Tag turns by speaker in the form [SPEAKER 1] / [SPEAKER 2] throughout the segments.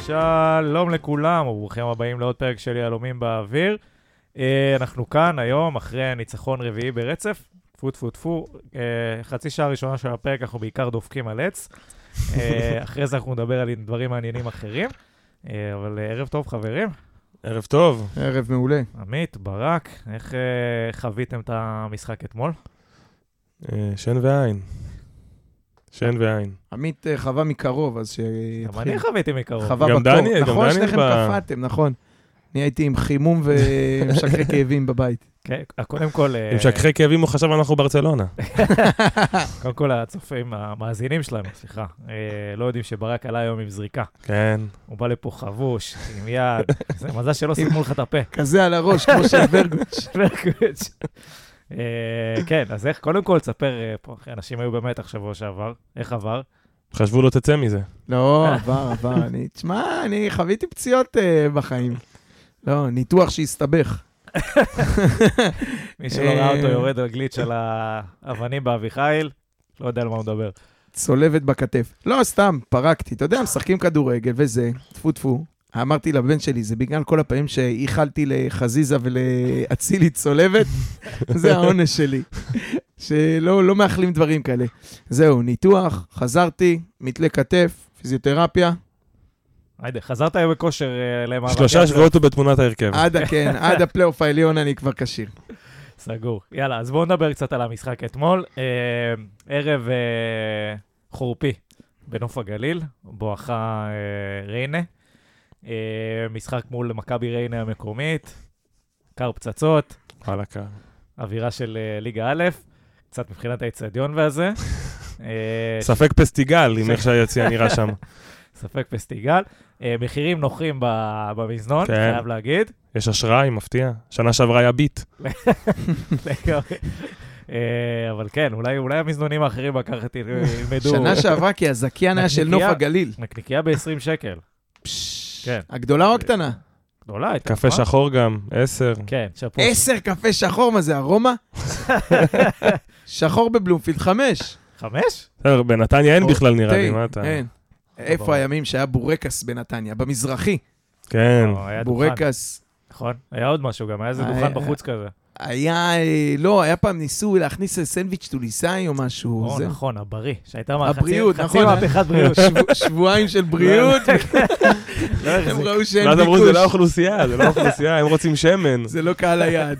[SPEAKER 1] שלום לכולם, וברוכים הבאים לעוד פרק של יהלומים באוויר. אה, אנחנו כאן היום, אחרי ניצחון רביעי ברצף, טפו טפו טפו. אה, חצי שעה ראשונה של הפרק אנחנו בעיקר דופקים על עץ. אה, אחרי זה אנחנו נדבר על דברים מעניינים אחרים. אה, אבל אה, ערב טוב, חברים.
[SPEAKER 2] ערב טוב.
[SPEAKER 3] ערב מעולה.
[SPEAKER 1] עמית, ברק, איך אה, חוויתם את המשחק אתמול?
[SPEAKER 2] אה, שן ועין. שן ועין.
[SPEAKER 3] עמית אה, חווה מקרוב, אז
[SPEAKER 1] גם
[SPEAKER 3] שיתחיל.
[SPEAKER 1] אני חוויתי מקרוב.
[SPEAKER 3] חווה
[SPEAKER 2] גם
[SPEAKER 3] בקור.
[SPEAKER 2] דניאל, גם
[SPEAKER 3] נכון,
[SPEAKER 2] דניאל
[SPEAKER 3] שניכם
[SPEAKER 2] ב-
[SPEAKER 3] קפאתם, נכון. אני הייתי עם חימום ומשככי כאבים בבית.
[SPEAKER 1] כן, קודם כל... אה,
[SPEAKER 2] עם שקחי כאבים הוא חשב אנחנו ברצלונה.
[SPEAKER 1] קודם כל הצופים, המאזינים שלנו, סליחה, אה, לא יודעים שברק עלה היום עם זריקה.
[SPEAKER 2] כן.
[SPEAKER 1] הוא בא לפה חבוש, עם יד, זה מזל שלא סיכמו לך את הפה.
[SPEAKER 3] כזה על הראש, כמו של ורגוץ'.
[SPEAKER 1] ברקוביץ'. אה, כן, אז איך, קודם כל, תספר אה, פה, אחי, אנשים היו במתח שבוע שעבר, איך עבר?
[SPEAKER 2] חשבו לא תצא מזה.
[SPEAKER 3] לא, עבר, עבר. אני, תשמע, אני חוויתי פציעות אה, בחיים. לא, ניתוח שהסתבך.
[SPEAKER 1] מי שלא
[SPEAKER 2] אה.
[SPEAKER 1] ראה אותו יורד על גליץ' על האבנים באביחיל, לא יודע על מה הוא מדבר.
[SPEAKER 3] צולבת בכתף. לא, סתם, פרקתי. אתה יודע, משחקים כדורגל וזה, טפו טפו. אמרתי לבן שלי, זה בגלל כל הפעמים שאיחלתי לחזיזה ולאצילי צולבת, זה העונש שלי. שלא לא מאחלים דברים כאלה. זהו, ניתוח, חזרתי, מתלה כתף, פיזיותרפיה,
[SPEAKER 1] היידה, חזרת היום בכושר אה, למאבק.
[SPEAKER 2] שלושה שבועות הוא בתמונת ההרכב.
[SPEAKER 3] עד, ה- כן, עד הפלייאוף העליון אני כבר כשיר.
[SPEAKER 1] סגור. יאללה, אז בואו נדבר קצת על המשחק אתמול. אה, ערב אה, חורפי בנוף הגליל, בואכה אה, ריינה. אה, משחק מול מכבי ריינה המקומית, קר פצצות,
[SPEAKER 2] וואלה, קר.
[SPEAKER 1] אווירה של אה, ליגה א', קצת מבחינת האיצטדיון והזה. אה,
[SPEAKER 2] ספק פסטיגל עם איך שהיציע נראה שם.
[SPEAKER 1] ספק פסטיגל. אה, מחירים נוחים ב- במזנון,
[SPEAKER 2] כן.
[SPEAKER 1] חייב להגיד.
[SPEAKER 2] יש אשראי, מפתיע. שנה שעברה היה ביט.
[SPEAKER 1] לגמרי. אה, אבל כן, אולי אולי המזנונים האחרים בקרחת ילמדו.
[SPEAKER 3] שנה שעברה כי הזכיין היה של נוף
[SPEAKER 1] נקניקייה.
[SPEAKER 3] הגליל.
[SPEAKER 1] נקניקייה ב-20 שקל.
[SPEAKER 3] פשש,
[SPEAKER 1] כן.
[SPEAKER 3] הגדולה או הקטנה?
[SPEAKER 1] גדולה הייתה.
[SPEAKER 2] קפה
[SPEAKER 1] מה?
[SPEAKER 2] שחור גם, עשר.
[SPEAKER 1] כן, שאפו.
[SPEAKER 3] עשר קפה שחור, מה זה, ארומה? שחור בבלומפילד, חמש.
[SPEAKER 1] חמש?
[SPEAKER 2] בסדר, בנתניה אין
[SPEAKER 3] או,
[SPEAKER 2] בכלל נראה לי,
[SPEAKER 3] תה,
[SPEAKER 2] מה אתה...
[SPEAKER 3] אין.
[SPEAKER 1] ברור.
[SPEAKER 3] איפה הימים שהיה בורקס בנתניה? במזרחי.
[SPEAKER 2] כן.
[SPEAKER 1] לא, היה דוכן,
[SPEAKER 3] בורקס.
[SPEAKER 1] נכון. היה עוד משהו גם, היה איזה
[SPEAKER 3] היה-
[SPEAKER 1] דוכן בחוץ כזה.
[SPEAKER 3] היה, אה, לא, היה פעם ניסו להכניס איזה סנדוויץ' טוליסאי או משהו.
[SPEAKER 1] או,
[SPEAKER 3] זה.
[SPEAKER 1] נכון, הבריא. שהייתה
[SPEAKER 3] הבריאות,
[SPEAKER 1] חצי
[SPEAKER 3] נכון,
[SPEAKER 1] מהפכת בריאות.
[SPEAKER 3] שבוע- שבועיים של בריאות,
[SPEAKER 1] לא
[SPEAKER 3] הם
[SPEAKER 1] החזיק.
[SPEAKER 3] ראו שאין
[SPEAKER 2] ואז אמרו, זה לא
[SPEAKER 3] ביקוש.
[SPEAKER 2] האוכלוסייה, זה לא האוכלוסייה, הם רוצים שמן.
[SPEAKER 3] זה לא קהל היעד.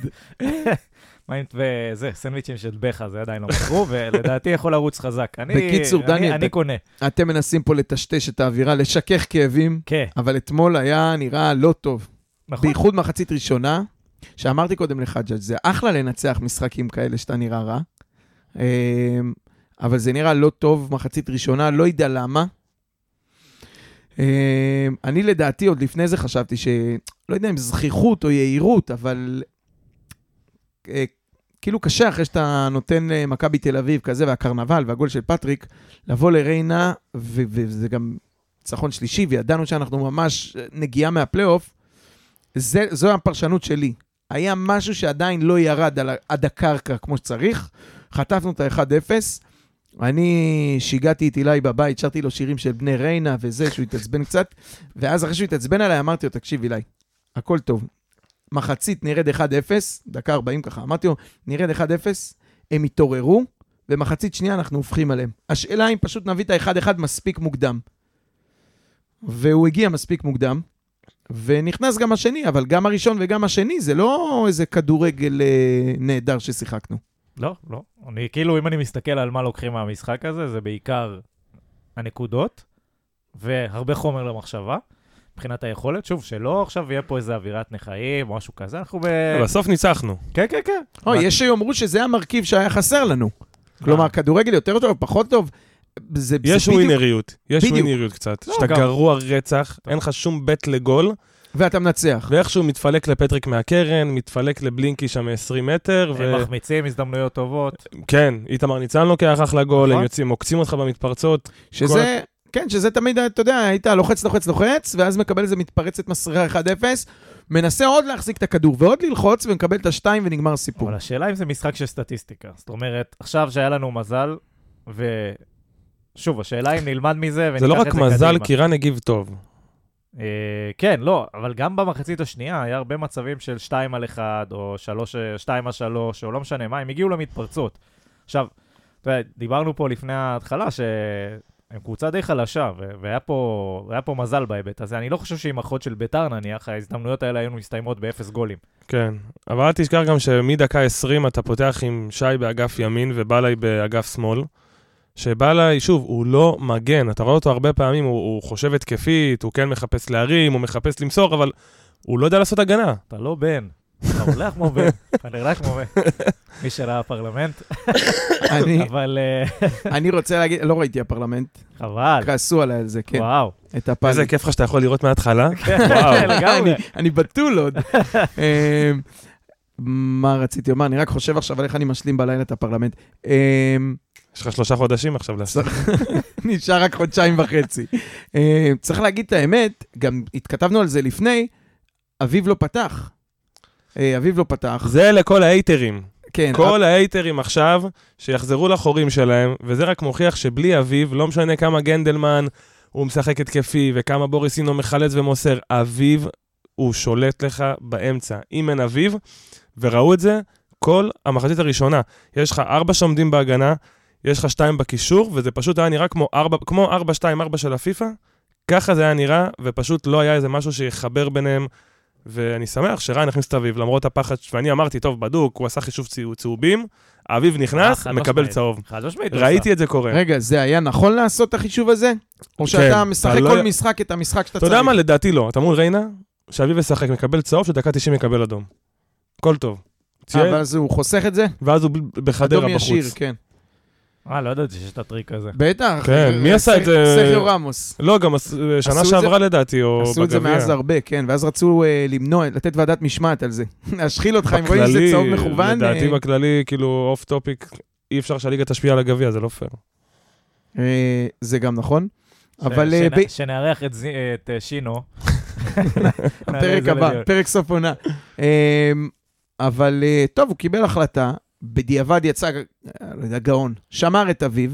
[SPEAKER 1] מה עם וזה, סנדוויצ'ים של בכה, זה עדיין לא מכרו, ולדעתי יכול לרוץ חזק. אני-
[SPEAKER 3] בקיצור,
[SPEAKER 1] אני-
[SPEAKER 3] דניאל,
[SPEAKER 1] אני
[SPEAKER 3] ת-
[SPEAKER 1] קונה.
[SPEAKER 3] אתם מנסים פה לטשטש את האווירה, לשכך כאבים,
[SPEAKER 1] כן,
[SPEAKER 3] אבל אתמול היה נראה לא טוב.
[SPEAKER 1] נכון.
[SPEAKER 3] בייחוד מחצית ראשונה, שאמרתי קודם לחג'ג', זה אחלה לנצח משחקים כאלה שאתה נראה רע, אמ, אבל זה נראה לא טוב מחצית ראשונה, לא יודע למה. אמ, אני לדעתי, עוד לפני זה חשבתי ש... לא יודע אם זכיחות או יהירות, אבל... אה, כאילו קשה אחרי שאתה נותן אה, מכבי תל אביב כזה, והקרנבל והגול של פטריק, לבוא לריינה, ו- וזה גם ניצחון שלישי, וידענו שאנחנו ממש אה, נגיעה מהפלייאוף, זה, זו הפרשנות שלי. היה משהו שעדיין לא ירד על, ה- עד הקרקע כמו שצריך. חטפנו את ה-1-0. אני שיגעתי את אילי בבית, שרתי לו שירים של בני ריינה וזה, שהוא התעצבן קצת. ואז אחרי שהוא התעצבן עליי, אמרתי לו, תקשיב, אילי, הכל טוב. מחצית נרד 1-0, דקה 40 ככה, אמרתי לו, נרד 1-0, הם יתעוררו, ומחצית שנייה אנחנו הופכים עליהם. השאלה אם פשוט נביא את ה-1-1 מספיק מוקדם. והוא הגיע מספיק מוקדם, ונכנס גם השני, אבל גם הראשון וגם השני, זה לא איזה כדורגל אה, נהדר ששיחקנו.
[SPEAKER 1] לא, לא. אני כאילו, אם אני מסתכל על מה לוקחים מהמשחק הזה, זה בעיקר הנקודות, והרבה חומר למחשבה. מבחינת היכולת, שוב, שלא עכשיו יהיה פה איזה אווירת נכאים או משהו כזה, אנחנו ב...
[SPEAKER 2] בסוף ניצחנו.
[SPEAKER 1] כן, כן, כן.
[SPEAKER 3] או,
[SPEAKER 1] מה- אה.
[SPEAKER 3] יש שיאמרו שזה המרכיב שהיה חסר לנו. כלומר, כדורגל יותר טוב, פחות טוב, זה זה
[SPEAKER 2] יש
[SPEAKER 3] בדיוק.
[SPEAKER 2] ווינריות, יש
[SPEAKER 3] בדיוק.
[SPEAKER 2] ווינריות קצת.
[SPEAKER 1] לא,
[SPEAKER 2] שאתה
[SPEAKER 1] גם-
[SPEAKER 2] גרוע רצח, אין לך שום בית לגול,
[SPEAKER 3] ואתה מנצח.
[SPEAKER 2] ואיכשהו מתפלק לפטריק מהקרן, מתפלק לבלינקי שם מ-20 מטר, ו...
[SPEAKER 1] הם מחמיצים הזדמנויות טובות.
[SPEAKER 2] כן, איתמר ניצן לוקח אחלה גול, הם
[SPEAKER 3] נכון.
[SPEAKER 2] יוצאים, עוקצים אותך במתפרצות.
[SPEAKER 3] שזה, כן, שזה תמיד, אתה יודע, היית לוחץ, לוחץ, לוחץ, ואז מקבל איזה מתפרצת מסריחה 1-0, מנסה עוד להחזיק את הכדור ועוד ללחוץ, ומקבל את השתיים ונגמר הסיפור.
[SPEAKER 1] אבל השאלה אם זה משחק של סטטיסטיקה. זאת אומרת, עכשיו שהיה לנו מזל, ושוב, השאלה אם נלמד מזה וניקח את
[SPEAKER 2] זה
[SPEAKER 1] זה
[SPEAKER 2] לא
[SPEAKER 1] קדימה.
[SPEAKER 2] רק מזל, כי רן הגיב טוב.
[SPEAKER 1] אה, כן, לא, אבל גם במחצית השנייה היה הרבה מצבים של 2 על 1, או 3, 2 על 3, או לא משנה מה, הם הגיעו למתפרצות. עכשיו, אתה יודע, דיברנו פה לפני ההתחלה שהם קבוצה די חלשה, ו- והיה פה, היה פה מזל בהיבט הזה. אני לא חושב שעם אחות של ביתר נניח, ההזדמנויות האלה היו מסתיימות באפס גולים.
[SPEAKER 2] כן. אבל אל תשכח גם שמדקה 20 אתה פותח עם שי באגף ימין ובלעי באגף שמאל. שבלעי, שוב, הוא לא מגן, אתה רואה אותו הרבה פעמים, הוא, הוא חושב התקפית, הוא כן מחפש להרים, הוא מחפש למסור, אבל הוא לא יודע לעשות הגנה.
[SPEAKER 1] אתה לא בן, אתה הולך כמו בן, אתה נראה כמו בן. מי שראה פרלמנט,
[SPEAKER 3] אני-
[SPEAKER 1] אבל אה,
[SPEAKER 3] אני רוצה להגיד, לא ראיתי הפרלמנט,
[SPEAKER 1] חבל,
[SPEAKER 3] כעסו עליי על זה, כן,
[SPEAKER 1] וואו.
[SPEAKER 3] את הפאנל.
[SPEAKER 2] איזה כיף לך שאתה יכול לראות מההתחלה.
[SPEAKER 1] וואו, לגמרי.
[SPEAKER 3] אני- אני בתול עוד. אמ, מה רציתי לומר? אני רק חושב עכשיו על איך אני משלים בלילה את הפרלמנט. אמ,
[SPEAKER 2] יש לך שלושה חודשים עכשיו לעשות.
[SPEAKER 3] נשאר רק חודשיים וחצי. אמ, צריך להגיד את האמת, גם התכתבנו על זה לפני, אביב לא פתח. אה, אביב לא פתח,
[SPEAKER 2] זה לכל ההייטרים.
[SPEAKER 3] כן.
[SPEAKER 2] כל ההייטרים עכשיו, שיחזרו לחורים שלהם, וזה רק מוכיח שבלי אביב, לא משנה כמה גנדלמן הוא משחק התקפי, וכמה בוריסינו מחלץ ומוסר, אביב הוא שולט לך באמצע. אם אין אביב, וראו את זה כל המחצית הראשונה. יש לך ארבע שעומדים בהגנה, יש לך שתיים בקישור, וזה פשוט היה נראה כמו ארבע, כמו ארבע, שתיים, ארבע של הפיפא. ככה זה היה נראה, ופשוט לא היה איזה משהו שיחבר ביניהם. ואני שמח שריין הכניס את אביב, למרות הפחד, ש- ואני אמרתי, טוב, בדוק, הוא עשה חישוב צהוב- צהובים, אביב
[SPEAKER 3] אה,
[SPEAKER 2] נכנס,
[SPEAKER 1] חד
[SPEAKER 2] מקבל
[SPEAKER 1] משמעית.
[SPEAKER 2] צהוב.
[SPEAKER 1] חד משמעית. הוא עשה.
[SPEAKER 2] ראיתי את זה קורה.
[SPEAKER 3] לא רגע, זה היה נכון לעשות את החישוב הזה? או שאתה
[SPEAKER 2] אתה
[SPEAKER 3] משחק
[SPEAKER 2] לא-
[SPEAKER 3] כל משחק את המשחק שאתה
[SPEAKER 2] אתה
[SPEAKER 3] צריך?
[SPEAKER 2] יודע מה? לדעתי לא. אתה מול ריינה, שאביב ישחק, מקבל צהוב, שדקה 90 יקבל אדום. הכל טוב.
[SPEAKER 3] אה, אבל
[SPEAKER 2] צייל,
[SPEAKER 3] אז הוא חוסך את זה?
[SPEAKER 2] ואז הוא ב- בחדרה
[SPEAKER 3] אדום ישיר,
[SPEAKER 2] בחוץ.
[SPEAKER 3] כן.
[SPEAKER 1] אה, לא ידעתי שיש את הטריק הזה.
[SPEAKER 3] בטח.
[SPEAKER 2] כן, מי עשה את זה?
[SPEAKER 3] סרחיו רמוס.
[SPEAKER 2] לא, גם עש- שנה
[SPEAKER 3] כן. את זה-
[SPEAKER 2] שעברה לדעתי, או בגביע.
[SPEAKER 3] עשו את זה מאז הרבה, כן, ואז רצו אה, למנוע, לתת ועדת משמעת על זה. להשחיל אותך, אם רואים שזה
[SPEAKER 2] בכללי,
[SPEAKER 3] צהוב מכוון,
[SPEAKER 2] לדעתי
[SPEAKER 3] אה,
[SPEAKER 2] בכללי, כאילו, אוף טופיק, אי אפשר שהליגה תשפיע על הגביע, זה לא פייר.
[SPEAKER 3] אה, זה גם נכון.
[SPEAKER 1] ש-
[SPEAKER 3] אבל אה,
[SPEAKER 1] שנ-
[SPEAKER 3] ב-
[SPEAKER 1] שנארח את זי- את אה, שינו. נעלה את
[SPEAKER 3] הפרק
[SPEAKER 1] זה
[SPEAKER 3] הבא,
[SPEAKER 1] לדיון.
[SPEAKER 3] פרק סוף עונה. אה, אבל אה, טוב, הוא קיבל החלטה, בדיעבד יצא, אה, לא יודע, גאון, שמר את אביו.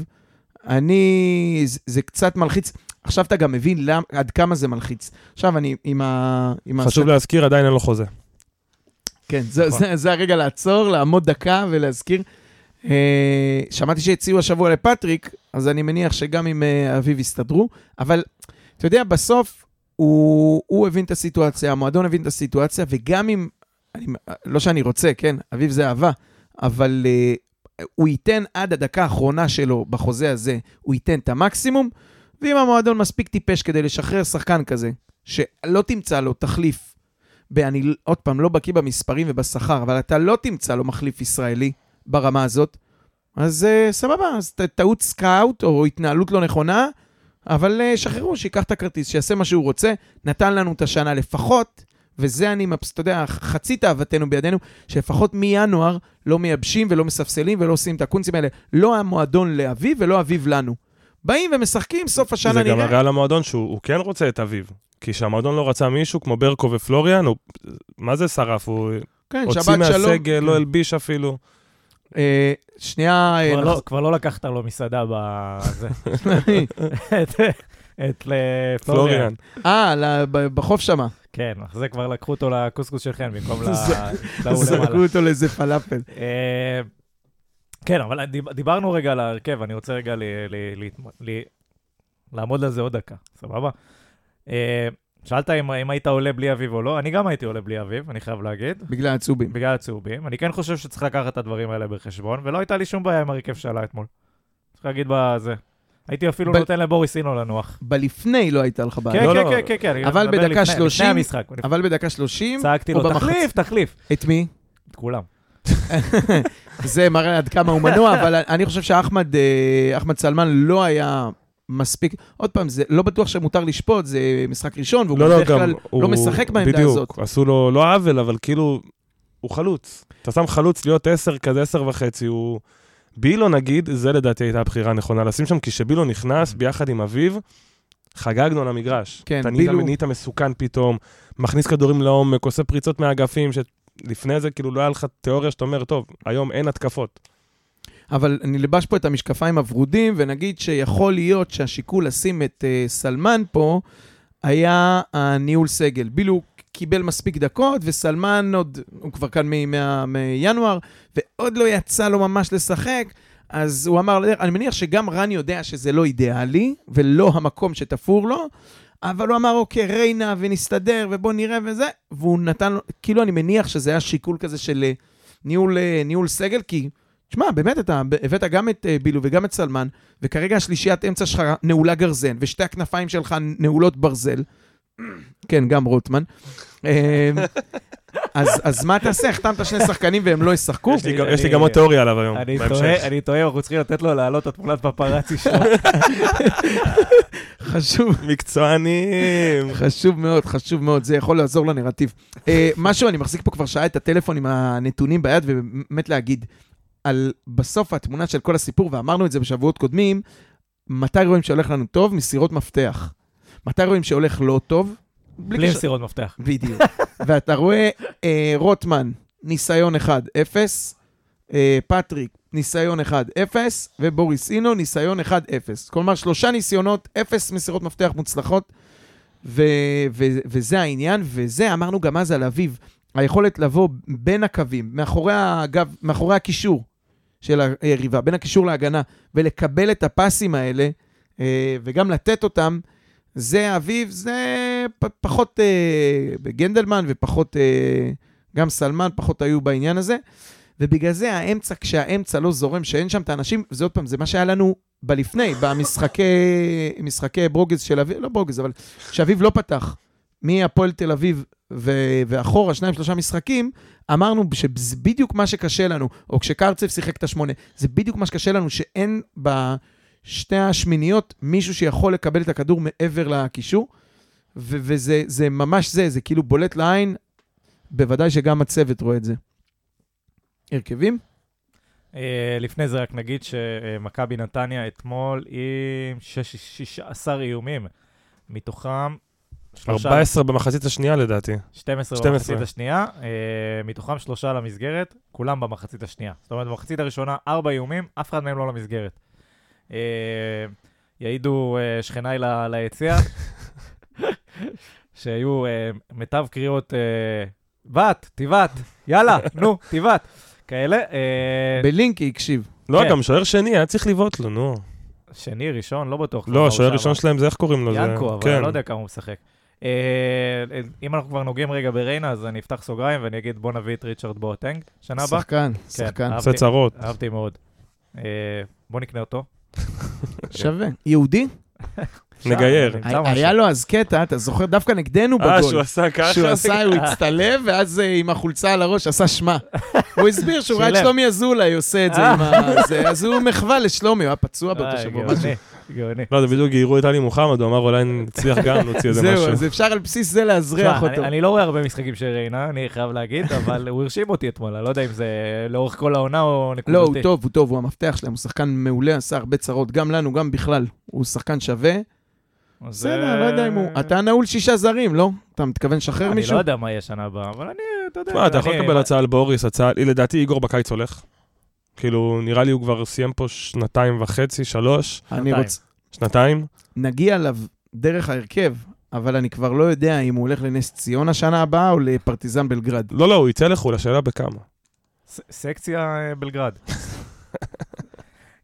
[SPEAKER 3] אני, זה- זה קצת מלחיץ. עכשיו אתה גם מבין למ- עד כמה זה מלחיץ. עכשיו אני עם ה... עם
[SPEAKER 2] חשוב
[SPEAKER 3] הסט-
[SPEAKER 2] להזכיר, עדיין אין לו חוזה.
[SPEAKER 3] כן, זה,
[SPEAKER 1] נכון.
[SPEAKER 3] זה, זה הרגע לעצור, לעמוד דקה ולהזכיר. אה, שמעתי שהציעו השבוע לפטריק, אז אני מניח שגם עם אה, אביו יסתדרו, אבל אתה יודע, בסוף הוא, הוא הבין את הסיטואציה, המועדון הבין את הסיטואציה, וגם אם, אני, לא שאני רוצה, כן, אביו זה אהבה, אבל אה, הוא ייתן עד הדקה האחרונה שלו בחוזה הזה, הוא ייתן את המקסימום, ואם המועדון מספיק טיפש כדי לשחרר שחקן כזה, שלא תמצא לו תחליף ואני עוד פעם לא בקיא במספרים ובשכר, אבל אתה לא תמצא לו מחליף ישראלי ברמה הזאת, אז uh, סבבה, אז ט- טעות סקאוט או התנהלות לא נכונה, אבל uh, שחררו, שייקח את הכרטיס, שיעשה מה שהוא רוצה, נתן לנו את השנה לפחות, וזה אני, מבס- אתה יודע, חצי תאוותנו בידינו, שלפחות מינואר לא מייבשים ולא מספסלים ולא עושים את הקונצים האלה, לא המועדון לאביב ולא אביב לנו. באים ומשחקים, סוף השנה
[SPEAKER 2] זה גם
[SPEAKER 3] נראה.
[SPEAKER 2] הראה למועדון שהוא הוא כן רוצה את אביו. כי כשהמועדון לא רצה מישהו כמו ברקו ופלוריאן, הוא... מה זה שרף? הוא
[SPEAKER 3] כן,
[SPEAKER 2] הוציא
[SPEAKER 3] שבת שלום. כן.
[SPEAKER 2] מהסגל, לא הלביש אפילו.
[SPEAKER 3] אה, שנייה, אה,
[SPEAKER 1] כבר לא-
[SPEAKER 3] נחזור-
[SPEAKER 1] כבר לא לקחת לו מסעדה בזה. את ל- פלוריאן.
[SPEAKER 2] פלוריאן.
[SPEAKER 3] אה, ל- ב- בחוף שמה.
[SPEAKER 1] כן, אך זה כבר לקחו אותו לקוסקוס של חן במקום ל-
[SPEAKER 3] זה-
[SPEAKER 1] להוא לא, למעלה.
[SPEAKER 3] זרקו אותו לאיזה פלאפל.
[SPEAKER 1] אה, כן, אבל דיב- דיברנו רגע על ההרכב, אני רוצה רגע ל- ל- להתמ- ל- לעמוד על זה עוד דקה, סבבה? אה, שאלת אם אם היית עולה בלי אביב או לא, אני גם הייתי עולה בלי אביב, אני חייב להגיד.
[SPEAKER 3] בגלל הצובים.
[SPEAKER 1] בגלל הצהובים. אני כן חושב שצריך לקחת את הדברים האלה בחשבון, ולא הייתה לי שום בעיה עם הרכב שעלה אתמול. צריך להגיד בזה. הייתי אפילו
[SPEAKER 3] בל-
[SPEAKER 1] נותן לבוריס אינו לנוח.
[SPEAKER 3] בלפני לא הייתה לך
[SPEAKER 1] כן,
[SPEAKER 3] בעיה.
[SPEAKER 2] לא,
[SPEAKER 1] כן,
[SPEAKER 2] לא.
[SPEAKER 1] כן, כן, כן. אני
[SPEAKER 3] אבל
[SPEAKER 1] מדבר
[SPEAKER 3] בדקה
[SPEAKER 1] לפני-
[SPEAKER 3] 30
[SPEAKER 1] לפני המשחק.
[SPEAKER 3] אבל בדקה 30,
[SPEAKER 1] צעקתי
[SPEAKER 3] או
[SPEAKER 1] לו,
[SPEAKER 3] במחצית.
[SPEAKER 1] תחליף, תחליף.
[SPEAKER 3] את מי?
[SPEAKER 1] את כולם.
[SPEAKER 3] זה מראה עד כמה הוא מנוע, אבל אני חושב שאחמד אה, אחמד סלמן לא היה מספיק. עוד פעם, זה לא בטוח שמותר לשפוט, זה משחק ראשון, והוא
[SPEAKER 2] לא, לא,
[SPEAKER 3] בדרך
[SPEAKER 2] גם
[SPEAKER 3] כלל
[SPEAKER 2] הוא...
[SPEAKER 3] לא משחק בעמדה הזאת.
[SPEAKER 2] בדיוק, עשו לו לא עוול, אבל כאילו, הוא חלוץ. אתה שם חלוץ להיות עשר כזה, עשר וחצי, הוא... בילו נגיד, זה לדעתי הייתה הבחירה הנכונה לשים שם, כי כשבילו נכנס ביחד עם אביו, חגגנו על המגרש.
[SPEAKER 3] כן,
[SPEAKER 2] אתה
[SPEAKER 3] בילו-
[SPEAKER 2] בילו... נהיית מסוכן פתאום, מכניס כדורים לעומק, עושה פריצות מהאגפים, שלפני זה כאילו לא היה לך תיאוריה שאתה אומר, טוב, היום אין התקפות.
[SPEAKER 3] אבל נלבש פה את המשקפיים הוורודים, ונגיד שיכול להיות שהשיקול לשים את אה, סלמן פה, היה הניהול סגל. בילו קיבל מספיק דקות, וסלמן עוד, הוא כבר כאן מ- מה- מינואר, ועוד לא יצא לו ממש לשחק, אז הוא אמר, אני מניח שגם רן יודע שזה לא אידיאלי, ולא המקום שתפור לו, אבל הוא אמר, אוקיי, ריינה, ונסתדר, ובוא נראה וזה, והוא נתן לו, כאילו, אני מניח שזה היה שיקול כזה של אה, ניהול, אה, ניהול סגל, כי, תשמע, באמת, אתה הבאת גם את אה, בילו וגם את סלמן, וכרגע השלישיית אמצע שלך נעולה גרזן, ושתי הכנפיים שלך נעולות ברזל. כן, גם רוטמן. אה, אז, אז מה תעשה? החתמת שני שחקנים והם לא ישחקו?
[SPEAKER 2] יש לי גם-
[SPEAKER 1] אני-
[SPEAKER 2] יש לי גם עוד תיאוריה עליו היום,
[SPEAKER 1] אני
[SPEAKER 2] בהמשך.
[SPEAKER 1] תוהה, אני תוהה, אנחנו צריכים לתת לו להעלות את התמונת פפראצי שלו.
[SPEAKER 3] חשוב.
[SPEAKER 2] מקצוענים.
[SPEAKER 3] חשוב מאוד, חשוב מאוד, זה יכול לעזור לנרטיב. אה, משהו, אני מחזיק פה כבר שעה את הטלפון עם הנתונים ביד, ובאמת להגיד, על בסוף התמונה של כל הסיפור, ואמרנו את זה בשבועות קודמים, מתי רואים שהולך לנו טוב? מסירות מפתח. מתי רואים שהולך לא טוב? בלי
[SPEAKER 1] בלי
[SPEAKER 3] קשר-
[SPEAKER 1] מסירות מפתח.
[SPEAKER 3] בדיוק. ואתה רואה אה, רוטמן, ניסיון 1-0, אה, פטריק, ניסיון 1-0, ובוריס אינו, ניסיון 1-0. כלומר, שלושה ניסיונות, אפס מסירות מפתח מוצלחות, ו- ו- וזה העניין, וזה אמרנו גם אז על אביו, היכולת לבוא בין הקווים, מאחורי, הגב, מאחורי הקישור של היריבה, בין הקישור להגנה, ולקבל את הפסים האלה, אה, וגם לתת אותם, זה אביב, זה פ- פחות אה, גנדלמן ופחות, אה, גם סלמן פחות היו בעניין הזה. ובגלל זה האמצע, כשהאמצע לא זורם, שאין שם את האנשים, זה עוד פעם, זה מה שהיה לנו בלפני, במשחקי משחקי ברוגז של אביב, לא ברוגז, אבל שאביב לא פתח, מהפועל תל אביב ו- ואחורה, שניים, שלושה משחקים, אמרנו שזה בדיוק מה שקשה לנו, או כשקרצב שיחק את השמונה, זה בדיוק מה שקשה לנו, שאין ב... שתי השמיניות, מישהו שיכול לקבל את הכדור מעבר לקישור, ו- וזה זה ממש זה, זה כאילו בולט לעין, בוודאי שגם הצוות רואה את זה. הרכבים?
[SPEAKER 1] אה, לפני זה רק נגיד שמכבי נתניה אתמול עם שש- 16 איומים, מתוכם שלושה-
[SPEAKER 2] 14 במחצית השנייה לדעתי.
[SPEAKER 1] 12
[SPEAKER 2] 12.
[SPEAKER 1] במחצית השנייה, אה, מתוכם שלושה למסגרת, כולם במחצית השנייה. זאת אומרת, במחצית הראשונה, ארבע איומים, אף אחד מהם לא למסגרת. אה, יעידו אה, שכניי ל- ליציע, שהיו אה, מיטב קריאות, אה, בת, תיבת, יאללה, נו, תיבת, כאלה. אה,
[SPEAKER 3] בלינקי הקשיב.
[SPEAKER 2] לא,
[SPEAKER 1] כן.
[SPEAKER 2] גם שוער שני, היה צריך לבעוט לו, נו.
[SPEAKER 1] שני, ראשון, לא בטוח. כבר מה
[SPEAKER 2] לא,
[SPEAKER 1] הוא
[SPEAKER 2] השוער
[SPEAKER 1] שם.
[SPEAKER 2] הראשון לא, שלהם זה איך קוראים לו? זה-
[SPEAKER 1] ינקו, אבל
[SPEAKER 2] כן.
[SPEAKER 1] אני לא יודע כמה הוא משחק. אה, אה, אם אנחנו כבר נוגעים רגע בריינה, אז אני אפתח סוגריים ואני אגיד בוא נביא את ריצ'רד בואטנג שנה הבאה.
[SPEAKER 3] שחקן, שחקן.
[SPEAKER 1] אה.
[SPEAKER 2] עושה צרות.
[SPEAKER 1] אהבתי מאוד. אה, בוא נקנה אותו.
[SPEAKER 3] שווה. יהודי?
[SPEAKER 2] נגייר.
[SPEAKER 1] נמצא משהו.
[SPEAKER 3] היה לו אז קטע, אתה זוכר, דווקא נגדנו
[SPEAKER 2] אה, שהוא
[SPEAKER 3] בגול.
[SPEAKER 2] עשה ככה?
[SPEAKER 3] שהוא עשה, הוא הצטלב, ואז אה, עם החולצה על הראש עשה שמע. הוא הסביר שהוא ראה את
[SPEAKER 1] שילם.
[SPEAKER 3] שלומי אזולאי עושה את זה עם ה... זה, אז הוא מחווה לשלומי, הוא היה פצוע לא באותו
[SPEAKER 1] אה,
[SPEAKER 3] שבוע.
[SPEAKER 1] גאוני,
[SPEAKER 3] משהו.
[SPEAKER 1] גאוני.
[SPEAKER 2] לא, זה בדיוק גיירו את עלי מוחמד, הוא אמר אולי נצליח גם להוציא איזה
[SPEAKER 3] זהו, אז
[SPEAKER 2] משהו.
[SPEAKER 3] אפשר על בסיס זה
[SPEAKER 1] תשמע,
[SPEAKER 3] לאזרח אותו.
[SPEAKER 1] אני- אני לא רואה הרבה משחקים של ריינה, אני חייב להגיד, אבל הוא הרשים אותי אתמול, אני לא יודע אם זה לאורך כל העונה או נקודתי.
[SPEAKER 3] לא, הוא טוב, הוא טוב, הוא המפתח שלהם, הוא שחקן מעולה, עשה הרבה צרות, גם לנו, גם בכלל. הוא שחקן שווה.
[SPEAKER 1] אז,
[SPEAKER 3] בסדר,
[SPEAKER 1] אה,
[SPEAKER 3] לא יודע אם הוא... אתה נעול שישה זרים, לא? אתה מתכוון לשחרר
[SPEAKER 1] אני
[SPEAKER 3] מישהו?
[SPEAKER 1] לא יודע מה יהיה שנה הבאה, אבל אני, אתה יודע.
[SPEAKER 2] תשמע, אתה יכול
[SPEAKER 1] אני- לא-
[SPEAKER 2] לקבל הצעה על בוריס, הצעה... לדעתי איגור בקיץ הולך. כאילו, נראה לי הוא כבר סיים פה שנתיים וחצי, שלוש,
[SPEAKER 3] אני
[SPEAKER 1] שנתיים.
[SPEAKER 3] רוצה...
[SPEAKER 2] שנתיים.
[SPEAKER 3] נגיע אליו דרך ההרכב, אבל אני כבר לא יודע אם הוא הולך לנס ציונה שנה הבאה או לפרטיזן בלגרד.
[SPEAKER 2] לא, לא, הוא יצא לחו"ל, השאלה בכמה.
[SPEAKER 1] ס- סקציה אה, בלגרד.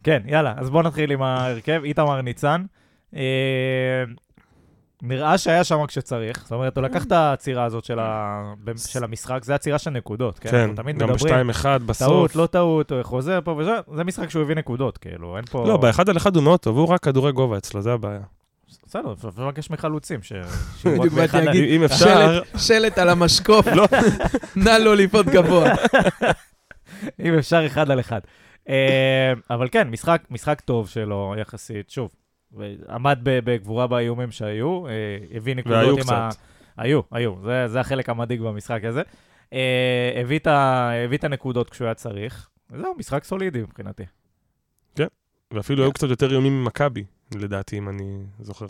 [SPEAKER 1] כן, יאללה, אז בואו נתחיל עם ההרכב. איתמר ניצן. אה, נראה שהיה שם כשצריך, זאת אומרת, הוא לקח את העצירה הזאת של, ה... ב- של המשחק, זה עצירה של נקודות, כן?
[SPEAKER 2] כן,
[SPEAKER 1] אנחנו תמיד
[SPEAKER 2] גם
[SPEAKER 1] מדברים,
[SPEAKER 2] בשתיים אחד, בסוף.
[SPEAKER 1] טעות, לא טעות, הוא חוזר פה וזה, זה משחק שהוא הביא נקודות, כאילו, אין פה...
[SPEAKER 2] לא, באחד על אחד הוא מאוד טוב, הוא רק כדורי גובה אצלו, זה הבעיה.
[SPEAKER 1] בסדר, אפשר לבקש מחלוצים, ש... שיהיו רק
[SPEAKER 3] בדיוק באתי
[SPEAKER 1] באחד על-
[SPEAKER 3] להגיד,
[SPEAKER 2] אם אפשר,
[SPEAKER 3] שלט- שלט על המשקוף,
[SPEAKER 2] לא.
[SPEAKER 3] נא לא ליפות גבוה.
[SPEAKER 1] אם אפשר אחד על אחד. אה, אבל כן, משחק, משחק טוב שלו יחסית, שוב, ו- עמד ב- בגבורה באיומים שהיו, אה, הביא נקודות
[SPEAKER 2] והיו
[SPEAKER 1] עם ה...
[SPEAKER 2] קצת.
[SPEAKER 1] היו, היו, זה, זה החלק המדאיג במשחק הזה. אה, הביא, את ה... הביא את הנקודות כשהוא היה צריך, וזהו, משחק סולידי מבחינתי.
[SPEAKER 2] ואפילו היו קצת יותר איומים ממכבי, לדעתי, אם אני זוכר.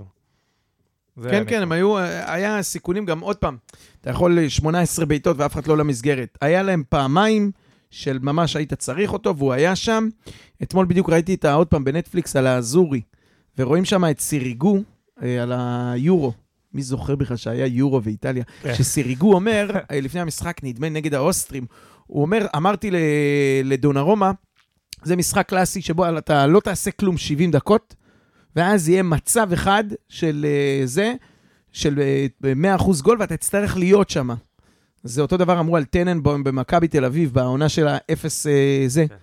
[SPEAKER 1] זה
[SPEAKER 3] כן,
[SPEAKER 1] אני-
[SPEAKER 3] כן, הם היו, היה סיכונים גם, עוד פעם, אתה יכול 18 בעיטות ואף אחד לא למסגרת. היה להם פעמיים של ממש היית צריך אותו, והוא היה שם. אתמול בדיוק ראיתי את ה- עוד פעם בנטפליקס על האזורי, ורואים שם את סיריגו אה, על היורו, מי זוכר בכלל שהיה יורו ואיטליה,
[SPEAKER 2] כן.
[SPEAKER 3] שסיריגו אומר, אה, לפני המשחק, נדמה נגד האוסטרים, הוא אומר, אמרתי ל- לדונרומה, זה משחק קלאסי שבו אתה לא תעשה כלום 70 דקות, ואז יהיה מצב אחד של אה, זה, של אה, 100% גול, ואתה תצטרך להיות שם. זה אותו דבר אמרו על טננבוים במכבי תל אביב, בעונה של האפס אה, זה.
[SPEAKER 2] כן.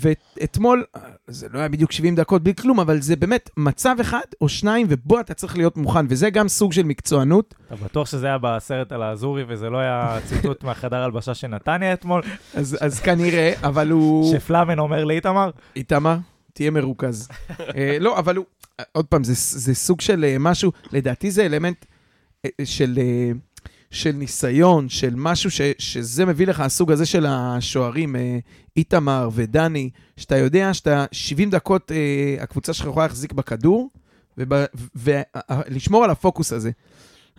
[SPEAKER 3] ואתמול, אה, זה לא היה בדיוק 70 דקות בלי כלום, אבל זה באמת מצב אחד או שניים, ובו אתה צריך להיות מוכן, וזה גם סוג של מקצוענות.
[SPEAKER 1] אתה בטוח שזה היה בסרט על האזורי וזה לא היה ציטוט מהחדר הלבשה של נתניה אתמול,
[SPEAKER 3] אז, אז כנראה, אבל הוא...
[SPEAKER 1] שפלאמן אומר לאיתמר,
[SPEAKER 3] איתמר, תהיה מרוכז. אה, לא, אבל הוא, אה, עוד פעם, זה, זה סוג של אה, משהו, לדעתי זה אלמנט אה, אה, של, אה, של ניסיון, של משהו ש, שזה מביא לך, הסוג הזה של השוערים, אה, איתמר ודני, שאתה יודע שאתה 70 דקות, אה, הקבוצה שלך יכולה להחזיק בכדור, ולשמור אה, על הפוקוס הזה.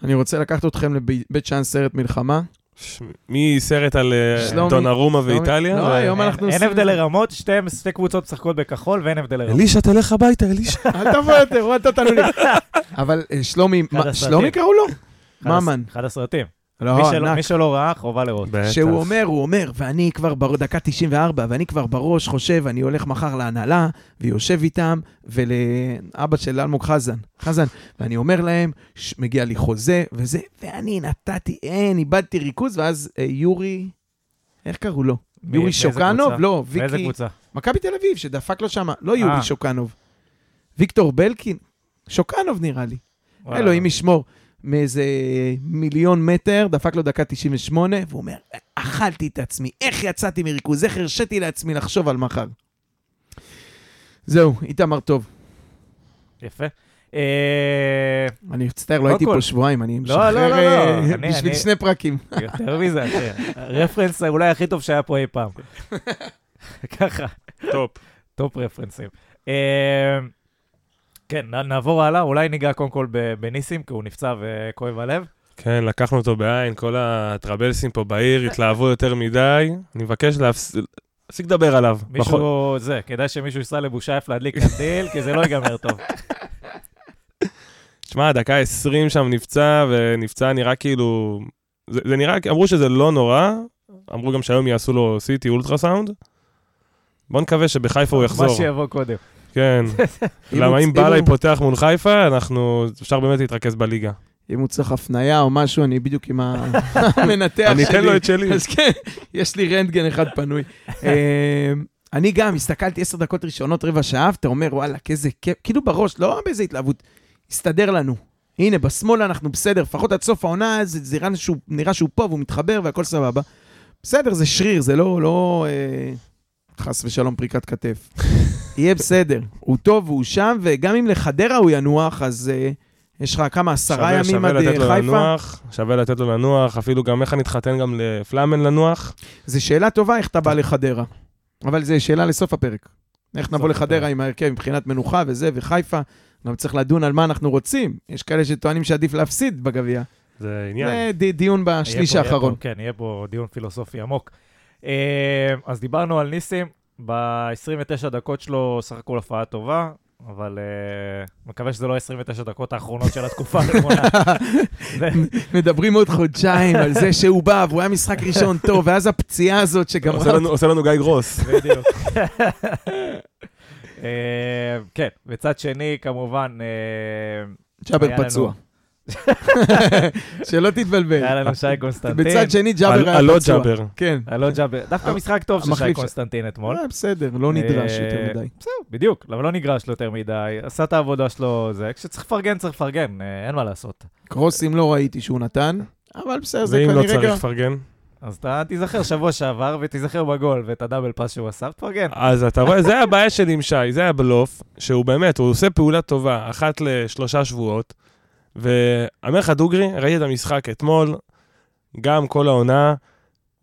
[SPEAKER 3] אני רוצה לקחת אתכם לבית שאן סרט מלחמה.
[SPEAKER 2] ש- מסרט על אה,
[SPEAKER 3] שלומי.
[SPEAKER 2] דונרומה
[SPEAKER 3] שלומי.
[SPEAKER 2] ואיטליה.
[SPEAKER 3] לא,
[SPEAKER 2] ו-
[SPEAKER 3] היום
[SPEAKER 1] אה, אין-
[SPEAKER 3] אנחנו
[SPEAKER 1] אין
[SPEAKER 3] עושים-
[SPEAKER 1] הבדלי רמות, שתיהן- שתי קבוצות משחקות בכחול ואין הבדלי רמות.
[SPEAKER 2] אלישע, תלך הביתה, אלישע.
[SPEAKER 3] אל תבוא יותר, הורדת אותנו. לי. אבל אה, שלומי, מה-
[SPEAKER 1] הסרטים.
[SPEAKER 3] שלומי קראו לו?
[SPEAKER 1] אחד הס-
[SPEAKER 3] ממן.
[SPEAKER 1] אחד הסרטים. מי
[SPEAKER 3] לא,
[SPEAKER 1] שלא-
[SPEAKER 3] ענק.
[SPEAKER 1] מי שלא ראה, חובה לראות.
[SPEAKER 3] שהוא אומר, הוא אומר, ואני כבר בדקה 94, ואני כבר בראש חושב, אני הולך מחר להנהלה, ויושב איתם, ולאבא של אלמוג חזן, חזן, ואני אומר להם, ש... מגיע לי חוזה, וזה, ואני נתתי, אין, איבדתי ריכוז, ואז אה, יורי, איך קראו לו?
[SPEAKER 1] מי-
[SPEAKER 3] יורי
[SPEAKER 1] מאיזה
[SPEAKER 3] שוקנוב?
[SPEAKER 1] קבוצה?
[SPEAKER 3] לא,
[SPEAKER 1] מאיזה
[SPEAKER 3] ויקי,
[SPEAKER 1] קבוצה?
[SPEAKER 3] מכבי תל אביב, שדפק לו שם, לא יורי
[SPEAKER 1] אה.
[SPEAKER 3] שוקנוב, ויקטור בלקין, שוקנוב נראה לי.
[SPEAKER 1] וואלה.
[SPEAKER 3] אלוהים ישמור, מאיזה מיליון מטר, דפק לו דקה 98, והוא אומר, אכלתי את עצמי, איך יצאתי מריכוז, איך הרשיתי לעצמי לחשוב על מחר. זהו, איתמר טוב.
[SPEAKER 1] יפה. אה,
[SPEAKER 3] אני מצטער, לא
[SPEAKER 1] לא
[SPEAKER 3] הייתי
[SPEAKER 1] כל.
[SPEAKER 3] פה שבועיים,
[SPEAKER 1] לא,
[SPEAKER 3] אני
[SPEAKER 1] לא,
[SPEAKER 3] משחרר
[SPEAKER 1] לא, לא.
[SPEAKER 3] אה,
[SPEAKER 1] אני-
[SPEAKER 3] בשביל
[SPEAKER 1] אני-
[SPEAKER 3] שני פרקים.
[SPEAKER 1] יותר מזה, אתה- הרפרנס אולי הכי טוב שהיה פה אי פעם. ככה,
[SPEAKER 2] טופ.
[SPEAKER 1] טופ רפרנסים. אה, כן, נ- נעבור הלאה, אולי ניגע קודם כל ב- בניסים, כי הוא נפצע וכואב הלב.
[SPEAKER 3] נכון.
[SPEAKER 2] כן, לקחנו אותו בעין, כל הטרבלסים פה בעיר התלהבו יותר מדי. אני מבקש להפס- להפסיק לדבר עליו.
[SPEAKER 3] לא-
[SPEAKER 2] בחו-
[SPEAKER 1] מישהו, זה, כדאי שמישהו ייסע לבושייף להדליק קנדיל, כי זה לא ייגמר טוב.
[SPEAKER 2] תשמע, דקה 20 שם נפצע, ונפצע נראה כאילו... זה זה נראה, אמרו שזה לא נורא, אמרו גם שהיום יעשו לו CT אולטרסאונד. בוא נקווה שבחיפה הוא
[SPEAKER 1] מה
[SPEAKER 2] יחזור.
[SPEAKER 1] שיבוא קודם.
[SPEAKER 2] כן. למה
[SPEAKER 3] הוא-
[SPEAKER 2] אם בלעי
[SPEAKER 3] הוא- כן,
[SPEAKER 2] פותח מול חיפה, אנחנו... אפשר באמת להתרכז בליגה.
[SPEAKER 3] אם הוא צריך הפנייה או משהו, אני בדיוק עם המנתח שלי.
[SPEAKER 2] אני אתן לו את שלי.
[SPEAKER 3] אז כן, יש לי רנטגן אחד פנוי. אה, אני גם הסתכלתי עשר דקות ראשונות, רבע שעה, ואתה אומר, וואלכ, איזה כיף, כאילו בראש, לא באיזה התלהבות, הסתדר לנו. הנה, בשמאל אנחנו בסדר, לפחות עד סוף העונה, זה, זה נראה, שהוא, נראה שהוא פה והוא מתחבר והכל סבבה. בסדר, זה שריר, זה לא, לא אה, חס ושלום פריקת כתף. יהיה בסדר, הוא טוב והוא שם, וגם אם לחדרה הוא ינוח, אז אה, יש לך כמה, עשרה
[SPEAKER 2] שווה-
[SPEAKER 3] ימים
[SPEAKER 2] שווה
[SPEAKER 3] עד
[SPEAKER 2] לתת
[SPEAKER 3] אה,
[SPEAKER 2] לו
[SPEAKER 3] חיפה?
[SPEAKER 2] לנוח, שווה לתת לו לנוח, אפילו גם איך נתחתן גם לפלאמן לנוח.
[SPEAKER 3] זו שאלה טובה איך אתה בא לחדרה, אבל זו שאלה לסוף הפרק. איך נבוא
[SPEAKER 2] הפרק.
[SPEAKER 3] לחדרה עם ההרכב מבחינת מנוחה וזה, וחיפה, גם צריך לדון על מה אנחנו רוצים. יש כאלה שטוענים שעדיף להפסיד בגביע.
[SPEAKER 2] זה עניין.
[SPEAKER 3] זה די- דיון
[SPEAKER 1] יהיה
[SPEAKER 3] בשליש
[SPEAKER 1] פה- יהיה
[SPEAKER 3] האחרון.
[SPEAKER 1] פה- כן, יהיה פה דיון פילוסופי עמוק. אה, אז דיברנו על ניסים, ב-29 דקות שלו סך הכל הופעה טובה, אבל אה, מקווה שזה לא 29 דקות האחרונות של התקופה האחרונה. זה-
[SPEAKER 3] מדברים עוד חודשיים על זה שהוא בא, והוא היה משחק ראשון טוב, ואז הפציעה הזאת שגמרה...
[SPEAKER 2] עושה
[SPEAKER 1] לא-
[SPEAKER 2] לנו-
[SPEAKER 3] אותו.
[SPEAKER 2] עושה לנו גיא גרוס.
[SPEAKER 1] בדיוק. אה, כן, מצד שני, כמובן, אה, היה
[SPEAKER 3] ג'אבר
[SPEAKER 1] לנו-
[SPEAKER 3] פצוע. שלא
[SPEAKER 1] היה
[SPEAKER 3] תתבלבל.
[SPEAKER 1] לנו שי קונסטנטין.
[SPEAKER 3] כן, בצד שני,
[SPEAKER 2] על-
[SPEAKER 3] ג'אבר היה
[SPEAKER 2] על לא
[SPEAKER 3] פצוע.
[SPEAKER 2] ג'אבר.
[SPEAKER 3] כן.
[SPEAKER 1] אלון ג'אבר, דווקא משחק טוב של שי
[SPEAKER 3] המחליף ש-
[SPEAKER 1] קונסטנטין אתמול.
[SPEAKER 3] אה, בסדר, לא נדרש יותר
[SPEAKER 1] אה,
[SPEAKER 3] מדי.
[SPEAKER 1] בדיוק, אבל לא נגרש לו יותר מדי, עשה את העבודה שלו, זה, כשצריך לפרגן, צריך לפרגן, אה, אין מה לעשות.
[SPEAKER 3] קרוסים לא ראיתי שהוא נתן, אבל בסדר, זה
[SPEAKER 2] ואם לא
[SPEAKER 3] כנראה
[SPEAKER 2] צריך
[SPEAKER 3] גם...
[SPEAKER 2] לפרגן,
[SPEAKER 1] אז אתה תיזכר שבוע שעבר, ותיזכר בגול, ואת הדאבל פאס שהוא עשה, תפרגן.
[SPEAKER 2] אז אתה רואה, זה הבעיה שלי עם שי, זה הבלוף, שהוא באמת, הוא עושה פעולה טובה, אחת לשלושה שבועות, ואומר לך דוגרי, ראיתי את המשחק אתמול, גם כל העונה,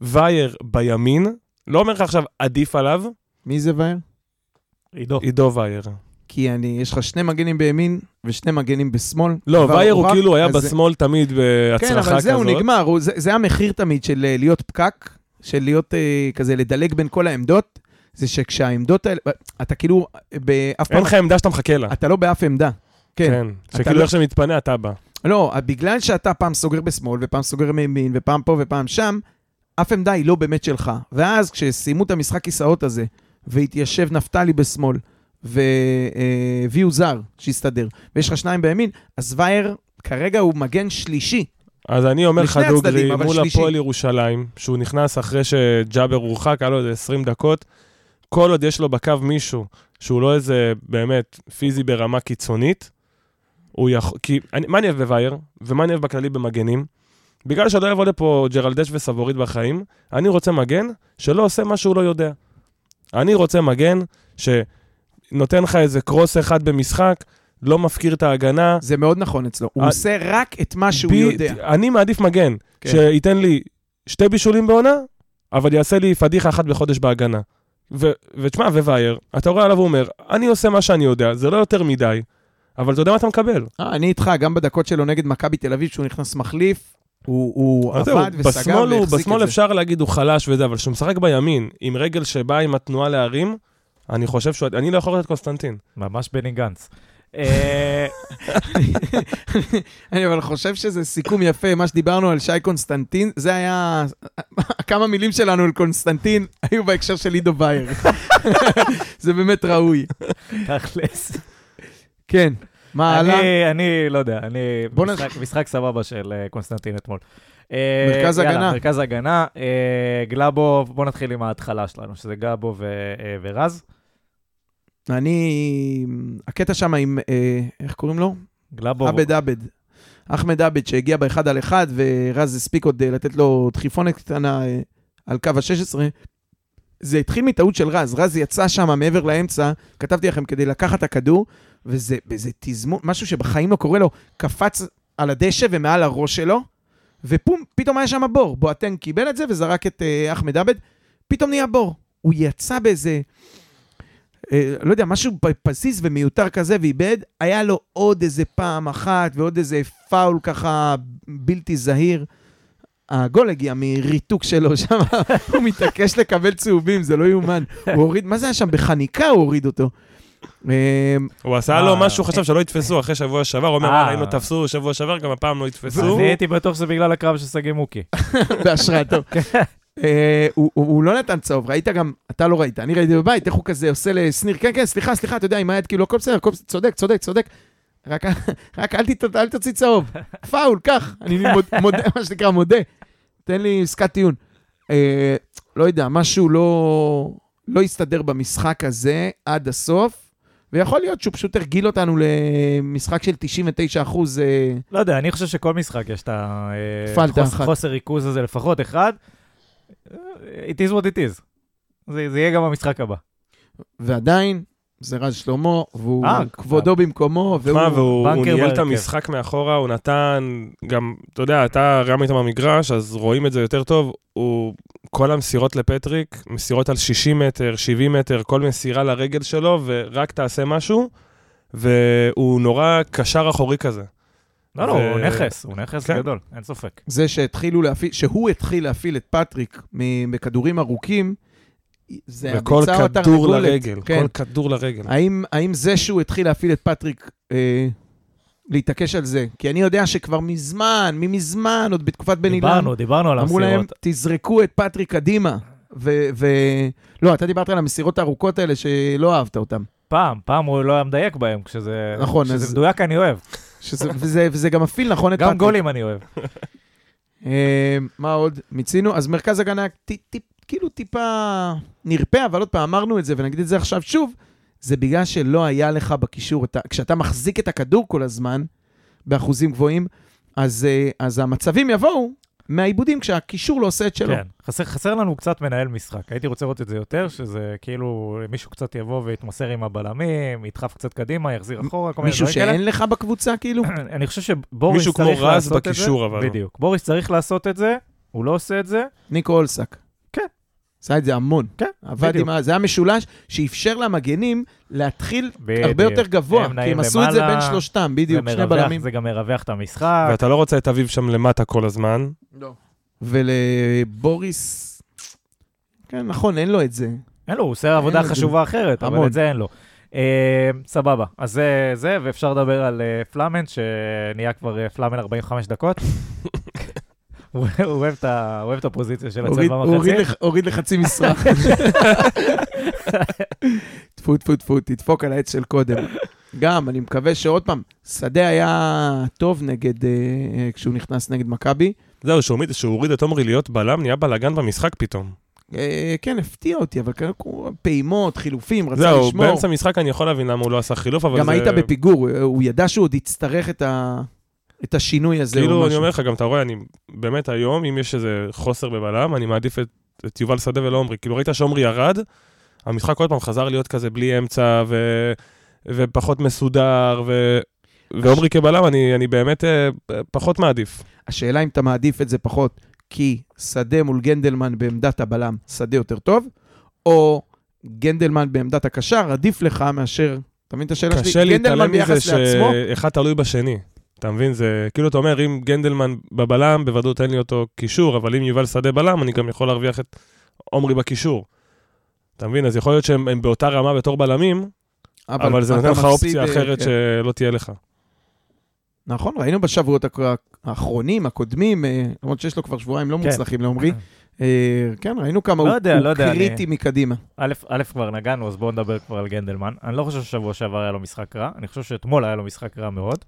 [SPEAKER 2] וייר בימין, לא אומר לך עכשיו עדיף עליו,
[SPEAKER 3] מי זה ואיר?
[SPEAKER 1] עידו.
[SPEAKER 2] עידו וייר.
[SPEAKER 3] כי אני, יש לך שני מגנים בימין ושני מגנים בשמאל.
[SPEAKER 2] לא,
[SPEAKER 3] כבר
[SPEAKER 2] וייר הוא
[SPEAKER 3] הורחק,
[SPEAKER 2] כאילו היה
[SPEAKER 3] אז זה-
[SPEAKER 2] בשמאל תמיד
[SPEAKER 3] כן,
[SPEAKER 2] בהצלחה
[SPEAKER 3] אבל
[SPEAKER 2] כזאת.
[SPEAKER 3] זהו, נגמר. הוא- זה- זה המחיר תמיד של אה, להיות פקק, של להיות אה, כזה לדלג בין כל העמדות, זה שכשהעמדות האלה, אתה כאילו, אה, באף
[SPEAKER 2] אין
[SPEAKER 3] פעם,
[SPEAKER 2] לך עמדה שאתה מחכה לה.
[SPEAKER 3] אתה לא באף עמדה. כן.
[SPEAKER 2] כן. שכאילו
[SPEAKER 3] לא-
[SPEAKER 2] איך שמתפנה אתה בא.
[SPEAKER 3] לא, בגלל שאתה פעם סוגר בשמאל, ופעם סוגר מימין, ופעם פה ופעם שם, אף עמדה היא לא באמת שלך. ואז כשסיימו את המשחק כיסאות הזה, והתיישב נפתלי בשמאל, והביאו זר שהסתדר, ויש לך שניים בימין, אז וייר כרגע הוא מגן שלישי.
[SPEAKER 2] אז אני אומר לך,
[SPEAKER 3] לשני הצדדים,
[SPEAKER 2] דוגרי,
[SPEAKER 3] אבל
[SPEAKER 2] מול
[SPEAKER 3] שלישי.
[SPEAKER 2] הפועל ירושלים, שהוא נכנס אחרי שג'אבר הורחק, היה לו איזה 20 דקות, כל עוד יש לו בקו מישהו שהוא לא איזה באמת פיזי ברמה קיצונית, הוא יכול... כי אני, מה אני אוהב בווייר, ומה אני אוהב בכללי במגנים? בגלל שלא יבוא לפה ג'רלדש וסבורית בחיים, אני רוצה מגן שלא עושה מה שהוא לא יודע. אני רוצה מגן שנותן לך איזה קרוס אחד במשחק, לא מפקיר את ההגנה,
[SPEAKER 3] זה מאוד נכון אצלו. הוא
[SPEAKER 2] אה,
[SPEAKER 3] עושה רק את מה שהוא
[SPEAKER 2] בי-
[SPEAKER 3] יודע.
[SPEAKER 2] אני מעדיף מגן,
[SPEAKER 3] כן.
[SPEAKER 2] שייתן לי שתי בישולים בעונה, אבל יעשה לי פדיחה אחת בחודש בהגנה. ו- ותשמע, ווייר, אתה רואה עליו ואומר, אני עושה מה שאני יודע, זה לא יותר מדי, אבל אתה יודע מה אתה מקבל.
[SPEAKER 3] אה, אני איתך, גם בדקות שלו נגד מכבי תל אביב, שהוא נכנס מחליף, הוא, הוא
[SPEAKER 2] אז זהו,
[SPEAKER 3] עבד וסגר והחזיק
[SPEAKER 2] בשמאל, הוא,
[SPEAKER 3] את זה.
[SPEAKER 2] בשמאל אפשר להגיד הוא חלש וזה, אבל כשהוא משחק בימין, עם רגל שבאה עם התנועה להרים, אני חושב שהוא... אני לא יכול להיות קונסטנטין.
[SPEAKER 1] ממש בני גנץ. אה,
[SPEAKER 3] אני אבל חושב שזה סיכום יפה, מה שדיברנו על שי קונסטנטין, זה היה... כמה מילים שלנו על קונסטנטין היו בהקשר של עידו בייר. זה באמת ראוי.
[SPEAKER 1] תכלס.
[SPEAKER 3] כן, מה הלאה?
[SPEAKER 1] אני, אני לא יודע, אני...
[SPEAKER 3] בוא נ-
[SPEAKER 1] משחק, משחק סבבה של אה, קונסטנטין אתמול. אה,
[SPEAKER 3] מרכז
[SPEAKER 1] יאללה,
[SPEAKER 3] הגנה.
[SPEAKER 1] מרכז הגנה. אה, גלאבו, בוא נתחיל עם ההתחלה שלנו, שזה גלאבו ו- אה, ורז.
[SPEAKER 3] אני... הקטע שם עם... אה, איך קוראים לו?
[SPEAKER 1] גלאבו,
[SPEAKER 3] עבד עבד. אחמד עבד שהגיע באחד על אחד, ורז הספיק עוד אה, לתת לו דחיפונת קטנה אה, על קו ה-16. זה התחיל מטעות של רז, רז יצא שם מעבר לאמצע, כתבתי לכם כדי לקחת את הכדור, וזה וזה תזמון, משהו שבחיים לא קורה לו, קפץ על הדשא ומעל הראש שלו, ופום, פתאום היה שם בור. בואטן קיבל את זה וזרק את אה, אחמד עבד, פתאום נהיה בור. הוא יצא באיזה, אה, לא יודע, משהו ב- פזיז ומיותר כזה ואיבד, היה לו עוד איזה פעם אחת ועוד איזה פאול ככה בלתי זהיר. הגול הגיע מריתוק שלו שם, הוא מתעקש לקבל צהובים, זה לא יאומן. הוא הוריד, מה זה היה שם? בחניקה הוא הוריד אותו. אה,
[SPEAKER 2] הוא עשה
[SPEAKER 1] אה.
[SPEAKER 2] לו משהו, חשב שלא יתפסו אחרי שבוע שעבר, הוא אומר,
[SPEAKER 1] אה.
[SPEAKER 2] "אה, אם לא תפסו שבוע שעבר, גם הפעם לא יתפסו.
[SPEAKER 1] אני הייתי בטוח שזה בגלל הקרב של שגיא מוקי.
[SPEAKER 3] בהשראתו. אה, הוא- הוא הוא לא נתן צהוב, ראית גם, אתה לא ראית, אני ראיתי בבית, איך הוא כזה עושה לשניר, כן, כן, סליחה, סליחה, אתה יודע, עם היד, כאילו, הכל בסדר, הכל בסדר, צודק, צודק, צודק. רק רק אל תת- אל תוציא צהוב, פאול, קח, אני מוד- מודה, מה שנקרא, מודה. תן לי עסקת טיעון. אה, לא יודע, משהו לא לא הסתדר במשחק הזה עד הסוף, ויכול להיות שהוא פשוט הרגיל אותנו למשחק של 99 אחוז. אה,
[SPEAKER 1] לא יודע, אני חושב שכל משחק יש את ה... אה,
[SPEAKER 3] פלטה
[SPEAKER 1] חוס-
[SPEAKER 3] אחת.
[SPEAKER 1] חוסר ריכוז הזה, לפחות אחד. אה, It is what it is. זה זה יהיה גם במשחק הבא.
[SPEAKER 3] ועדיין, זה רז שלמה, והוא
[SPEAKER 1] אה,
[SPEAKER 3] כבודו במקומו, והוא...
[SPEAKER 2] תשמע, והוא הוא
[SPEAKER 1] בנקר
[SPEAKER 2] ניהל את
[SPEAKER 1] בהרכב.
[SPEAKER 2] המשחק מאחורה, הוא נתן, גם, אתה יודע, אתה גם היית במגרש, אז רואים את זה יותר טוב. הוא, כל המסירות לפטריק, מסירות על 60 מטר, 70 מטר, כל מסירה לרגל שלו, ורק תעשה משהו, והוא נורא קשר אחורי כזה.
[SPEAKER 1] לא, לא,
[SPEAKER 2] ו-
[SPEAKER 1] הוא נכס, הוא נכס
[SPEAKER 2] כן.
[SPEAKER 1] גדול, אין ספק.
[SPEAKER 3] זה שהתחילו להפעיל, שהוא התחיל להפעיל את פטריק מ- מכדורים ארוכים, זה הביצה או
[SPEAKER 2] וכל
[SPEAKER 3] התרנגולת.
[SPEAKER 2] כדור לרגל,
[SPEAKER 3] כן.
[SPEAKER 2] כל כדור לרגל.
[SPEAKER 3] האם, האם זה שהוא התחיל להפעיל את פטריק, אה, להתעקש על זה? כי אני יודע שכבר מזמן, ממזמן, עוד בתקופת בן אילן,
[SPEAKER 1] דיברנו, דיברנו על
[SPEAKER 3] אמרו להם,
[SPEAKER 1] המסירות.
[SPEAKER 3] תזרקו את פטריק קדימה. ו... ו- לא, אתה דיברת על המסירות הארוכות האלה שלא אהבת אותן.
[SPEAKER 1] פעם, פעם הוא לא היה מדייק בהם, כשזה
[SPEAKER 3] נכון,
[SPEAKER 1] כשזה
[SPEAKER 3] אז-
[SPEAKER 1] מדויק אני אוהב.
[SPEAKER 3] שזה, וזה, וזה גם מפעיל נכון את
[SPEAKER 1] גם
[SPEAKER 3] פטריק.
[SPEAKER 1] גולים אני אוהב.
[SPEAKER 3] אה, מה עוד? מיצינו. אז מרכז הגנה טיפ, טיפ, כאילו טיפה נרפה, אבל עוד פעם אמרנו את זה, ונגיד את זה עכשיו שוב, זה בגלל שלא היה לך בקישור, אתה, כשאתה מחזיק את הכדור כל הזמן, באחוזים גבוהים, אז, אה, אז המצבים יבואו מהעיבודים כשהקישור לא עושה את שלו.
[SPEAKER 1] כן. חסר- חסר לנו קצת מנהל משחק. הייתי רוצה לראות את זה יותר, שזה כאילו מישהו קצת יבוא ויתמסר עם הבלמים, ידחף קצת קדימה, יחזיר אחורה, כל מיני
[SPEAKER 3] מישהו
[SPEAKER 1] דברים כאלה.
[SPEAKER 3] שאין לך בקבוצה, כאילו?
[SPEAKER 1] אני חושב שבוריס
[SPEAKER 2] מישהו
[SPEAKER 1] צריך
[SPEAKER 2] כמו
[SPEAKER 1] לעשות את זה.
[SPEAKER 2] רז בקישור, אבל.
[SPEAKER 1] בדיוק. בוריס צריך לעשות את זה, הוא לא עושה את זה.
[SPEAKER 3] ניקו אולסק.
[SPEAKER 1] כן.
[SPEAKER 3] עשה את זה המון.
[SPEAKER 1] כן,
[SPEAKER 3] עבד
[SPEAKER 1] בדיוק.
[SPEAKER 3] עם ה... זה היה משולש שאפשר למגנים להתחיל הרבה
[SPEAKER 1] בדיוק.
[SPEAKER 3] יותר גבוה,
[SPEAKER 1] הם
[SPEAKER 3] כי
[SPEAKER 1] נעים
[SPEAKER 3] הם עשו את זה
[SPEAKER 1] למעלה,
[SPEAKER 3] בין שלושתם,
[SPEAKER 1] זה
[SPEAKER 3] בדיוק, שני
[SPEAKER 1] מרווח-
[SPEAKER 3] בלמים.
[SPEAKER 1] זה גם מרווח את
[SPEAKER 3] אה.
[SPEAKER 1] המשחק.
[SPEAKER 2] ואתה לא רוצה את אביו שם למטה כל הזמן.
[SPEAKER 3] ולבוריס... כן, נכון, אין לו את זה.
[SPEAKER 1] אין לו, הוא עושה עבודה
[SPEAKER 3] לו את זה.
[SPEAKER 1] חשובה אחרת, אבל
[SPEAKER 3] המון.
[SPEAKER 1] את זה אין לו. אה, סבבה, אז זה, זה, ואפשר לדבר על אה, פלאמן, שנהיה כבר אה, פלאמן 45 דקות. הוא הוא אוהב את ה- הוא אוהב את הפוזיציה של הצבע
[SPEAKER 3] הוריד- הוריד
[SPEAKER 1] במחצית.
[SPEAKER 3] לח- הוריד לחצי משרה. טפו, טפו, טפו, תדפוק על העץ של קודם. גם, אני מקווה שעוד פעם, שדה היה טוב נגד, אה, אה, כשהוא נכנס נגד מכבי.
[SPEAKER 2] זהו, שהוא הוריד- שהוא הוריד את עומרי להיות בלם, נהיה בלאגן במשחק פתאום.
[SPEAKER 3] אה, כן, הפתיע אותי, אבל כנראה הוא- פעימות, חילופים, רצה
[SPEAKER 2] זהו,
[SPEAKER 3] לשמור.
[SPEAKER 2] באמצע המשחק אני יכול להבין למה הוא לא עשה חילוף, אבל זה...
[SPEAKER 3] גם היית בפיגור, הוא- הוא ידע שהוא עוד יצטרך את ה- את השינוי הזה. או
[SPEAKER 2] כאילו, אני
[SPEAKER 3] משהו.
[SPEAKER 2] אומר לך, גם אתה רואה, אני באמת היום, אם יש איזה חוסר בבלם, אני מעדיף את, את יובל שדה ולא עומרי. כאילו, ראית שעומרי ירד, המשחק עוד פעם חזר להיות כזה בלי אמצע ו, ופחות מסודר, ו, ועומרי כבלם, אני, אני באמת אה, פחות מעדיף.
[SPEAKER 3] השאלה אם אתה מעדיף את זה פחות כי שדה מול גנדלמן בעמדת הבלם, שדה יותר טוב, או גנדלמן בעמדת הקשר, עדיף לך מאשר... אתה מבין את השאלה שלי?
[SPEAKER 2] קשה להתעלם
[SPEAKER 3] גנדלמן
[SPEAKER 2] מזה
[SPEAKER 3] ביחס לעצמו,
[SPEAKER 2] שאחד תלוי בשני. אתה מבין? זה כאילו, אתה אומר, אם גנדלמן בבלם, בוודאות אין לי אותו קישור, אבל אם יובל שדה בלם, אני גם יכול להרוויח את עומרי בקישור. אתה מבין? אז יכול להיות שהם הם באותה רמה בתור בלמים, אבל זה
[SPEAKER 3] אתה
[SPEAKER 2] נותן לך
[SPEAKER 3] מפסיד,
[SPEAKER 2] אופציה
[SPEAKER 3] אה,
[SPEAKER 2] אחרת
[SPEAKER 3] כן.
[SPEAKER 2] שלא תהיה לך.
[SPEAKER 3] נכון, ראינו בשבועות הכ- האחרונים, הקודמים, אה, למרות שיש לו כבר שבועיים לא
[SPEAKER 1] כן.
[SPEAKER 3] מוצלחים לעומרי. אה, כן, ראינו כמה
[SPEAKER 1] לא
[SPEAKER 3] הוא
[SPEAKER 1] יודע,
[SPEAKER 3] הוא
[SPEAKER 1] לא יודע, אני-
[SPEAKER 3] קריטי מקדימה.
[SPEAKER 1] א', א', כבר נגענו, אז בואו נדבר כבר על גנדלמן. אני לא חושב ששבוע שעבר היה לו משחק רע, אני חושב שאתמול היה לו משחק רע מאוד.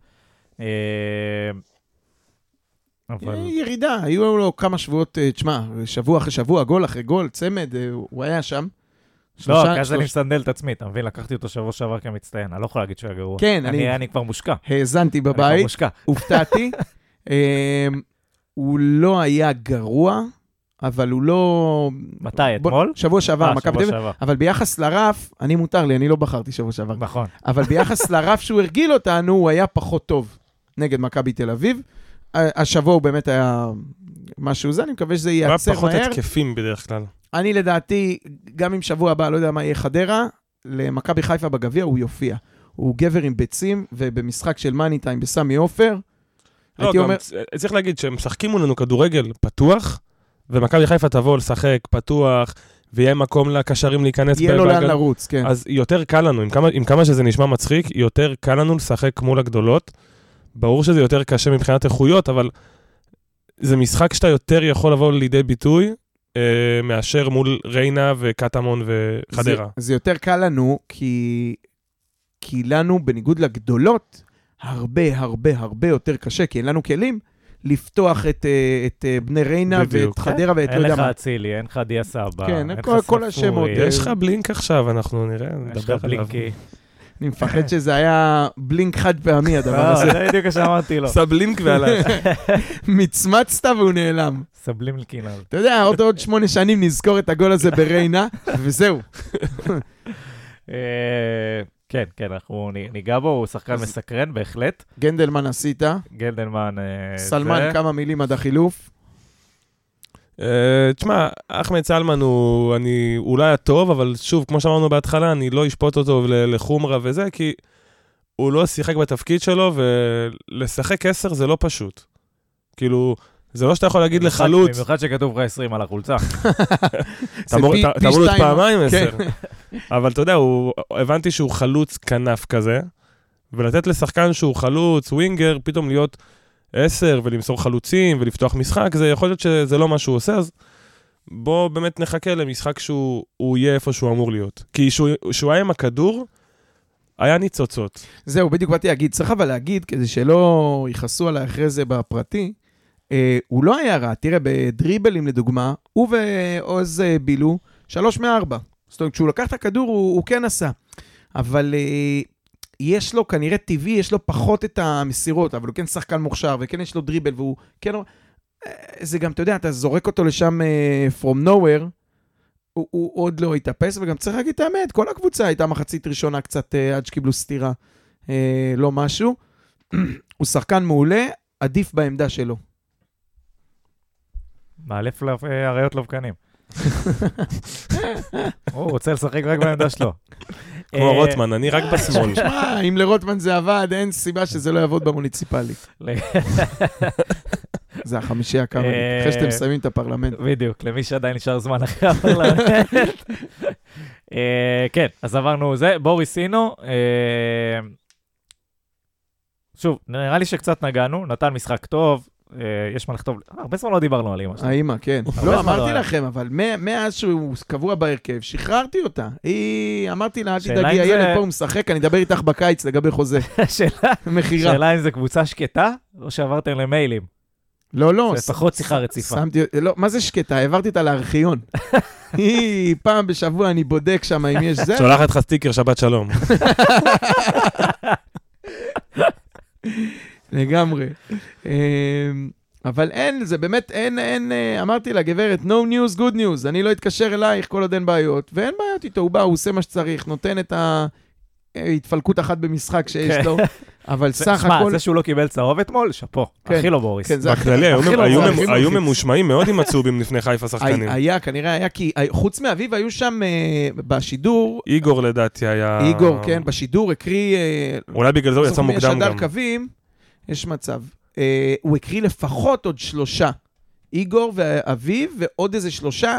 [SPEAKER 1] אה, אבל...
[SPEAKER 3] אה, ירידה, היו לו כמה שבועות, אה, תשמע, שבוע אחרי שבוע, גול אחרי גול, צמד, אה, הוא היה שם.
[SPEAKER 1] לא,
[SPEAKER 3] שלושה-
[SPEAKER 1] כי אז אני
[SPEAKER 3] שלוש-
[SPEAKER 1] מסנדל את עצמי, אתה מבין? לקחתי אותו שבוע שעבר כמצטיין, אני לא יכול להגיד שהוא היה גרוע.
[SPEAKER 3] כן, אני-
[SPEAKER 1] אני... אני כבר מושקע.
[SPEAKER 3] האזנתי
[SPEAKER 1] אני כבר
[SPEAKER 3] בבית,
[SPEAKER 1] מושקע.
[SPEAKER 3] הופתעתי. אמ, הוא לא היה גרוע, אבל הוא לא...
[SPEAKER 1] מתי?
[SPEAKER 3] בוא-
[SPEAKER 1] אתמול?
[SPEAKER 3] שבוע שעבר,
[SPEAKER 1] אה,
[SPEAKER 3] מכבי
[SPEAKER 1] שבוע
[SPEAKER 3] תל אביב.
[SPEAKER 1] שעבר.
[SPEAKER 3] אבל ביחס לרף, אני מותר לי, אני לא בחרתי שבוע שעבר.
[SPEAKER 1] נכון.
[SPEAKER 3] אבל ביחס לרף שהוא הרגיל אותנו, הוא היה פחות טוב נגד מכבי תל אביב. ה- השבוע הוא באמת היה משהו זה, אני מקווה שזה
[SPEAKER 2] היה
[SPEAKER 3] ייעצר
[SPEAKER 2] פחות
[SPEAKER 3] מהר.
[SPEAKER 2] התקפים בדרך כלל.
[SPEAKER 3] אני לדעתי, גם אם שבוע הבא, לא יודע מה יהיה חדרה, למכבי חיפה בגביע הוא יופיע. הוא גבר עם ביצים, ובמשחק של מאני טיים בסמי עופר,
[SPEAKER 2] לא,
[SPEAKER 3] הייתי
[SPEAKER 2] גם
[SPEAKER 3] אומר-
[SPEAKER 2] צ- צריך להגיד שהם משחקים מולנו כדורגל פתוח, ומכבי חיפה תבוא לשחק פתוח, ויהיה מקום לקשרים להיכנס.
[SPEAKER 3] יהיה לו
[SPEAKER 2] בהגנה.
[SPEAKER 3] לאן לרוץ, כן.
[SPEAKER 2] אז יותר קל לנו, עם כמה, עם כמה שזה נשמע מצחיק, יותר קל לנו לשחק מול הגדולות. ברור שזה יותר קשה מבחינת איכויות, אבל זה משחק שאתה יותר יכול לבוא לידי ביטוי אה, מאשר מול ריינה וקטמון וחדרה.
[SPEAKER 3] זה, זה יותר קל לנו, כי, כי לנו, בניגוד לגדולות, הרבה הרבה הרבה יותר קשה, כי אין לנו כלים לפתוח את, אה, את אה, בני ריינה
[SPEAKER 2] בדיוק.
[SPEAKER 3] ואת חדרה ואת לא
[SPEAKER 1] אין
[SPEAKER 3] יודע
[SPEAKER 1] לך
[SPEAKER 3] מה.
[SPEAKER 1] אצילי, אין לך דיה סבא, אין
[SPEAKER 3] כן,
[SPEAKER 1] לך
[SPEAKER 3] כל- כל
[SPEAKER 1] ספורי,
[SPEAKER 3] השמות, אה,
[SPEAKER 2] יש לך בלינק עכשיו, אנחנו נראה,
[SPEAKER 1] כן. יש
[SPEAKER 2] נדבר
[SPEAKER 1] לך
[SPEAKER 2] עליו.
[SPEAKER 1] בלינקי.
[SPEAKER 3] אני מפחד שזה היה בלינק חד פעמי הדבר
[SPEAKER 1] לא,
[SPEAKER 3] הזה.
[SPEAKER 1] זה בדיוק מה שאמרתי לו.
[SPEAKER 2] עשה בלינק והלך.
[SPEAKER 3] לא. מצמצת והוא נעלם.
[SPEAKER 1] סבלים לקינל.
[SPEAKER 3] אתה יודע, עוד עוד שמונה שנים נזכור את הגול הזה בריינה, וזהו.
[SPEAKER 1] אה, כן, כן, אנחנו נ- ניגע בו, הוא שחקן
[SPEAKER 3] אז-
[SPEAKER 1] מסקרן בהחלט.
[SPEAKER 3] גנדלמן עשית,
[SPEAKER 1] גלדנמן... אה,
[SPEAKER 3] סלמן
[SPEAKER 1] זה.
[SPEAKER 3] כמה מילים עד החילוף.
[SPEAKER 1] כן.
[SPEAKER 2] אה, תשמע, אחמד סלמן הוא אני, אולי הטוב, אבל שוב, כמו שאמרנו בהתחלה, אני לא אשפוט אותו ל- לחומרה וזה, כי הוא לא שיחק בתפקיד שלו, ולשחק עשר זה לא פשוט. כאילו, זה לא שאתה יכול להגיד
[SPEAKER 1] במיוחד-
[SPEAKER 2] לחלוץ,
[SPEAKER 1] במיוחד שכתוב לך 20 על החולצה.
[SPEAKER 2] אתה אמור
[SPEAKER 3] זה פי-
[SPEAKER 2] אתה- אתה
[SPEAKER 3] פי
[SPEAKER 2] אמור להיות
[SPEAKER 3] שתיים.
[SPEAKER 2] פעמיים עשר.
[SPEAKER 3] כן.
[SPEAKER 2] אבל אתה יודע, הוא- הבנתי שהוא חלוץ כנף כזה, ולתת לשחקן שהוא חלוץ, ווינגר, פתאום להיות עשר ולמסור חלוצים ולפתוח משחק, זה יכול להיות שזה לא מה שהוא עושה, אז בואו באמת נחכה למשחק שהוא הוא יהיה איפה שהוא אמור להיות. כי שהוא שהוא היה עם הכדור, היה ניצוצות.
[SPEAKER 3] זהו, בדיוק באתי להגיד. צריך אבל להגיד, כדי שלא יכעסו עליי אחרי זה בפרטי, אה, הוא לא היה רע. תראה, בדריבלים לדוגמה, הוא ועוז אה, בילו, שלוש מארבע. זאת אומרת, כשהוא לקח את הכדור, הוא, הוא כן עשה. אבל אה, יש לו, כנראה טבעי, יש לו פחות את המסירות, אבל הוא כן שחקן מוכשר, וכן יש לו דריבל, והוא כן... אה, זה גם, אתה יודע, אתה זורק אותו לשם אה, from nowhere. הוא, הוא עוד לא התאפס, וגם צריך להגיד את האמת, כל הקבוצה הייתה מחצית ראשונה קצת אה, עד שקיבלו סטירה. אה, לא משהו. הוא שחקן מעולה, עדיף בעמדה שלו.
[SPEAKER 1] מאלף לו- אה, אריות לבקנים. הוא רוצה לשחק רק בעמדה שלו.
[SPEAKER 2] כמו
[SPEAKER 1] אה,
[SPEAKER 2] רוטמן, אני רק בשמאל.
[SPEAKER 3] שמע, אם לרוטמן זה עבד, אין סיבה שזה לא יעבוד במוניציפלי.
[SPEAKER 1] ל-
[SPEAKER 3] זה החמישייה כמה,
[SPEAKER 1] אה,
[SPEAKER 3] אחרי שאתם מסיימים את הפרלמנט.
[SPEAKER 1] בדיוק, למי שעדיין נשאר זמן אחרי הפרלמנט. אה, כן, אז עברנו זה, בוריס אינו. אה, שוב, נראה לי שקצת נגענו, נתן משחק טוב, אה, יש מה לכתוב, אה, הרבה זמן לא דיברנו על אימא שלו.
[SPEAKER 3] האימא, כן.
[SPEAKER 1] הרבה
[SPEAKER 3] לא,
[SPEAKER 1] זמן לא
[SPEAKER 3] אמרתי
[SPEAKER 1] היה.
[SPEAKER 3] לכם, אבל מה- מאז שהוא קבוע בהרכב, שחררתי אותה. היא, אמרתי לה, אל
[SPEAKER 1] שאלה
[SPEAKER 3] תדאגי,
[SPEAKER 1] אם זה-
[SPEAKER 3] הילד פה הוא משחק, אני אדבר איתך בקיץ לגבי חוזה,
[SPEAKER 1] השאלה-
[SPEAKER 3] מכירה.
[SPEAKER 1] השאלה אם זו קבוצה שקטה, או שעברתם למיילים.
[SPEAKER 3] לא, לא.
[SPEAKER 1] זה פחות שיחה רציפה.
[SPEAKER 3] שמתי, לא, מה זה שקטה? העברתי אותה לארכיון. היא, פעם בשבוע אני בודק שם אם יש זה.
[SPEAKER 2] שולחת לך סטיקר, שבת שלום.
[SPEAKER 3] לגמרי. אמ, אבל אין, זה באמת, אין, אין, אה, אמרתי לה, גברת, no news, good news, אני לא אתקשר אלייך כל עוד אין בעיות, ואין בעיות איתו, הוא בא, הוא עושה מה שצריך, נותן את ההתפלקות אחת במשחק שיש לו, אבל
[SPEAKER 1] כן. זה-
[SPEAKER 3] סך
[SPEAKER 1] שמע,
[SPEAKER 3] הכל...
[SPEAKER 1] זה שהוא לא קיבל צהוב אתמול, שאפו.
[SPEAKER 3] כן.
[SPEAKER 1] הכי לא בוריס.
[SPEAKER 3] כן, זה הכי-
[SPEAKER 2] בכללי, היו-
[SPEAKER 3] הכי לא
[SPEAKER 2] היו
[SPEAKER 3] מוזר,
[SPEAKER 2] ממ-
[SPEAKER 3] הכי
[SPEAKER 2] היו
[SPEAKER 3] מלחיץ.
[SPEAKER 2] ממושמעים מאוד עם הצהובים לפני חיפה שחקנים.
[SPEAKER 3] היה, כנראה היה, כי אה, חוץ מאביב, היו שם אה, בשידור,
[SPEAKER 2] איגור לדעתי היה...
[SPEAKER 3] איגור, כן, בשידור הקריא... אה,
[SPEAKER 2] אולי בגלל זה הוא יצא
[SPEAKER 3] בסוף מי
[SPEAKER 2] מוקדם
[SPEAKER 3] יש
[SPEAKER 2] גם.
[SPEAKER 3] הדר קווים, יש מצב. אה, הוא הקריא לפחות עוד שלושה. איגור ואביו ועוד איזה שלושה,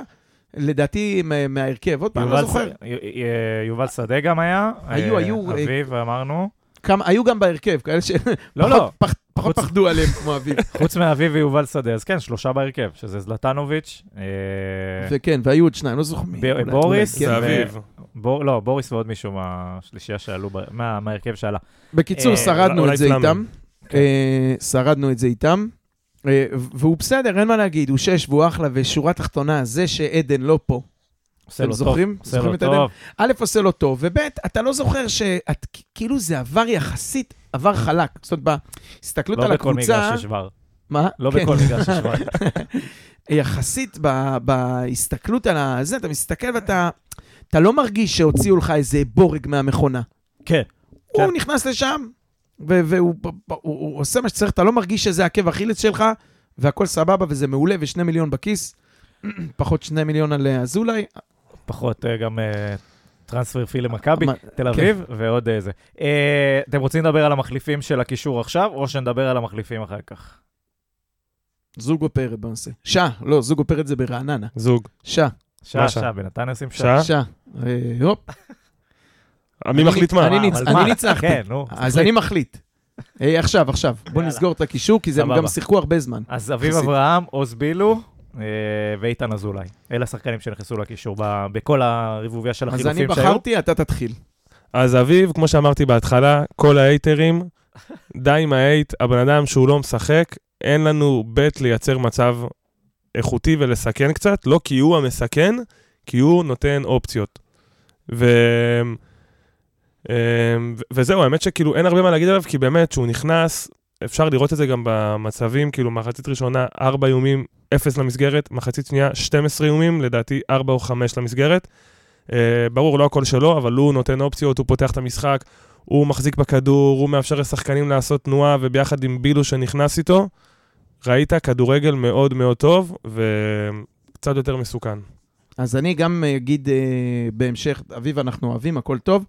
[SPEAKER 3] לדעתי, מה- מההרכב. עוד פעם, לא
[SPEAKER 1] יובל
[SPEAKER 3] זוכר.
[SPEAKER 1] ש- י- י- יובל שדה גם היה.
[SPEAKER 3] היו,
[SPEAKER 1] אה,
[SPEAKER 3] היו, אה,
[SPEAKER 1] אביב, אמרנו.
[SPEAKER 3] כמה, היו גם בהרכב, כאלה
[SPEAKER 1] לא, לא.
[SPEAKER 3] שפחות
[SPEAKER 1] חוץ-
[SPEAKER 3] פחדו עליהם כמו אביו.
[SPEAKER 1] חוץ מאביב ויובל שדה, אז כן, שלושה בהרכב, שזה זלטנוביץ', אה,
[SPEAKER 3] וכן, והיו עוד שניים, לא זוכר מי.
[SPEAKER 1] ב-
[SPEAKER 3] אולי-
[SPEAKER 1] בוריס
[SPEAKER 3] אולי
[SPEAKER 2] זה
[SPEAKER 3] כן.
[SPEAKER 1] ו-
[SPEAKER 2] אביב.
[SPEAKER 1] בור- לא, בוריס ועוד מישהו מהשלישייה שעלו, ב- מה- מההרכב שעלה.
[SPEAKER 3] בקיצור,
[SPEAKER 1] אה,
[SPEAKER 3] שרדנו
[SPEAKER 2] אולי
[SPEAKER 3] את זה
[SPEAKER 2] פלאמן.
[SPEAKER 3] איתם.
[SPEAKER 1] כן.
[SPEAKER 3] אה, שרדנו את זה איתם. אה, ו- והוא בסדר, אין מה להגיד, הוא שש והוא אחלה, ושורה תחתונה, זה שעדן לא פה.
[SPEAKER 1] עושה לו
[SPEAKER 3] אתם
[SPEAKER 1] טוב,
[SPEAKER 3] זוכרים?
[SPEAKER 1] עושה
[SPEAKER 3] זוכרים
[SPEAKER 1] לו
[SPEAKER 3] את עדן?
[SPEAKER 1] טוב.
[SPEAKER 3] א', עושה לו טוב, וב', אתה לא זוכר ש... את, כ- כאילו זה עבר יחסית, עבר חלק. זאת אומרת, בהסתכלות על
[SPEAKER 1] לא בכל
[SPEAKER 3] הקבוצה...
[SPEAKER 1] מגרש יש ור.
[SPEAKER 3] מה?
[SPEAKER 1] לא
[SPEAKER 3] כן.
[SPEAKER 1] בכל מגרש יש ור.
[SPEAKER 3] יחסית ב, בהסתכלות על ה- זה, אתה מסתכל ואתה... אתה לא מרגיש שהוציאו לך איזה בורג מהמכונה.
[SPEAKER 1] כן.
[SPEAKER 3] הוא נכנס לשם, ו- והוא הוא, הוא, הוא עושה מה שצריך, אתה לא מרגיש שזה עקב אכילס שלך, והכל סבבה, וזה מעולה, ושני מיליון בכיס, פחות שני מיליון על אה, אזולאי.
[SPEAKER 1] פחות אה, גם אה, טרנספר פי למכבי,
[SPEAKER 3] מה-
[SPEAKER 1] תל אביב, ועוד אה, זה. אה, אתם רוצים לדבר על המחליפים של הקישור עכשיו, או שנדבר על המחליפים אחר כך?
[SPEAKER 3] זוגו פרד בנושא. שעה, לא, זוגו פרד זה ברעננה.
[SPEAKER 2] זוג.
[SPEAKER 3] שעה,
[SPEAKER 1] שעה,
[SPEAKER 2] מה שעה?
[SPEAKER 1] שעה, בנתניה עושים שעה.
[SPEAKER 2] שעה?
[SPEAKER 3] שעה. אה, הופ.
[SPEAKER 2] מי מחליט מה?
[SPEAKER 3] אני
[SPEAKER 1] אה,
[SPEAKER 3] ניצ-
[SPEAKER 1] אבל
[SPEAKER 3] אני
[SPEAKER 1] מה?
[SPEAKER 3] ניצחתי.
[SPEAKER 1] כן, נו.
[SPEAKER 3] אז אני מחליט. אה, עכשיו, עכשיו. בוא
[SPEAKER 1] יאללה.
[SPEAKER 3] נסגור את הקישור, כי זה- הם
[SPEAKER 1] סבבה.
[SPEAKER 3] גם שיחקו הרבה זמן.
[SPEAKER 1] אז אביב
[SPEAKER 3] יחסית.
[SPEAKER 1] אברהם, עוז בילו אה, ואיתן אזולאי. אלה השחקנים שנכנסו לקישור ב- בכל הרבוביה של
[SPEAKER 3] אז אני
[SPEAKER 1] החילופים שהיו.
[SPEAKER 3] בחרתי, אתה תתחיל.
[SPEAKER 2] אז אביב, כמו שאמרתי בהתחלה, כל ההייטרים, די עם ההייט, הבן אדם שהוא לא משחק, אין לנו בית לייצר מצב איכותי ולסכן קצת, לא כי הוא המסכן, כי הוא נותן אופציות. ו... אמ, ו- וזהו, האמת שכאילו אין הרבה מה להגיד עליו, כי באמת, שהוא נכנס, אפשר לראות את זה גם במצבים, כאילו מחצית ראשונה, 4 איומים, 0 למסגרת, מחצית שנייה, 12 איומים, לדעתי 4 או 5 למסגרת. אה, ברור, לא הכל שלו, אבל הוא נותן אופציות, הוא פותח את המשחק, הוא מחזיק בכדור, הוא מאפשר לשחקנים לעשות תנועה, וביחד עם בילו שנכנס איתו, ראית כדורגל מאוד מאוד טוב, וקצת יותר מסוכן.
[SPEAKER 3] אז אני גם אגיד אה, בהמשך, אביב אנחנו אוהבים, הכל טוב.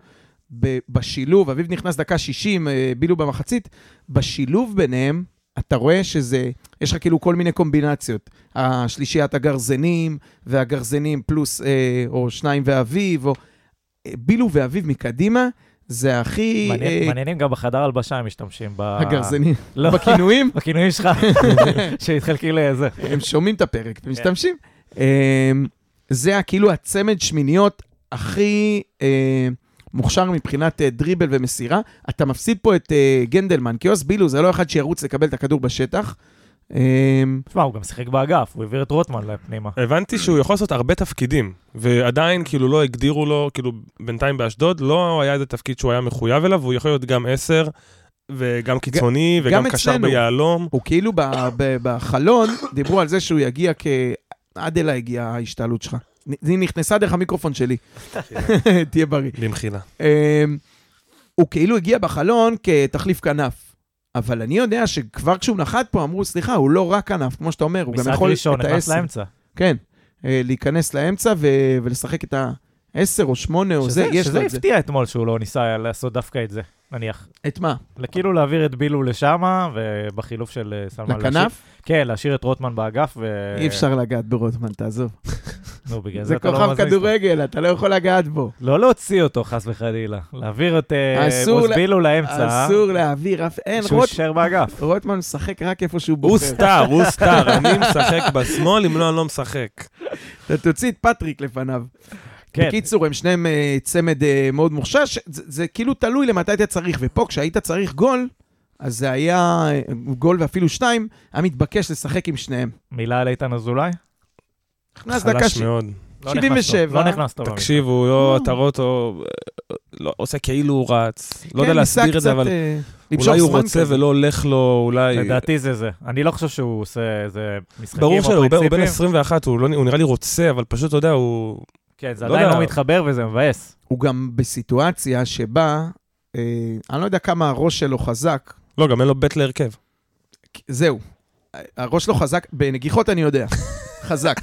[SPEAKER 3] ב- בשילוב, אביב נכנס דקה 60, אה, בילו במחצית, בשילוב ביניהם, אתה רואה שזה, יש לך כאילו כל מיני קומבינציות. השלישיית הגרזנים, והגרזנים פלוס, אה, או שניים ואביב, או... אה, בילו ואביב מקדימה, זה הכי...
[SPEAKER 1] מעניין-
[SPEAKER 3] אה,
[SPEAKER 1] מעניינים גם בחדר הלבשה הם משתמשים ב...
[SPEAKER 3] הגרזנים.
[SPEAKER 1] לא,
[SPEAKER 3] בכינויים,
[SPEAKER 1] בכינויים שלך, שהתחלקי לזה.
[SPEAKER 3] הם שומעים את הפרק, הם משתמשים. אמ, זה כאילו הצמד שמיניות הכי אה, מוכשר מבחינת אה, דריבל ומסירה. אתה מפסיד פה את אה, גנדלמן, כי עוז בילו זה לא אחד שירוץ לקבל את הכדור בשטח. אמ,
[SPEAKER 1] תשמע, הוא גם שיחק באגף, הוא העביר את רוטמן לפנימה.
[SPEAKER 2] הבנתי שהוא יכול לעשות הרבה תפקידים, ועדיין כאילו לא הגדירו לו, כאילו בינתיים באשדוד, לא היה איזה תפקיד שהוא היה מחויב אליו, והוא יכול להיות גם עשר, וגם קיצוני,
[SPEAKER 3] גם
[SPEAKER 2] וגם קשר
[SPEAKER 3] אצלנו.
[SPEAKER 2] ביהלום.
[SPEAKER 3] הוא כאילו ב- ב- בחלון, דיברו על זה שהוא יגיע כ... עד אליי הגיעה ההשתעלות שלך. היא נכנסה דרך המיקרופון שלי. תהיה בריא.
[SPEAKER 2] במחילה.
[SPEAKER 3] אמ, הוא כאילו הגיע בחלון כתחליף כנף. אבל אני יודע שכבר כשהוא נחת פה אמרו, סליחה, הוא לא רק כנף, כמו שאתה אומר, הוא גם
[SPEAKER 1] משחק
[SPEAKER 3] יכול
[SPEAKER 1] ראשון,
[SPEAKER 3] את
[SPEAKER 1] נכנס
[SPEAKER 3] העשר.
[SPEAKER 1] לאמצע.
[SPEAKER 3] כן, אה, להיכנס לאמצע ו- ולשחק את העשר או שמונה או
[SPEAKER 1] שזה-
[SPEAKER 3] זה, יש לו
[SPEAKER 1] שזה
[SPEAKER 3] את זה.
[SPEAKER 1] הפתיע אתמול שהוא לא ניסה לעשות דווקא את זה. נניח.
[SPEAKER 3] את מה?
[SPEAKER 1] כאילו להעביר את בילו לשם, ובחילוף של אה, סלמן... להשאיר-
[SPEAKER 3] לכנף?
[SPEAKER 1] כן, להשאיר את רוטמן באגף, ו...
[SPEAKER 3] אי אפשר לגעת ברוטמן, תעזוב.
[SPEAKER 1] נו, בגלל זה
[SPEAKER 3] זה
[SPEAKER 1] אתה לא
[SPEAKER 3] כוכב
[SPEAKER 1] מזיז אותו.
[SPEAKER 3] כדורגל, אתה לא יכול לגעת בו.
[SPEAKER 1] לא להוציא אותו, חס וחלילה. להעביר את אה,
[SPEAKER 3] אסור ל-
[SPEAKER 1] רוזבילו לאמצע. אה?
[SPEAKER 3] אסור להעביר אף... אין,
[SPEAKER 1] שהוא
[SPEAKER 3] רוט...
[SPEAKER 1] יישאר באגף.
[SPEAKER 3] רוטמן משחק רק איפה שהוא
[SPEAKER 2] הוא
[SPEAKER 3] בוחר.
[SPEAKER 2] סטאר, הוא סטאר, אני משחק בשמאל, אם לא, אני לא משחק.
[SPEAKER 3] אתה תוציא את פטריק לפניו.
[SPEAKER 1] כן.
[SPEAKER 3] בקיצור, הם שניהם אה, צמד אה, מאוד מוכשר, ש- זה זה כאילו תלוי למתי אתה צריך, ופה כשהיית צריך גול, אז זה היה אה, גול ואפילו שניים, היה מתבקש לשחק עם שניהם.
[SPEAKER 1] מילה על איתן אזולאי?
[SPEAKER 3] נכנס דקה
[SPEAKER 2] חלש
[SPEAKER 3] ש...
[SPEAKER 2] מאוד.
[SPEAKER 1] לא נכנס
[SPEAKER 3] 77.
[SPEAKER 1] טוב, לא נכנס טוב. במשחק.
[SPEAKER 2] תקשיבו, לא,
[SPEAKER 3] לא.
[SPEAKER 2] אתה רואה אותו, אה, לא, עושה כאילו הוא רץ. לא יודע
[SPEAKER 3] כן, ניסה
[SPEAKER 2] להסביר את זה,
[SPEAKER 3] קצת,
[SPEAKER 2] אבל
[SPEAKER 3] אה, למשוך
[SPEAKER 2] אולי הוא
[SPEAKER 3] זמן
[SPEAKER 2] רוצה
[SPEAKER 3] כזה.
[SPEAKER 2] ולא הולך לו,
[SPEAKER 3] אה,
[SPEAKER 2] אולי...
[SPEAKER 1] לדעתי זה זה. אני לא חושב שהוא עושה איזה משחקים או
[SPEAKER 2] ברור
[SPEAKER 1] פרינציפים.
[SPEAKER 2] שלא, הוא בן- הוא בן 21, הוא לא נ- הוא נראה לי רוצה, אבל פשוט, אתה יודע, הוא...
[SPEAKER 1] כן, זה
[SPEAKER 2] לא
[SPEAKER 1] עדיין
[SPEAKER 2] יודע.
[SPEAKER 1] לא מתחבר וזה מבאס.
[SPEAKER 3] הוא גם בסיטואציה שבה, אה, אני לא יודע כמה הראש שלו חזק,
[SPEAKER 2] לא, גם אין לו בית להרכב.
[SPEAKER 3] זהו. הראש לא חזק, בנגיחות אני יודע, חזק.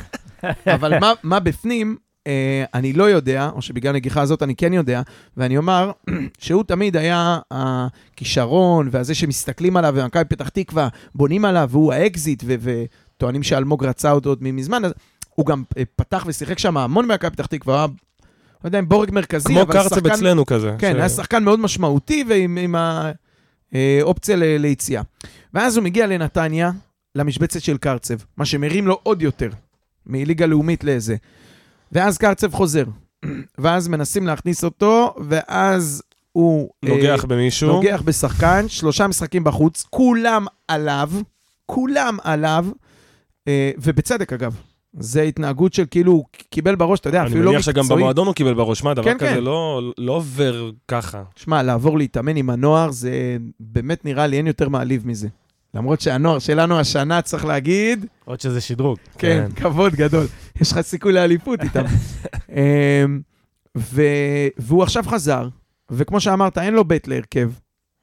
[SPEAKER 3] אבל מה, מה בפנים, אה, אני לא יודע, או שבגלל הנגיחה הזאת אני כן יודע, ואני אומר שהוא תמיד היה הכישרון, והזה שמסתכלים עליו, ומכבי פתח תקווה בונים עליו, והוא האקזיט, ו- וטוענים שאלמוג רצה אותו עוד מזמן, אז הוא גם אה, פתח ושיחק שם המון במכבי פתח תקווה, הוא היה, לא יודע אם בורג מרכזי,
[SPEAKER 2] כמו
[SPEAKER 3] אבל
[SPEAKER 2] קרצב
[SPEAKER 3] שחקן
[SPEAKER 2] אצלנו כזה.
[SPEAKER 3] כן,
[SPEAKER 2] ש-
[SPEAKER 3] היה שחקן מאוד משמעותי ועם עם האופציה ל- ליציאה. ואז הוא מגיע לנתניה, למשבצת של קרצב, מה שמרים לו עוד יותר, מליגה לאומית לאיזה. ואז קרצב חוזר, ואז מנסים להכניס אותו, ואז הוא... אה,
[SPEAKER 2] נוגח במישהו.
[SPEAKER 3] נוגח בשחקן, שלושה משחקים בחוץ, כולם עליו, כולם עליו, אה, ובצדק אגב. זה התנהגות של כאילו, הוא קיבל בראש, אתה יודע,
[SPEAKER 2] אני
[SPEAKER 3] אפילו לא
[SPEAKER 2] מניח
[SPEAKER 3] מקצועי.
[SPEAKER 2] שגם במועדון הוא קיבל בראש, מה, דבר
[SPEAKER 3] כן,
[SPEAKER 2] כזה
[SPEAKER 3] כן.
[SPEAKER 2] לא לא עובר ככה.
[SPEAKER 1] אה,
[SPEAKER 3] שמע, לעבור להתאמן עם הנוער, זה באמת נראה לי, אין יותר מעליב מזה. למרות שהנוער שלנו השנה, צריך להגיד,
[SPEAKER 1] עוד שזה שדרוג.
[SPEAKER 3] כן, כבוד גדול. יש לך סיכוי לאליפות איתם. אמ, ו- והוא עכשיו חזר, וכמו שאמרת, אין לו בית להרכב.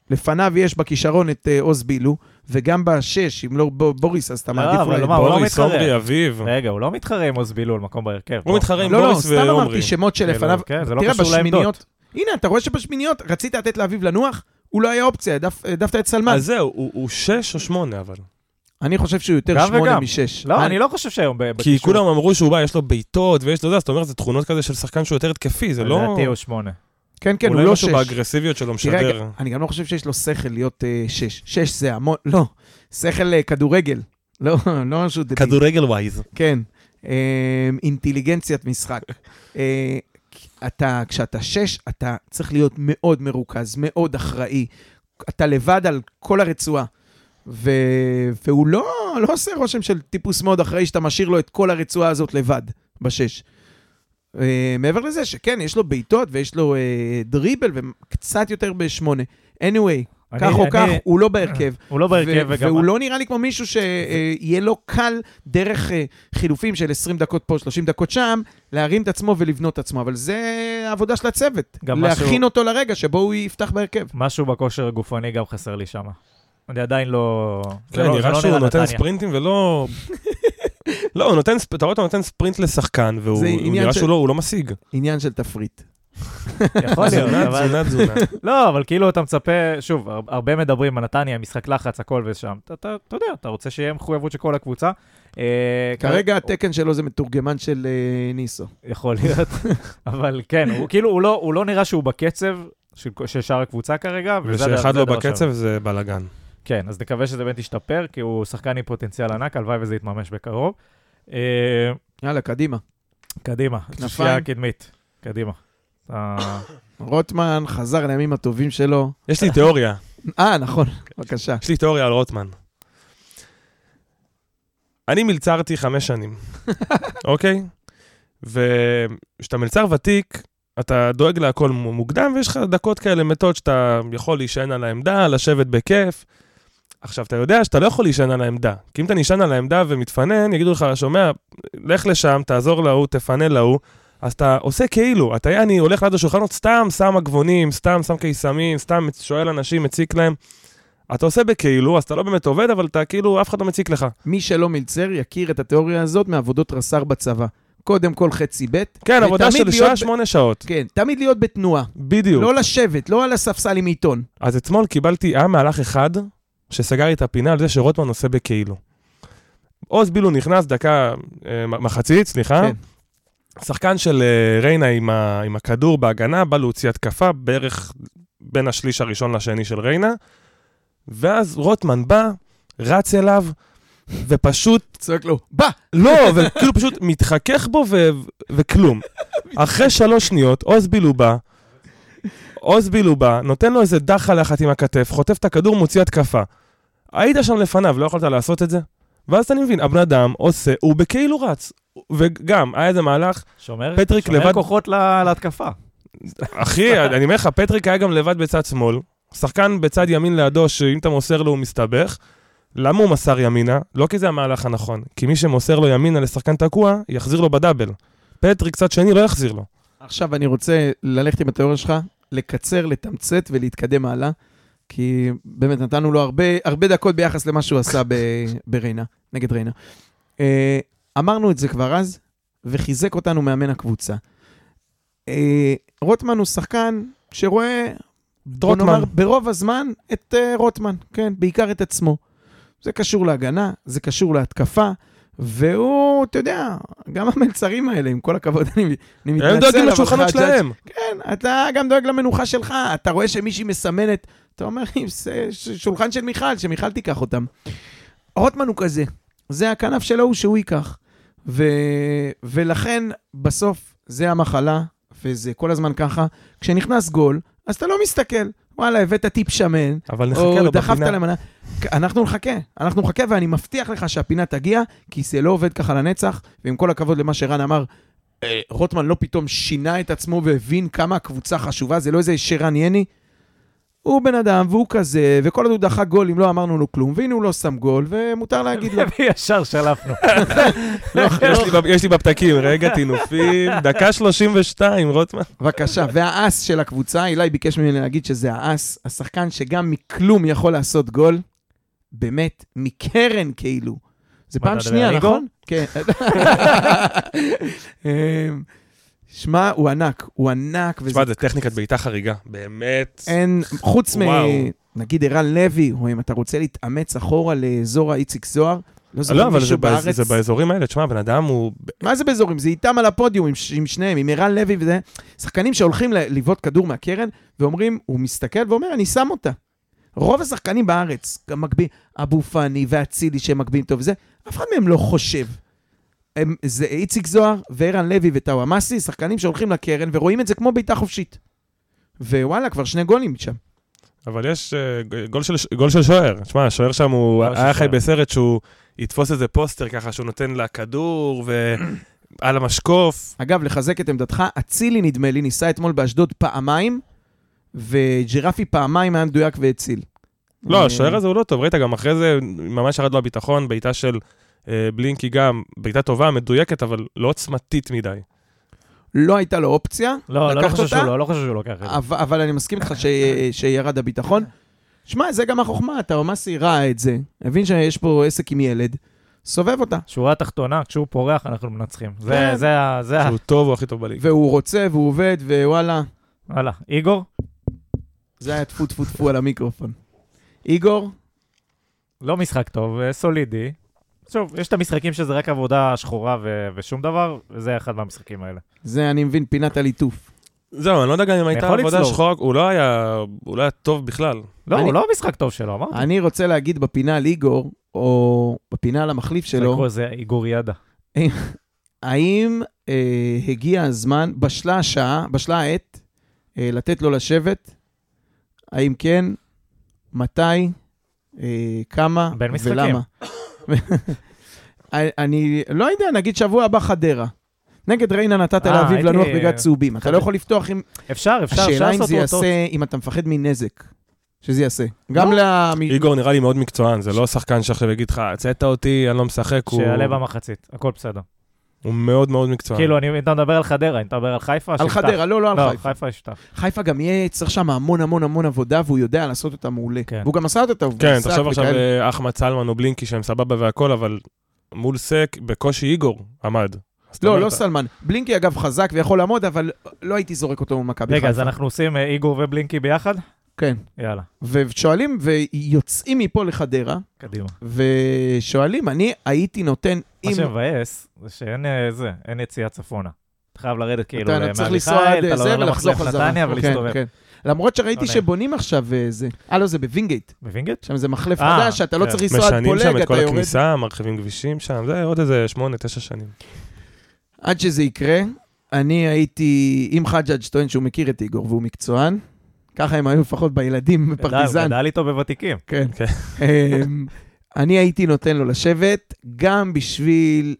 [SPEAKER 3] לפניו יש בכישרון את אה, עוז בילו, וגם בשש, אם לא ב- בוריס, אז אתה
[SPEAKER 1] לא,
[SPEAKER 3] מעדיף
[SPEAKER 1] אבל
[SPEAKER 3] אולי...
[SPEAKER 1] לא
[SPEAKER 3] את
[SPEAKER 1] מה, הוא
[SPEAKER 2] בוריס,
[SPEAKER 1] מתחרה.
[SPEAKER 2] עומרי, אביב.
[SPEAKER 1] רגע, הוא לא מתחרה עם עוז בילול, מקום בהרכב.
[SPEAKER 2] הוא
[SPEAKER 1] לא.
[SPEAKER 2] מתחרה עם
[SPEAKER 3] לא, לא,
[SPEAKER 2] בוריס
[SPEAKER 3] סתם אמרתי
[SPEAKER 2] ועומרי.
[SPEAKER 3] שמות של
[SPEAKER 1] כן,
[SPEAKER 3] לפניו.
[SPEAKER 1] לא, כן, זה לא
[SPEAKER 3] תראה,
[SPEAKER 1] קשור לעמדות.
[SPEAKER 3] בשמיניות... הנה, אתה רואה שבשמיניות רצית לתת לאביב לנוח? הוא לא היה אופציה, העדפ- העדפת את סלמן.
[SPEAKER 2] אז זהו, הוא הוא שש או שמונה, אבל.
[SPEAKER 3] אני חושב שהוא יותר
[SPEAKER 1] גם
[SPEAKER 3] שמונה
[SPEAKER 1] וגם.
[SPEAKER 3] משש.
[SPEAKER 1] לא, אני לא חושב שהיום ב- בקישור.
[SPEAKER 2] כי כולם אמרו שהוא בא, יש לו בעיטות, ויש לו זה, אז אתה אומר, זה תכונות כזה של שחקן שהוא יותר התקפי, זה לא...
[SPEAKER 1] לדעתי הוא שמונה.
[SPEAKER 3] כן, כן, הוא
[SPEAKER 2] אולי
[SPEAKER 3] לא
[SPEAKER 2] משהו
[SPEAKER 3] שש.
[SPEAKER 2] באגרסיביות שלו
[SPEAKER 3] תראה,
[SPEAKER 2] משדר.
[SPEAKER 3] אני גם לא חושב שיש לו שכל להיות אה, שש. שש זה המון, לא. שכל אה, כדורגל. לא, לא משהו דביל.
[SPEAKER 2] כדורגל ווייז.
[SPEAKER 3] כן. אה, אינטליגנציית משחק. אה, אתה, כשאתה שש, אתה צריך להיות מאוד מרוכז, מאוד אחראי. אתה לבד על כל הרצועה. ו... והוא לא, לא עושה רושם של טיפוס מאוד אחראי שאתה משאיר לו את כל הרצועה הזאת לבד, בשש. אה, מעבר לזה שכן, יש לו בעיטות ויש לו אה, דריבל וקצת יותר בשמונה. anyway,
[SPEAKER 1] אני-
[SPEAKER 3] כך או
[SPEAKER 1] אני-
[SPEAKER 3] כך, הוא לא בהרכב.
[SPEAKER 1] הוא לא בהרכב
[SPEAKER 3] ו-
[SPEAKER 1] וגם...
[SPEAKER 3] והוא לא נראה לי כמו מישהו שיהיה לו קל דרך אה, חילופים של 20 דקות פה, 30 דקות שם, להרים את עצמו ולבנות את עצמו. אבל זה העבודה של הצוות.
[SPEAKER 1] גם
[SPEAKER 3] להכין
[SPEAKER 1] משהו-
[SPEAKER 3] אותו לרגע שבו הוא יפתח בהרכב.
[SPEAKER 1] משהו בכושר הגופני גם חסר לי שם. אני עדיין לא... זה
[SPEAKER 2] כן,
[SPEAKER 1] לא- זה לא
[SPEAKER 2] נראה שהוא נותן
[SPEAKER 1] נתניה.
[SPEAKER 2] ספרינטים ולא... לא, הוא נותן, ספ- אתה רואה אותו נותן ספרינט לשחקן, והוא
[SPEAKER 3] זה
[SPEAKER 2] הוא
[SPEAKER 3] עניין
[SPEAKER 2] נראה
[SPEAKER 3] של-
[SPEAKER 2] שהוא לא- הוא לא משיג.
[SPEAKER 3] עניין של תפריט.
[SPEAKER 1] יכול
[SPEAKER 2] תזונה,
[SPEAKER 1] להיות, אבל...
[SPEAKER 2] תזונה, תזונה.
[SPEAKER 1] לא, אבל כאילו אתה מצפה, שוב, הר- הרבה מדברים על נתניה, משחק לחץ, הכל ושם. אתה- אתה אתה יודע, אתה רוצה שיהיה מחויבות של כל הקבוצה. אה,
[SPEAKER 3] כרגע התקן שלו זה מתורגמן של אה, ניסו.
[SPEAKER 1] יכול להיות, אבל כן, הוא כאילו, הוא לא- הוא לא נראה שהוא בקצב של של שאר הקבוצה כרגע. וזה הדבר-
[SPEAKER 2] ושאחד
[SPEAKER 1] זה
[SPEAKER 2] לא
[SPEAKER 1] הדבר שם.
[SPEAKER 2] בקצב זה בלאגן.
[SPEAKER 1] כן, אז נקווה שזה באמת ישתפר, כי הוא שחקן עם פוטנציאל ענק, הלוואי וזה יתממש בקרוב. אה,
[SPEAKER 3] יאללה, קדימה.
[SPEAKER 1] קדימה,
[SPEAKER 3] כנפיים.
[SPEAKER 1] שנייה קדמית, קדימה. אה,
[SPEAKER 3] רוטמן חזר לימים הטובים שלו.
[SPEAKER 2] יש לי תיאוריה,
[SPEAKER 3] אה, נכון, בבקשה.
[SPEAKER 2] יש לי תיאוריה על רוטמן. אני מלצרתי חמש שנים, אוקיי? וכשאתה מלצר ותיק, אתה דואג להכל מוקדם, ויש לך דקות כאלה מתות שאתה יכול להישען על העמדה, לשבת בכיף. עכשיו, אתה יודע שאתה לא יכול להישען על העמדה, כי אם אתה נשען על העמדה ומתפנן, יגידו לך, שומע, לך לשם, תעזור להוא, תפנה להוא, אז אתה עושה כאילו, אתה יעני הולך ליד השולחנות, סתם שם עגבונים, סתם שם קיסמים, סתם שואל אנשים, מציק להם. אתה עושה בכאילו, אז אתה לא באמת עובד, אבל אתה כאילו, אף אחד לא מציק לך.
[SPEAKER 3] מי שלא מלצר יכיר את התיאוריה הזאת מעבודות רס"ר בצבא. קודם כל חצי ב'.
[SPEAKER 2] כן, עבודה
[SPEAKER 3] ותמיד
[SPEAKER 2] של
[SPEAKER 3] להיות
[SPEAKER 2] שעה שמונה שעות.
[SPEAKER 3] ב- כן, תמיד להיות בתנועה.
[SPEAKER 2] בדיוק.
[SPEAKER 3] לא לשבת, לא על הספסל עם עיתון.
[SPEAKER 2] אז אתמול קיבלתי, היה מהלך אחד שסגר לי את הפינה על זה שרוטמן עושה בכאילו. עוז בילו נכנס דקה, אה, מ- מחצית, סליחה.
[SPEAKER 3] כן.
[SPEAKER 2] שחקן של אה, ריינה עם, ה, עם הכדור בהגנה, בא להוציא התקפה בערך בין השליש הראשון לשני של ריינה, ואז רוטמן בא, רץ אליו, ופשוט
[SPEAKER 3] צועק לו, בא!
[SPEAKER 2] לא, וכאילו פשוט מתחכך בו ו- וכלום. אחרי שלוש שניות, אוזבילו בא, אוזבילו בא, נותן לו איזה דחה אחת עם הכתף, חוטף את הכדור, מוציא התקפה. היית שם לפניו, לא יכולת לעשות את זה? ואז אני מבין, הבן אדם עושה, הוא בכאילו רץ. וגם, היה איזה מהלך,
[SPEAKER 1] שומר
[SPEAKER 2] פטריק
[SPEAKER 1] שומר
[SPEAKER 2] לבד-
[SPEAKER 1] כוחות ל- להתקפה.
[SPEAKER 2] אחי, אני אומר לך, פטריק היה גם לבד בצד שמאל, שחקן בצד ימין לידו, שאם אתה מוסר לו הוא מסתבך. למה הוא מסר ימינה? לא כי זה המהלך הנכון, כי מי שמוסר לו ימינה לשחקן תקוע, יחזיר לו בדאבל. פטריק צד שני לא יחזיר לו.
[SPEAKER 3] עכשיו אני רוצה ללכת עם התיאוריה שלך, לקצר, לתמצת ולהתקדם הלאה, כי באמת נתנו לו הרבה, הרבה דקות ביחס למה שהוא עשה ב, בריינה, נגד ריינה. אה, אמרנו את זה כבר אז, וחיזק אותנו מאמן הקבוצה. אה, רוטמן הוא שחקן שרואה, בוא
[SPEAKER 2] רוטמן.
[SPEAKER 3] נאמר, ברוב הזמן את אה, רוטמן, כן, בעיקר את עצמו. זה קשור להגנה, זה קשור להתקפה, והוא, אתה יודע, גם המלצרים האלה, עם כל הכבוד, אני, אני מתנצל,
[SPEAKER 2] הם דואגים
[SPEAKER 3] אבל
[SPEAKER 2] לשולחנות
[SPEAKER 3] חג'ג'-
[SPEAKER 2] שלהם.
[SPEAKER 3] כן, אתה גם דואג למנוחה שלך, אתה רואה שמישהי מסמנת, אתה אומר, "אם זה ש- שולחן של מיכל, שמיכל תיקח אותם. רוטמן הוא כזה, זה הכנף שלו הוא שהוא ייקח. ו... ולכן, בסוף, זה המחלה, וזה כל הזמן ככה. כשנכנס גול, אז אתה לא מסתכל. וואלה, הבאת טיפ שמן,
[SPEAKER 2] אבל נחכה
[SPEAKER 3] או
[SPEAKER 2] לו
[SPEAKER 3] דחפת
[SPEAKER 2] בפינה.
[SPEAKER 3] למנה. אנחנו נחכה, אנחנו נחכה, ואני מבטיח לך שהפינה תגיע, כי זה לא עובד ככה לנצח, ועם כל הכבוד למה שרן אמר, אה, רוטמן לא פתאום שינה את עצמו והבין כמה הקבוצה חשובה, זה לא איזה שרן יני. הוא בן אדם, והוא כזה, וכל עוד הוא דחה גולים, לא אמרנו לו כלום, והנה הוא לא שם גול, ומותר להגיד לו.
[SPEAKER 1] וישר שלפנו.
[SPEAKER 2] לא, יש לי ב- יש לי בפתקים, רגע, טינופים, דקה 32, רוטמן.
[SPEAKER 3] בבקשה, והאס של הקבוצה, אילי ביקש ממני להגיד שזה האס, השחקן שגם מכלום יכול לעשות גול, באמת, מקרן כאילו. זה
[SPEAKER 1] מה,
[SPEAKER 3] פעם
[SPEAKER 1] אתה
[SPEAKER 3] שנייה,
[SPEAKER 1] מדבר על איגור?
[SPEAKER 3] נכון? כן. אמ, שמע, הוא ענק, הוא ענק, וזה...
[SPEAKER 2] תשמע, זה טכניקת בעיטה חריגה, באמת.
[SPEAKER 3] אין, חוץ מ...
[SPEAKER 2] וואו.
[SPEAKER 3] נגיד ערן לוי, או אם אתה רוצה להתאמץ אחורה לאזור האיציק זוהר, לא
[SPEAKER 2] לא,
[SPEAKER 3] זוכר
[SPEAKER 2] אבל זה
[SPEAKER 3] מישהו
[SPEAKER 2] בא-
[SPEAKER 3] בארץ.
[SPEAKER 2] זה באזורים האלה, תשמע, הבן אדם הוא...
[SPEAKER 3] מה זה באזורים? זה איתם על הפודיום עם, ש- עם שניהם, עם ערן לוי וזה. שחקנים שהולכים ל- לבעוט כדור מהקרן, ואומרים, הוא מסתכל ואומר, אני שם אותה. רוב השחקנים בארץ, גם מקביל, אבו פאני ואצילי שהם מקבילים טוב וזה, אף אחד מהם לא חושב. הם, זה איציק זוהר וערן לוי וטאוואמאסי, שחקנים שהולכים לקרן ורואים את זה כמו בעיטה חופשית. ווואלה, כבר שני גולים שם.
[SPEAKER 2] אבל יש אה, ג- גול של, גול של שוער. תשמע, השוער שם הוא
[SPEAKER 1] גול של
[SPEAKER 2] היה חי
[SPEAKER 1] שוער.
[SPEAKER 2] בסרט שהוא יתפוס איזה פוסטר ככה שהוא נותן לה כדור ועל המשקוף.
[SPEAKER 3] אגב, לחזק את עמדתך, אצילי, נדמה לי, ניסה אתמול באשדוד פעמיים, וג'ירפי פעמיים היה מדויק והציל.
[SPEAKER 2] לא,
[SPEAKER 3] אה,
[SPEAKER 2] השוער הזה הוא לא טוב. ראית גם אחרי זה ממש ירד לו הביטחון, בעיטה של אה, בלינקי גם, בעיטה טובה, מדויקת, אבל לא עוצמתית מדי.
[SPEAKER 3] לא הייתה לו אופציה,
[SPEAKER 1] לא, לא
[SPEAKER 3] לקחת
[SPEAKER 1] חושב שהוא
[SPEAKER 3] אותה?
[SPEAKER 1] לא, לא חושב שהוא לוקח את זה.
[SPEAKER 3] אבל, אבל אני מסכים איתך ש... שירד הביטחון. שמע, זה גם החוכמה, אתה ממש ראה את זה. הבין שיש פה עסק עם ילד, סובב אותה.
[SPEAKER 1] שורה תחתונה, כשהוא פורח אנחנו מנצחים. זה,
[SPEAKER 3] כן.
[SPEAKER 1] זה, ה- זה, ה-
[SPEAKER 2] שהוא טוב, הוא הכי טוב בליגה.
[SPEAKER 3] והוא רוצה, והוא עובד, ווואלה,
[SPEAKER 1] וואלה. איגור?
[SPEAKER 3] זה היה טפו טפו טפו על המיקרופון. איגור,
[SPEAKER 1] לא משחק טוב, אה, סולידי. שוב, יש את המשחקים שזה רק עבודה שחורה ו- ושום דבר, וזה אחד מהמשחקים האלה.
[SPEAKER 3] זה אני מבין פינת הליטוף.
[SPEAKER 2] זהו, אני לא יודע גם אם הייתה
[SPEAKER 1] יכול
[SPEAKER 2] עבודה
[SPEAKER 1] לצלוב.
[SPEAKER 2] שחוק, הוא לא היה הוא לא היה טוב בכלל.
[SPEAKER 1] לא,
[SPEAKER 3] אני-
[SPEAKER 1] הוא לא המשחק טוב שלו, אמרתי.
[SPEAKER 3] אני רוצה להגיד בפינה על איגור, או בפינה על המחליף שלו,
[SPEAKER 1] לקרוא איזה איגור ידה.
[SPEAKER 3] האם אה, הגיע הזמן, בשלה השעה, בשלה העת, אה, לתת לו לשבת? האם כן? מתי? אה, כמה?
[SPEAKER 1] בין משחקים.
[SPEAKER 3] ולמה? אני- אני לא יודע, נגיד שבוע הבא חדרה. נגד ריינה נתת
[SPEAKER 1] אה,
[SPEAKER 3] לאביב
[SPEAKER 1] הייתי-
[SPEAKER 3] לנוח בגלל צהובים. אתה לא יכול לפתוח עם...
[SPEAKER 1] אפשר, אפשר, אפשר
[SPEAKER 3] השאלה אם
[SPEAKER 1] לעשות
[SPEAKER 3] זה
[SPEAKER 1] אותו. לא.
[SPEAKER 3] יעשה, אם אתה מפחד מנזק, שזה יעשה. גם למ...
[SPEAKER 2] איגור נראה לי מאוד מקצוען, זה לא שחקן שעכשיו יגיד לך, הוצאת אותי, אני לא משחק, הוא-
[SPEAKER 1] שיעלה במחצית, הכל בסדר.
[SPEAKER 3] כן.
[SPEAKER 2] הוא מאוד מאוד מקצוען.
[SPEAKER 1] כאילו, אני- אם אתה מדבר על חדרה, אם אתה מדבר על חיפה,
[SPEAKER 3] על
[SPEAKER 1] שיפתח.
[SPEAKER 3] חדרה, לא, לא על
[SPEAKER 1] לא,
[SPEAKER 3] חיפה.
[SPEAKER 1] חיפה יפתח.
[SPEAKER 3] חיפה גם יהיה, צריך שם המון המון המון עבודה, והוא יודע לעשות אותה מעולה.
[SPEAKER 1] כן.
[SPEAKER 3] והוא גם עשה אותה טוב.
[SPEAKER 2] כן,
[SPEAKER 3] במשחק
[SPEAKER 2] תחשוב עכשיו
[SPEAKER 3] וכאלה.
[SPEAKER 2] אה, אחמד סלמן או בלינקי שהם סבבה והכל, אבל מול סק בקושי איגור עמד. אז אתה
[SPEAKER 3] לא,
[SPEAKER 2] אומר,
[SPEAKER 3] לא
[SPEAKER 2] אתה-
[SPEAKER 3] סלמן. בלינקי, אגב, חזק ויכול לעמוד, אבל לא הייתי זורק אותו ממכבי
[SPEAKER 1] רגע, אז אנחנו עושים אה, איגור ובלינקי ביחד?
[SPEAKER 3] כן.
[SPEAKER 1] יאללה,
[SPEAKER 3] ושואלים, ויוצאים מפה לחדרה,
[SPEAKER 1] קדימה.
[SPEAKER 3] ושואלים, אני הייתי נותן,
[SPEAKER 1] מה
[SPEAKER 3] אם...
[SPEAKER 1] שמבאס זה שאין אה, זה, אין יציאה צפונה. אתה חייב לרדת כאילו
[SPEAKER 3] אתה
[SPEAKER 1] למעל
[SPEAKER 3] צריך
[SPEAKER 1] מיכאל,
[SPEAKER 3] לנסוע עד אה,
[SPEAKER 1] אתה לא
[SPEAKER 3] זה
[SPEAKER 1] עולה
[SPEAKER 3] ולחזור
[SPEAKER 1] למחלף
[SPEAKER 3] חזרה.
[SPEAKER 1] נתניה
[SPEAKER 3] כן,
[SPEAKER 1] ולהסתובב.
[SPEAKER 3] כן. למרות
[SPEAKER 1] לא
[SPEAKER 3] שראיתי
[SPEAKER 1] נעים.
[SPEAKER 3] שבונים עכשיו אה, זה. אה, לא, זה בווינגייט.
[SPEAKER 1] בווינגייט?
[SPEAKER 3] שם זה מחלף
[SPEAKER 1] אה,
[SPEAKER 3] חדש, אתה לא
[SPEAKER 1] כן.
[SPEAKER 3] צריך לנסוע עד
[SPEAKER 2] משנים שם
[SPEAKER 3] פולג,
[SPEAKER 2] את כל
[SPEAKER 3] אתה יורד.
[SPEAKER 2] הכניסה, מרחיבים כבישים שם, זה עוד איזה שמונה, תשע שנים.
[SPEAKER 3] עד שזה יקרה, אני הייתי, אם חג'ג' טוען שהוא מכיר את איגור והוא מקצוען, ככה הם היו לפחות בילדים
[SPEAKER 1] גדל-
[SPEAKER 3] בפרטיזן.
[SPEAKER 1] גדל איתו בוותיקים.
[SPEAKER 3] כן.
[SPEAKER 2] כן.
[SPEAKER 3] אמ, אני הייתי נותן לו לשבת, גם בשביל...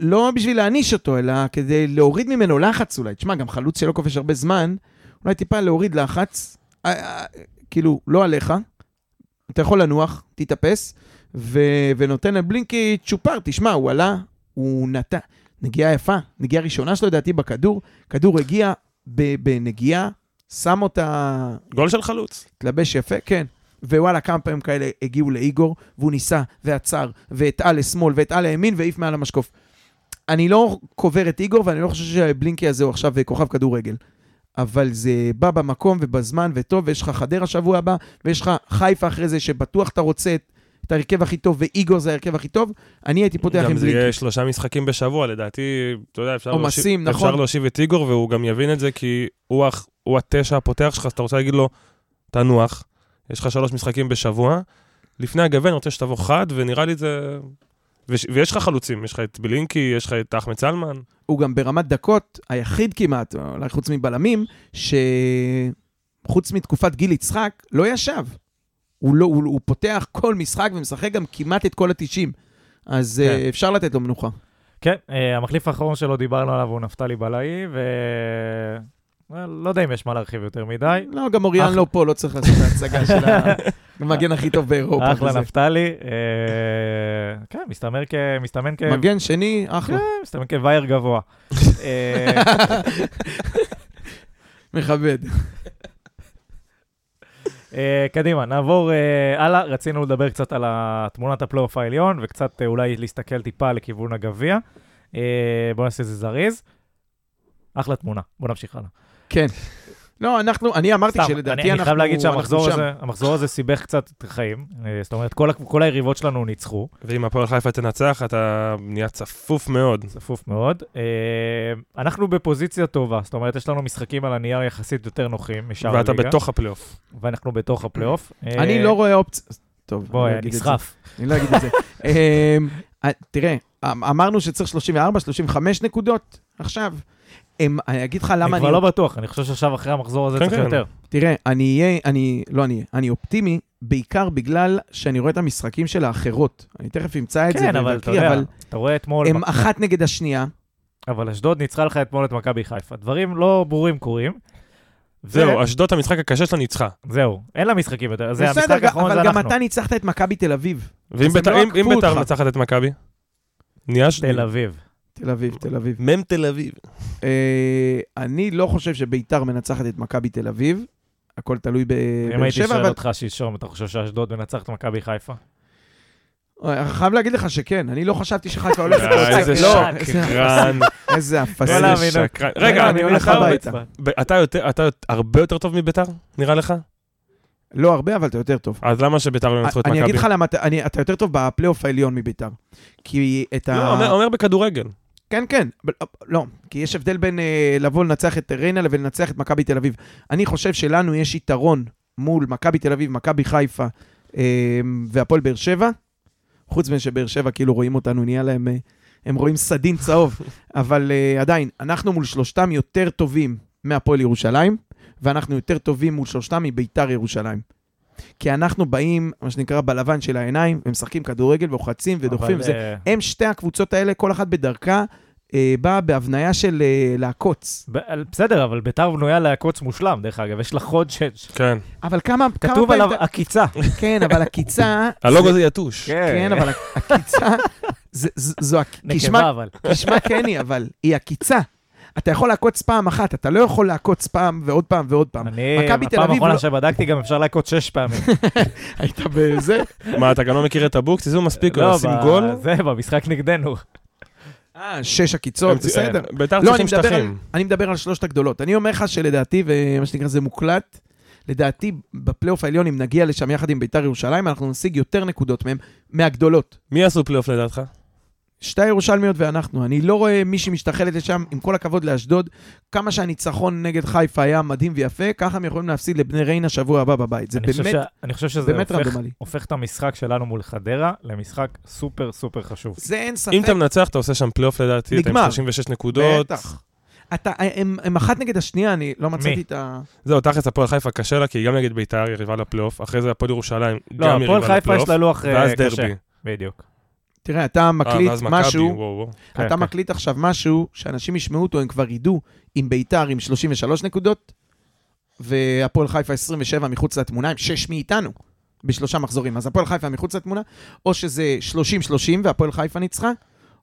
[SPEAKER 3] לא בשביל להעניש אותו, אלא כדי להוריד ממנו לחץ אולי. תשמע, גם חלוץ שלא כובש הרבה זמן, אולי טיפה להוריד לחץ, אה, אה, כאילו, לא עליך. אתה יכול לנוח, תתאפס, ו... ונותן לבלינקי צ'ופר, תשמע, הוא עלה, הוא נתן, נגיעה יפה, נגיעה ראשונה שלו לדעתי בכדור, כדור הגיע ב- בנגיעה, שם אותה
[SPEAKER 2] גול של חלוץ.
[SPEAKER 3] התלבש יפה, כן. ווואלה, כמה פעמים כאלה הגיעו לאיגור, והוא ניסה, ועצר, והטעה לשמאל, והטעה לימין, והעיף מעל המשקוף. אני לא קובר את איגור, ואני לא חושב שהבלינקי הזה הוא עכשיו אה, כוכב כדורגל. אבל זה בא במקום ובזמן וטוב, ויש לך חדרה שבוע הבא, ויש לך חיפה אחרי זה, שבטוח אתה רוצה את- את ההרכב הכי טוב, ואיגור זה ההרכב הכי טוב. אני הייתי פותח
[SPEAKER 2] גם
[SPEAKER 3] עם
[SPEAKER 2] זה
[SPEAKER 3] בלינקי.
[SPEAKER 2] יהיה שלושה משחקים בשבוע, לדעתי, אתה יודע, אפשר
[SPEAKER 3] עומסים,
[SPEAKER 2] להושיב-
[SPEAKER 3] נכון.
[SPEAKER 2] אפשר להושיב את איגור, והוא גם יבין את זה, כי הוא הח- הוא התשע הפותח שלך, אז אתה רוצה להגיד לו, תנוח, יש לך שלוש משחקים בשבוע, לפני הגביע אני רוצה שתבוא חד, ונראה לי זה... וש- ויש לך חלוצים, יש לך את בילינקי, יש לך את אחמד סלמן.
[SPEAKER 3] הוא גם ברמת דקות, היחיד כמעט, אולי חוץ מבלמים, שחוץ מתקופת גיל יצחק, לא ישב. הוא, לא, הוא, הוא פותח כל משחק ומשחק גם כמעט את כל ה-90. אז
[SPEAKER 1] כן.
[SPEAKER 3] כן. אפשר לתת לו מנוחה.
[SPEAKER 1] כן, אה, המחליף האחרון שלו דיברנו עליו הוא נפתלי בלעי, ו... אה, לא יודע אם יש מה להרחיב יותר מדי.
[SPEAKER 3] לא, גם אוריאן
[SPEAKER 1] אח-
[SPEAKER 3] לא פה, לא צריך לעשות את ההצגה של המגן הכי טוב באירופה.
[SPEAKER 1] אחלה
[SPEAKER 3] וזה.
[SPEAKER 1] נפתלי. אה, כן, מסתמר כ... מסתמן כ...
[SPEAKER 3] מגן שני, אחלה.
[SPEAKER 1] מסתמן כווייר גבוה. אה,
[SPEAKER 3] מכבד.
[SPEAKER 1] אה, קדימה, נעבור אה, הלאה. רצינו לדבר קצת על ה- תמונת הפלייאוף העליון, וקצת אה, אולי להסתכל טיפה לכיוון הגביע. אה, בואו נעשה את זה זריז. אחלה תמונה, בואו נמשיך הלאה.
[SPEAKER 3] כן. לא, אנחנו, אני אמרתי
[SPEAKER 1] סתם,
[SPEAKER 3] שלדעתי
[SPEAKER 1] אני,
[SPEAKER 3] אנחנו...
[SPEAKER 1] אני חייב להגיד
[SPEAKER 3] אנחנו
[SPEAKER 1] שהמחזור
[SPEAKER 3] שם.
[SPEAKER 1] הזה, המחזור הזה סיבך קצת את החיים. אה, זאת אומרת, כל, ה- כל היריבות שלנו ניצחו,
[SPEAKER 2] ואם הפועל חיפה תנצח, אתה נהיה צפוף מאוד.
[SPEAKER 1] צפוף מאוד. אה, אנחנו בפוזיציה טובה, זאת אומרת, יש לנו משחקים על הנייר יחסית יותר נוחים משאר הליגה.
[SPEAKER 2] ואתה בתוך הפלייאוף.
[SPEAKER 1] ואנחנו בתוך הפלייאוף. אה,
[SPEAKER 3] אני לא רואה אופציה... טוב,
[SPEAKER 1] בוא,
[SPEAKER 3] אני
[SPEAKER 1] אה,
[SPEAKER 3] אגיד את זה.
[SPEAKER 1] נסחף.
[SPEAKER 3] אני לא אגיד את זה. אמ, אה, תראה, אמ- אמרנו שצריך 34, 35 נקודות. עכשיו, אמ, אני אגיד לך למה
[SPEAKER 1] אני
[SPEAKER 3] אני...
[SPEAKER 1] כבר לא בטוח, אני חושב שעכשיו אחרי המחזור הזה
[SPEAKER 2] כן,
[SPEAKER 1] צריך
[SPEAKER 2] כן.
[SPEAKER 1] יותר.
[SPEAKER 3] תראה, אני אהיה, אני, לא אני אהיה, אני אופטימי, בעיקר בגלל שאני רואה את המשחקים של האחרות. אני תכף אמצא את זה.
[SPEAKER 1] כן, אבל אתה
[SPEAKER 3] ואקריא,
[SPEAKER 1] יודע,
[SPEAKER 3] אבל
[SPEAKER 1] אתה רואה אתמול,
[SPEAKER 3] הם אחת נגד השנייה.
[SPEAKER 1] אבל אשדוד ניצחה לך אתמול את מכבי חיפה. דברים לא ברורים קורים.
[SPEAKER 2] זהו, אשדוד המשחק הקשה שלה ניצחה.
[SPEAKER 1] זהו, אין לה משחקים יותר, זה
[SPEAKER 3] בסדר,
[SPEAKER 1] המשחק האחרון, זה
[SPEAKER 3] אבל גם
[SPEAKER 1] אנחנו.
[SPEAKER 3] אתה ניצחת את מכבי תל אביב.
[SPEAKER 2] ואם
[SPEAKER 3] אז הם
[SPEAKER 2] ביתר-
[SPEAKER 3] לא
[SPEAKER 2] אם- אם
[SPEAKER 3] עקפו
[SPEAKER 2] ביתר
[SPEAKER 3] אותך.
[SPEAKER 2] מנצחת את מכבי? נהיה ש-
[SPEAKER 1] תל אביב.
[SPEAKER 3] תל אביב, תל אביב.
[SPEAKER 2] מ"ם תל אביב.
[SPEAKER 3] אה, אני לא חושב שביתר מנצחת את מכבי תל אביב. הכל תלוי
[SPEAKER 1] אם
[SPEAKER 3] בבאר
[SPEAKER 1] הייתי
[SPEAKER 3] שבע,
[SPEAKER 1] שואל
[SPEAKER 3] אבל
[SPEAKER 1] אותך שלשום, אתה חושב שאשדוד מנצחת מכבי חיפה?
[SPEAKER 3] אני חייב להגיד לך שכן, אני לא חשבתי שחיפה הולכת...
[SPEAKER 2] אה, איזה כן.
[SPEAKER 3] לא,
[SPEAKER 1] שקרן.
[SPEAKER 3] איזה-
[SPEAKER 2] שקרן.
[SPEAKER 3] איזה
[SPEAKER 1] לא
[SPEAKER 3] אפסים.
[SPEAKER 1] להאמין.
[SPEAKER 2] איזה שקרן.
[SPEAKER 3] רגע,
[SPEAKER 2] רגע,
[SPEAKER 3] אני
[SPEAKER 2] אני
[SPEAKER 3] הולך
[SPEAKER 2] ביתר-
[SPEAKER 3] הביתה.
[SPEAKER 2] ב- אתה יותר- אתה יותר- הרבה יותר טוב מביתר, נראה לך?
[SPEAKER 3] לא הרבה, אבל אתה יותר טוב.
[SPEAKER 2] אז למה שביתר לא ינצחו את מכבי?
[SPEAKER 3] אני אגיד לך למה, אתה- אני- אתה יותר טוב בפלייאוף העליון מביתר. כי את
[SPEAKER 2] לא,
[SPEAKER 3] ה...
[SPEAKER 2] אומר- אומר בכדורגל.
[SPEAKER 3] כן, כן. אבל- לא, כי יש הבדל בין אה, לבוא לנצח את ריינה לבין לנצח את מכבי תל אביב. אני חושב שלנו יש יתרון מול מכבי תל אביב, מכבי חיפה אה, והפועל באר שבע. חוץ מזה שבאר שבע כאילו רואים אותנו, נהיה להם... אה, הם רואים סדין צהוב. אבל אה, עדיין, אנחנו מול שלושתם יותר טובים מהפועל ירושלים, ואנחנו יותר טובים מול שלושתם מביתר ירושלים. כי אנחנו באים, מה שנקרא, בלבן של העיניים, ומשחקים כדורגל ולוחצים ודוחפים
[SPEAKER 1] אבל,
[SPEAKER 3] וזה.
[SPEAKER 1] אה,
[SPEAKER 3] הם שתי הקבוצות האלה, כל אחת בדרכה, אה, באה בהבניה של אה, לעקוץ.
[SPEAKER 1] ב- בסדר, אבל ביתר בנויה לעקוץ מושלם, דרך אגב, יש לה חוד ש...
[SPEAKER 2] כן.
[SPEAKER 3] אבל כמה... כמה
[SPEAKER 1] כתוב
[SPEAKER 3] פעמים
[SPEAKER 1] עליו
[SPEAKER 3] אתה-
[SPEAKER 1] עקיצה.
[SPEAKER 3] כן, אבל הקיצה...
[SPEAKER 2] הלוגו זה יתוש.
[SPEAKER 3] כן, אבל הקיצה... זה- זה- זו... הק- כשמה-
[SPEAKER 1] אה. נקבה אבל.
[SPEAKER 3] כשמה כן היא, אבל היא עקיצה. אתה יכול לעקוץ פעם אחת, אתה לא יכול לעקוץ פעם ועוד פעם ועוד פעם.
[SPEAKER 1] אני,
[SPEAKER 3] מכבי תל
[SPEAKER 1] הפעם
[SPEAKER 3] אביב
[SPEAKER 1] האחרונה
[SPEAKER 3] לא-
[SPEAKER 1] שבדקתי גם אפשר להכות שש פעמים.
[SPEAKER 3] היית בזה?
[SPEAKER 2] מה, אתה גם לא מכיר את הבוקס? זה מספיק,
[SPEAKER 1] לא,
[SPEAKER 2] לשים
[SPEAKER 1] ב-
[SPEAKER 2] גול?
[SPEAKER 1] זה, במשחק נגדנו.
[SPEAKER 3] אה, שש עקיצות,
[SPEAKER 2] הם-
[SPEAKER 3] בסדר.
[SPEAKER 2] אה, ביתר
[SPEAKER 3] לא, אני
[SPEAKER 2] צריכים
[SPEAKER 3] מדבר, על,
[SPEAKER 2] שטחים.
[SPEAKER 3] אני מדבר על שלושת הגדולות. אני אומר לך שלדעתי, ומה שנקרא זה מוקלט, לדעתי בפלייאוף העליון, אם נגיע לשם יחד עם ביתר ירושלים, אנחנו נשיג יותר נקודות מהם, מהגדולות.
[SPEAKER 2] מי יעשו פלייאוף לדעתך?
[SPEAKER 3] שתי הירושלמיות ואנחנו. אני לא רואה מישהי משתחלת לשם, עם כל הכבוד לאשדוד. כמה שהניצחון נגד חיפה היה מדהים ויפה, ככה הם יכולים להפסיד לבני ריינה שבוע הבא בבית. זה
[SPEAKER 1] אני חושב
[SPEAKER 3] באמת,
[SPEAKER 1] ש- אני חושב שזה
[SPEAKER 3] באמת
[SPEAKER 1] הופך-
[SPEAKER 3] רנדומלי.
[SPEAKER 1] הופך את המשחק שלנו מול חדרה למשחק סופר סופר חשוב.
[SPEAKER 3] זה אין ספק.
[SPEAKER 2] אם אתה מנצח, אתה עושה שם פלייאוף לדעתי, אתה עם
[SPEAKER 3] נגמר.
[SPEAKER 2] 36 נקודות.
[SPEAKER 3] בטח. אתה, הם, הם אחת נגד השנייה, אני לא מצאתי את ה...
[SPEAKER 2] זהו, תכלס הפועל חיפה קשה לה, כי היא גם נגד ביתר, יריבה לפלייאוף, אחרי זה הפועל ירושלים,
[SPEAKER 1] לא,
[SPEAKER 2] גם יריבה
[SPEAKER 1] הפועל חיפה
[SPEAKER 2] לפלייאוף,
[SPEAKER 1] יש לה לוח אה,
[SPEAKER 2] ואז
[SPEAKER 1] קשה.
[SPEAKER 2] דרבי.
[SPEAKER 1] בדיוק.
[SPEAKER 3] תראה, אתה
[SPEAKER 2] אה,
[SPEAKER 3] מקליט
[SPEAKER 2] ואז מכבי,
[SPEAKER 3] משהו...
[SPEAKER 2] וואו, וואו.
[SPEAKER 1] כן,
[SPEAKER 3] אתה
[SPEAKER 1] כן.
[SPEAKER 3] מקליט עכשיו משהו שאנשים ישמעו אותו, הם כבר ידעו אם ביתר עם 33 נקודות, והפועל חיפה 27 מחוץ לתמונה, הם 6 מאיתנו בשלושה מחזורים. אז הפועל חיפה מחוץ לתמונה, או שזה 30-30 והפועל חיפה ניצחה,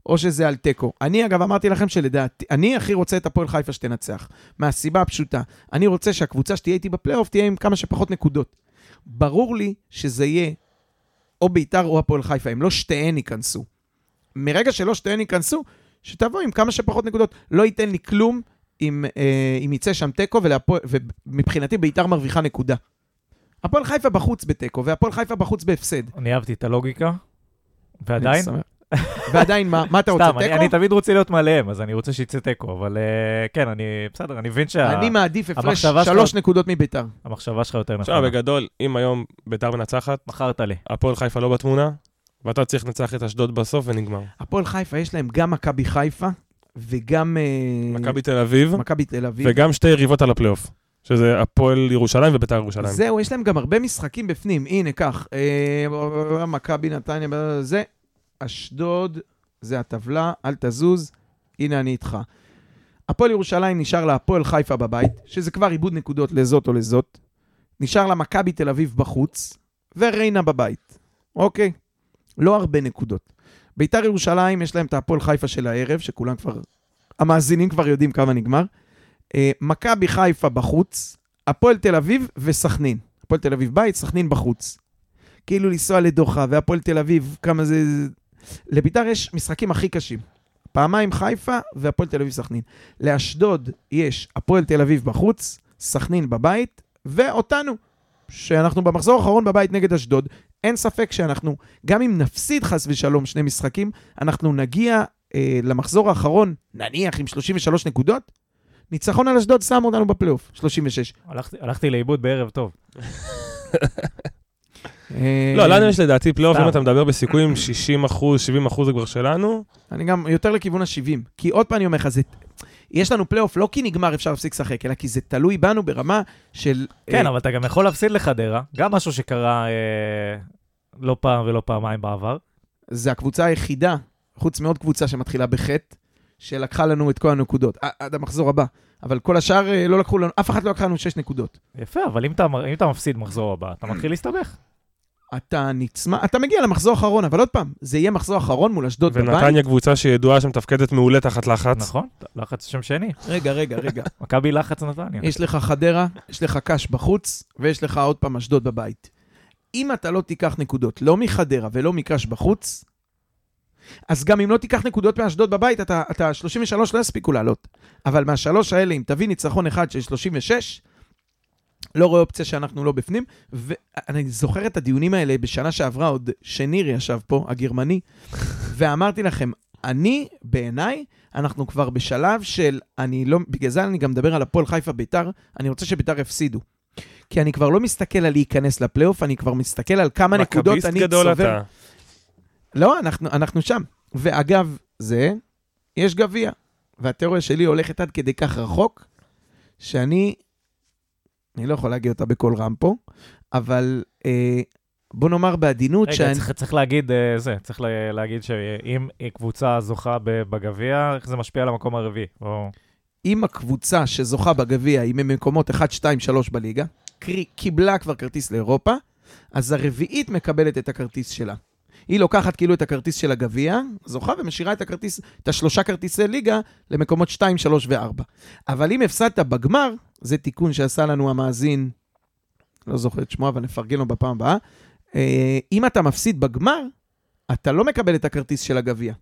[SPEAKER 3] או שזה על תיקו. אני אגב אמרתי לכם שלדעתי, אני הכי רוצה את הפועל חיפה שתנצח, מהסיבה הפשוטה. אני רוצה שהקבוצה שתהיה איתי בפלייאוף תהיה עם כמה שפחות נקודות. ברור לי שזה יהיה או ביתר או הפועל חיפה, אם לא שתיהן ייכנסו. מרגע שלא שתיהן ייכנסו, שתבוא עם כמה שפחות נקודות. לא ייתן לי כלום אם, אה, אם יצא שם תיקו, ולהפוע- ומבחינתי ביתר מרוויחה נקודה. הפועל חיפה בחוץ בתיקו, והפועל חיפה בחוץ בהפסד.
[SPEAKER 1] אני אהבתי את הלוגיקה, ועדיין,
[SPEAKER 3] אני שמח. ועדיין מה? מה אתה רוצה,
[SPEAKER 1] סתם, אני- אני
[SPEAKER 3] תיקו?
[SPEAKER 1] תמיד רוצה להיות מעליהם, אז אני רוצה שיצא תיקו, אבל אה, כן, אני, בסדר, אני מבין
[SPEAKER 3] אני מעדיף הפרש
[SPEAKER 1] המחשבה שלך-
[SPEAKER 3] שלוש נקודות מביתר.
[SPEAKER 1] שהמחשבה שלך יותר
[SPEAKER 2] עכשיו,
[SPEAKER 1] נכונה.
[SPEAKER 2] בגדול, אם היום ביתר מנצחת,
[SPEAKER 1] מכרת לי.
[SPEAKER 2] הפועל חיפה לא בתמונה, ואתה צריך לנצח את אשדוד בסוף ונגמר.
[SPEAKER 3] הפועל חיפה, יש להם גם מכבי חיפה, וגם אה,
[SPEAKER 2] מכבי תל אביב,
[SPEAKER 3] מכבי תל אביב.
[SPEAKER 2] וגם שתי יריבות על הפלייאוף, שזה הפועל ירושלים וביתר ירושלים.
[SPEAKER 3] זהו, יש להם גם הרבה משחקים בפנים. הנה, קח. אה, מכבי נתניה, אה, זה. אשדוד, זה הטבלה, אל תזוז. הנה, אני איתך. הפועל ירושלים נשאר לה הפועל חיפה בבית, שזה כבר עיבוד נקודות לזאת או לזאת. נשאר לה מכבי תל אביב בחוץ, וריינה בבית. אוקיי? לא הרבה נקודות. ביתר ירושלים, יש להם את הפועל חיפה של הערב, שכולם כבר... המאזינים כבר יודעים כמה נגמר. אה, מכבי חיפה בחוץ, הפועל תל אביב וסכנין. הפועל תל אביב בית, סכנין בחוץ. כאילו לנסוע לדוחה, והפועל תל אביב, כמה זה... לביתר יש משחקים הכי קשים. פעמיים חיפה והפועל תל אביב סכנין. לאשדוד יש הפועל תל אביב בחוץ, סכנין בבית, ואותנו, שאנחנו במחזור האחרון בבית נגד אשדוד. אין ספק שאנחנו, גם אם נפסיד חס ושלום שני משחקים, אנחנו נגיע אה, למחזור האחרון, נניח עם 33 נקודות, ניצחון על אשדוד שם אותנו בפלייאוף, 36.
[SPEAKER 1] הלכתי- הלכתי לאיבוד בערב טוב.
[SPEAKER 3] אה-
[SPEAKER 2] לא, לנו יש לדעתי פלייאוף,
[SPEAKER 1] סתם.
[SPEAKER 2] אם אתה מדבר בסיכויים 60 אחוז, 70 אחוז זה כבר שלנו,
[SPEAKER 3] אני גם יותר לכיוון ה-70. כי עוד פעם אני אומר לך, זה... יש לנו פלייאוף לא כי נגמר אפשר להפסיק לשחק, אלא כי זה תלוי בנו ברמה של...
[SPEAKER 1] כן,
[SPEAKER 3] אה,
[SPEAKER 1] אבל אתה גם יכול להפסיד לחדרה, גם משהו שקרה אה, לא פעם ולא פעמיים בעבר.
[SPEAKER 3] זה הקבוצה היחידה, חוץ מעוד קבוצה שמתחילה בחטא, שלקחה לנו את כל הנקודות, ע- עד המחזור הבא. אבל כל השאר אה, לא לקחו לנו, אף אחת לא לקחה לנו שש נקודות.
[SPEAKER 1] יפה, אבל אם אתה מ- אם אתה מפסיד מחזור הבא, אתה מתחיל להסתבך.
[SPEAKER 3] אתה נצמא, אתה מגיע למחזור האחרון, אבל עוד פעם, זה יהיה מחזור אחרון מול אשדוד בבית.
[SPEAKER 2] ונתניה קבוצה שידועה שמתפקדת מעולה תחת לחץ.
[SPEAKER 1] נכון? לחץ שם שני.
[SPEAKER 3] רגע, רגע, רגע.
[SPEAKER 1] מכבי לחץ נתניה.
[SPEAKER 3] יש לך חדרה, יש לך קאש בחוץ, ויש לך עוד פעם אשדוד בבית. אם אתה לא תיקח נקודות לא מחדרה ולא מקאש בחוץ, אז גם אם לא תיקח נקודות מאשדוד בבית, אתה, אתה 33 לא יספיקו לעלות. אבל מהשלוש האלה, אם תביא ניצחון אחד של 36, לא רואה אופציה שאנחנו לא בפנים. ואני זוכר את הדיונים האלה בשנה שעברה, עוד שנירי ישב פה, הגרמני, ואמרתי לכם, אני, בעיניי, אנחנו כבר בשלב של, אני לא, בגלל זה אני גם מדבר על הפועל חיפה ביתר, אני רוצה שביתר יפסידו. כי אני כבר לא מסתכל על להיכנס לפלייאוף, אני כבר מסתכל על כמה נקודות
[SPEAKER 2] מכביסט
[SPEAKER 3] אני
[SPEAKER 2] גדול
[SPEAKER 3] צובר.
[SPEAKER 2] אתה.
[SPEAKER 3] לא, אנחנו, אנחנו שם. ואגב, זה, יש גביע. והתיאוריה שלי הולכת עד כדי כך רחוק, שאני, אני לא יכול להגיד אותה בקול רם פה, אבל אה, בוא נאמר בעדינות
[SPEAKER 1] רגע,
[SPEAKER 3] שאני...
[SPEAKER 1] צריך- צריך להגיד אה, זה, צריך לה- להגיד שאם קבוצה זוכה ב- בגביע, איך זה משפיע על המקום הרביעי? או-
[SPEAKER 3] אם הקבוצה שזוכה בגביע היא ממקומות 1, 2, 3 בליגה, קרי, קיבלה כבר כרטיס לאירופה, אז הרביעית מקבלת את הכרטיס שלה. היא לוקחת כאילו את הכרטיס של הגביע, זוכה ומשאירה את הכרטיס, את השלושה כרטיסי ליגה למקומות 2, 3 ו-4. אבל אם הפסדת בגמר, זה תיקון שעשה לנו המאזין, לא זוכר את שמו, אבל נפרגן לו בפעם הבאה. אה, אם אתה מפסיד בגמר, אתה לא מקבל את הכרטיס של הגביע.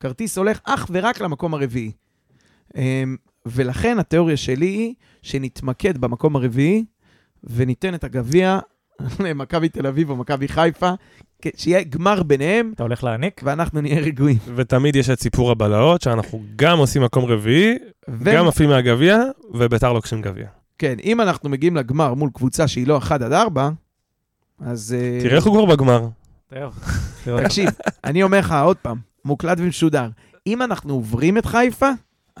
[SPEAKER 3] כרטיס הולך אך ורק למקום הרביעי. אה, ולכן התיאוריה שלי היא שנתמקד במקום הרביעי וניתן את הגביע למכבי תל אביב או מכבי חיפה, כ- שיהיה גמר ביניהם,
[SPEAKER 1] אתה הולך להעניק?
[SPEAKER 3] ואנחנו נהיה רגועים.
[SPEAKER 2] ותמיד יש את סיפור הבלהות, שאנחנו גם עושים מקום רביעי,
[SPEAKER 3] ו-
[SPEAKER 2] גם עפים מהגביע, וביתר לוקחים גביע.
[SPEAKER 3] כן, אם אנחנו מגיעים לגמר מול קבוצה שהיא לא 1 עד 4, אז... אה,
[SPEAKER 2] תראה איך הוא כבר בגמר.
[SPEAKER 1] תראה, תראה.
[SPEAKER 3] תקשיב, אני אומר לך עוד פעם, מוקלט ומשודר. אם אנחנו עוברים את חיפה,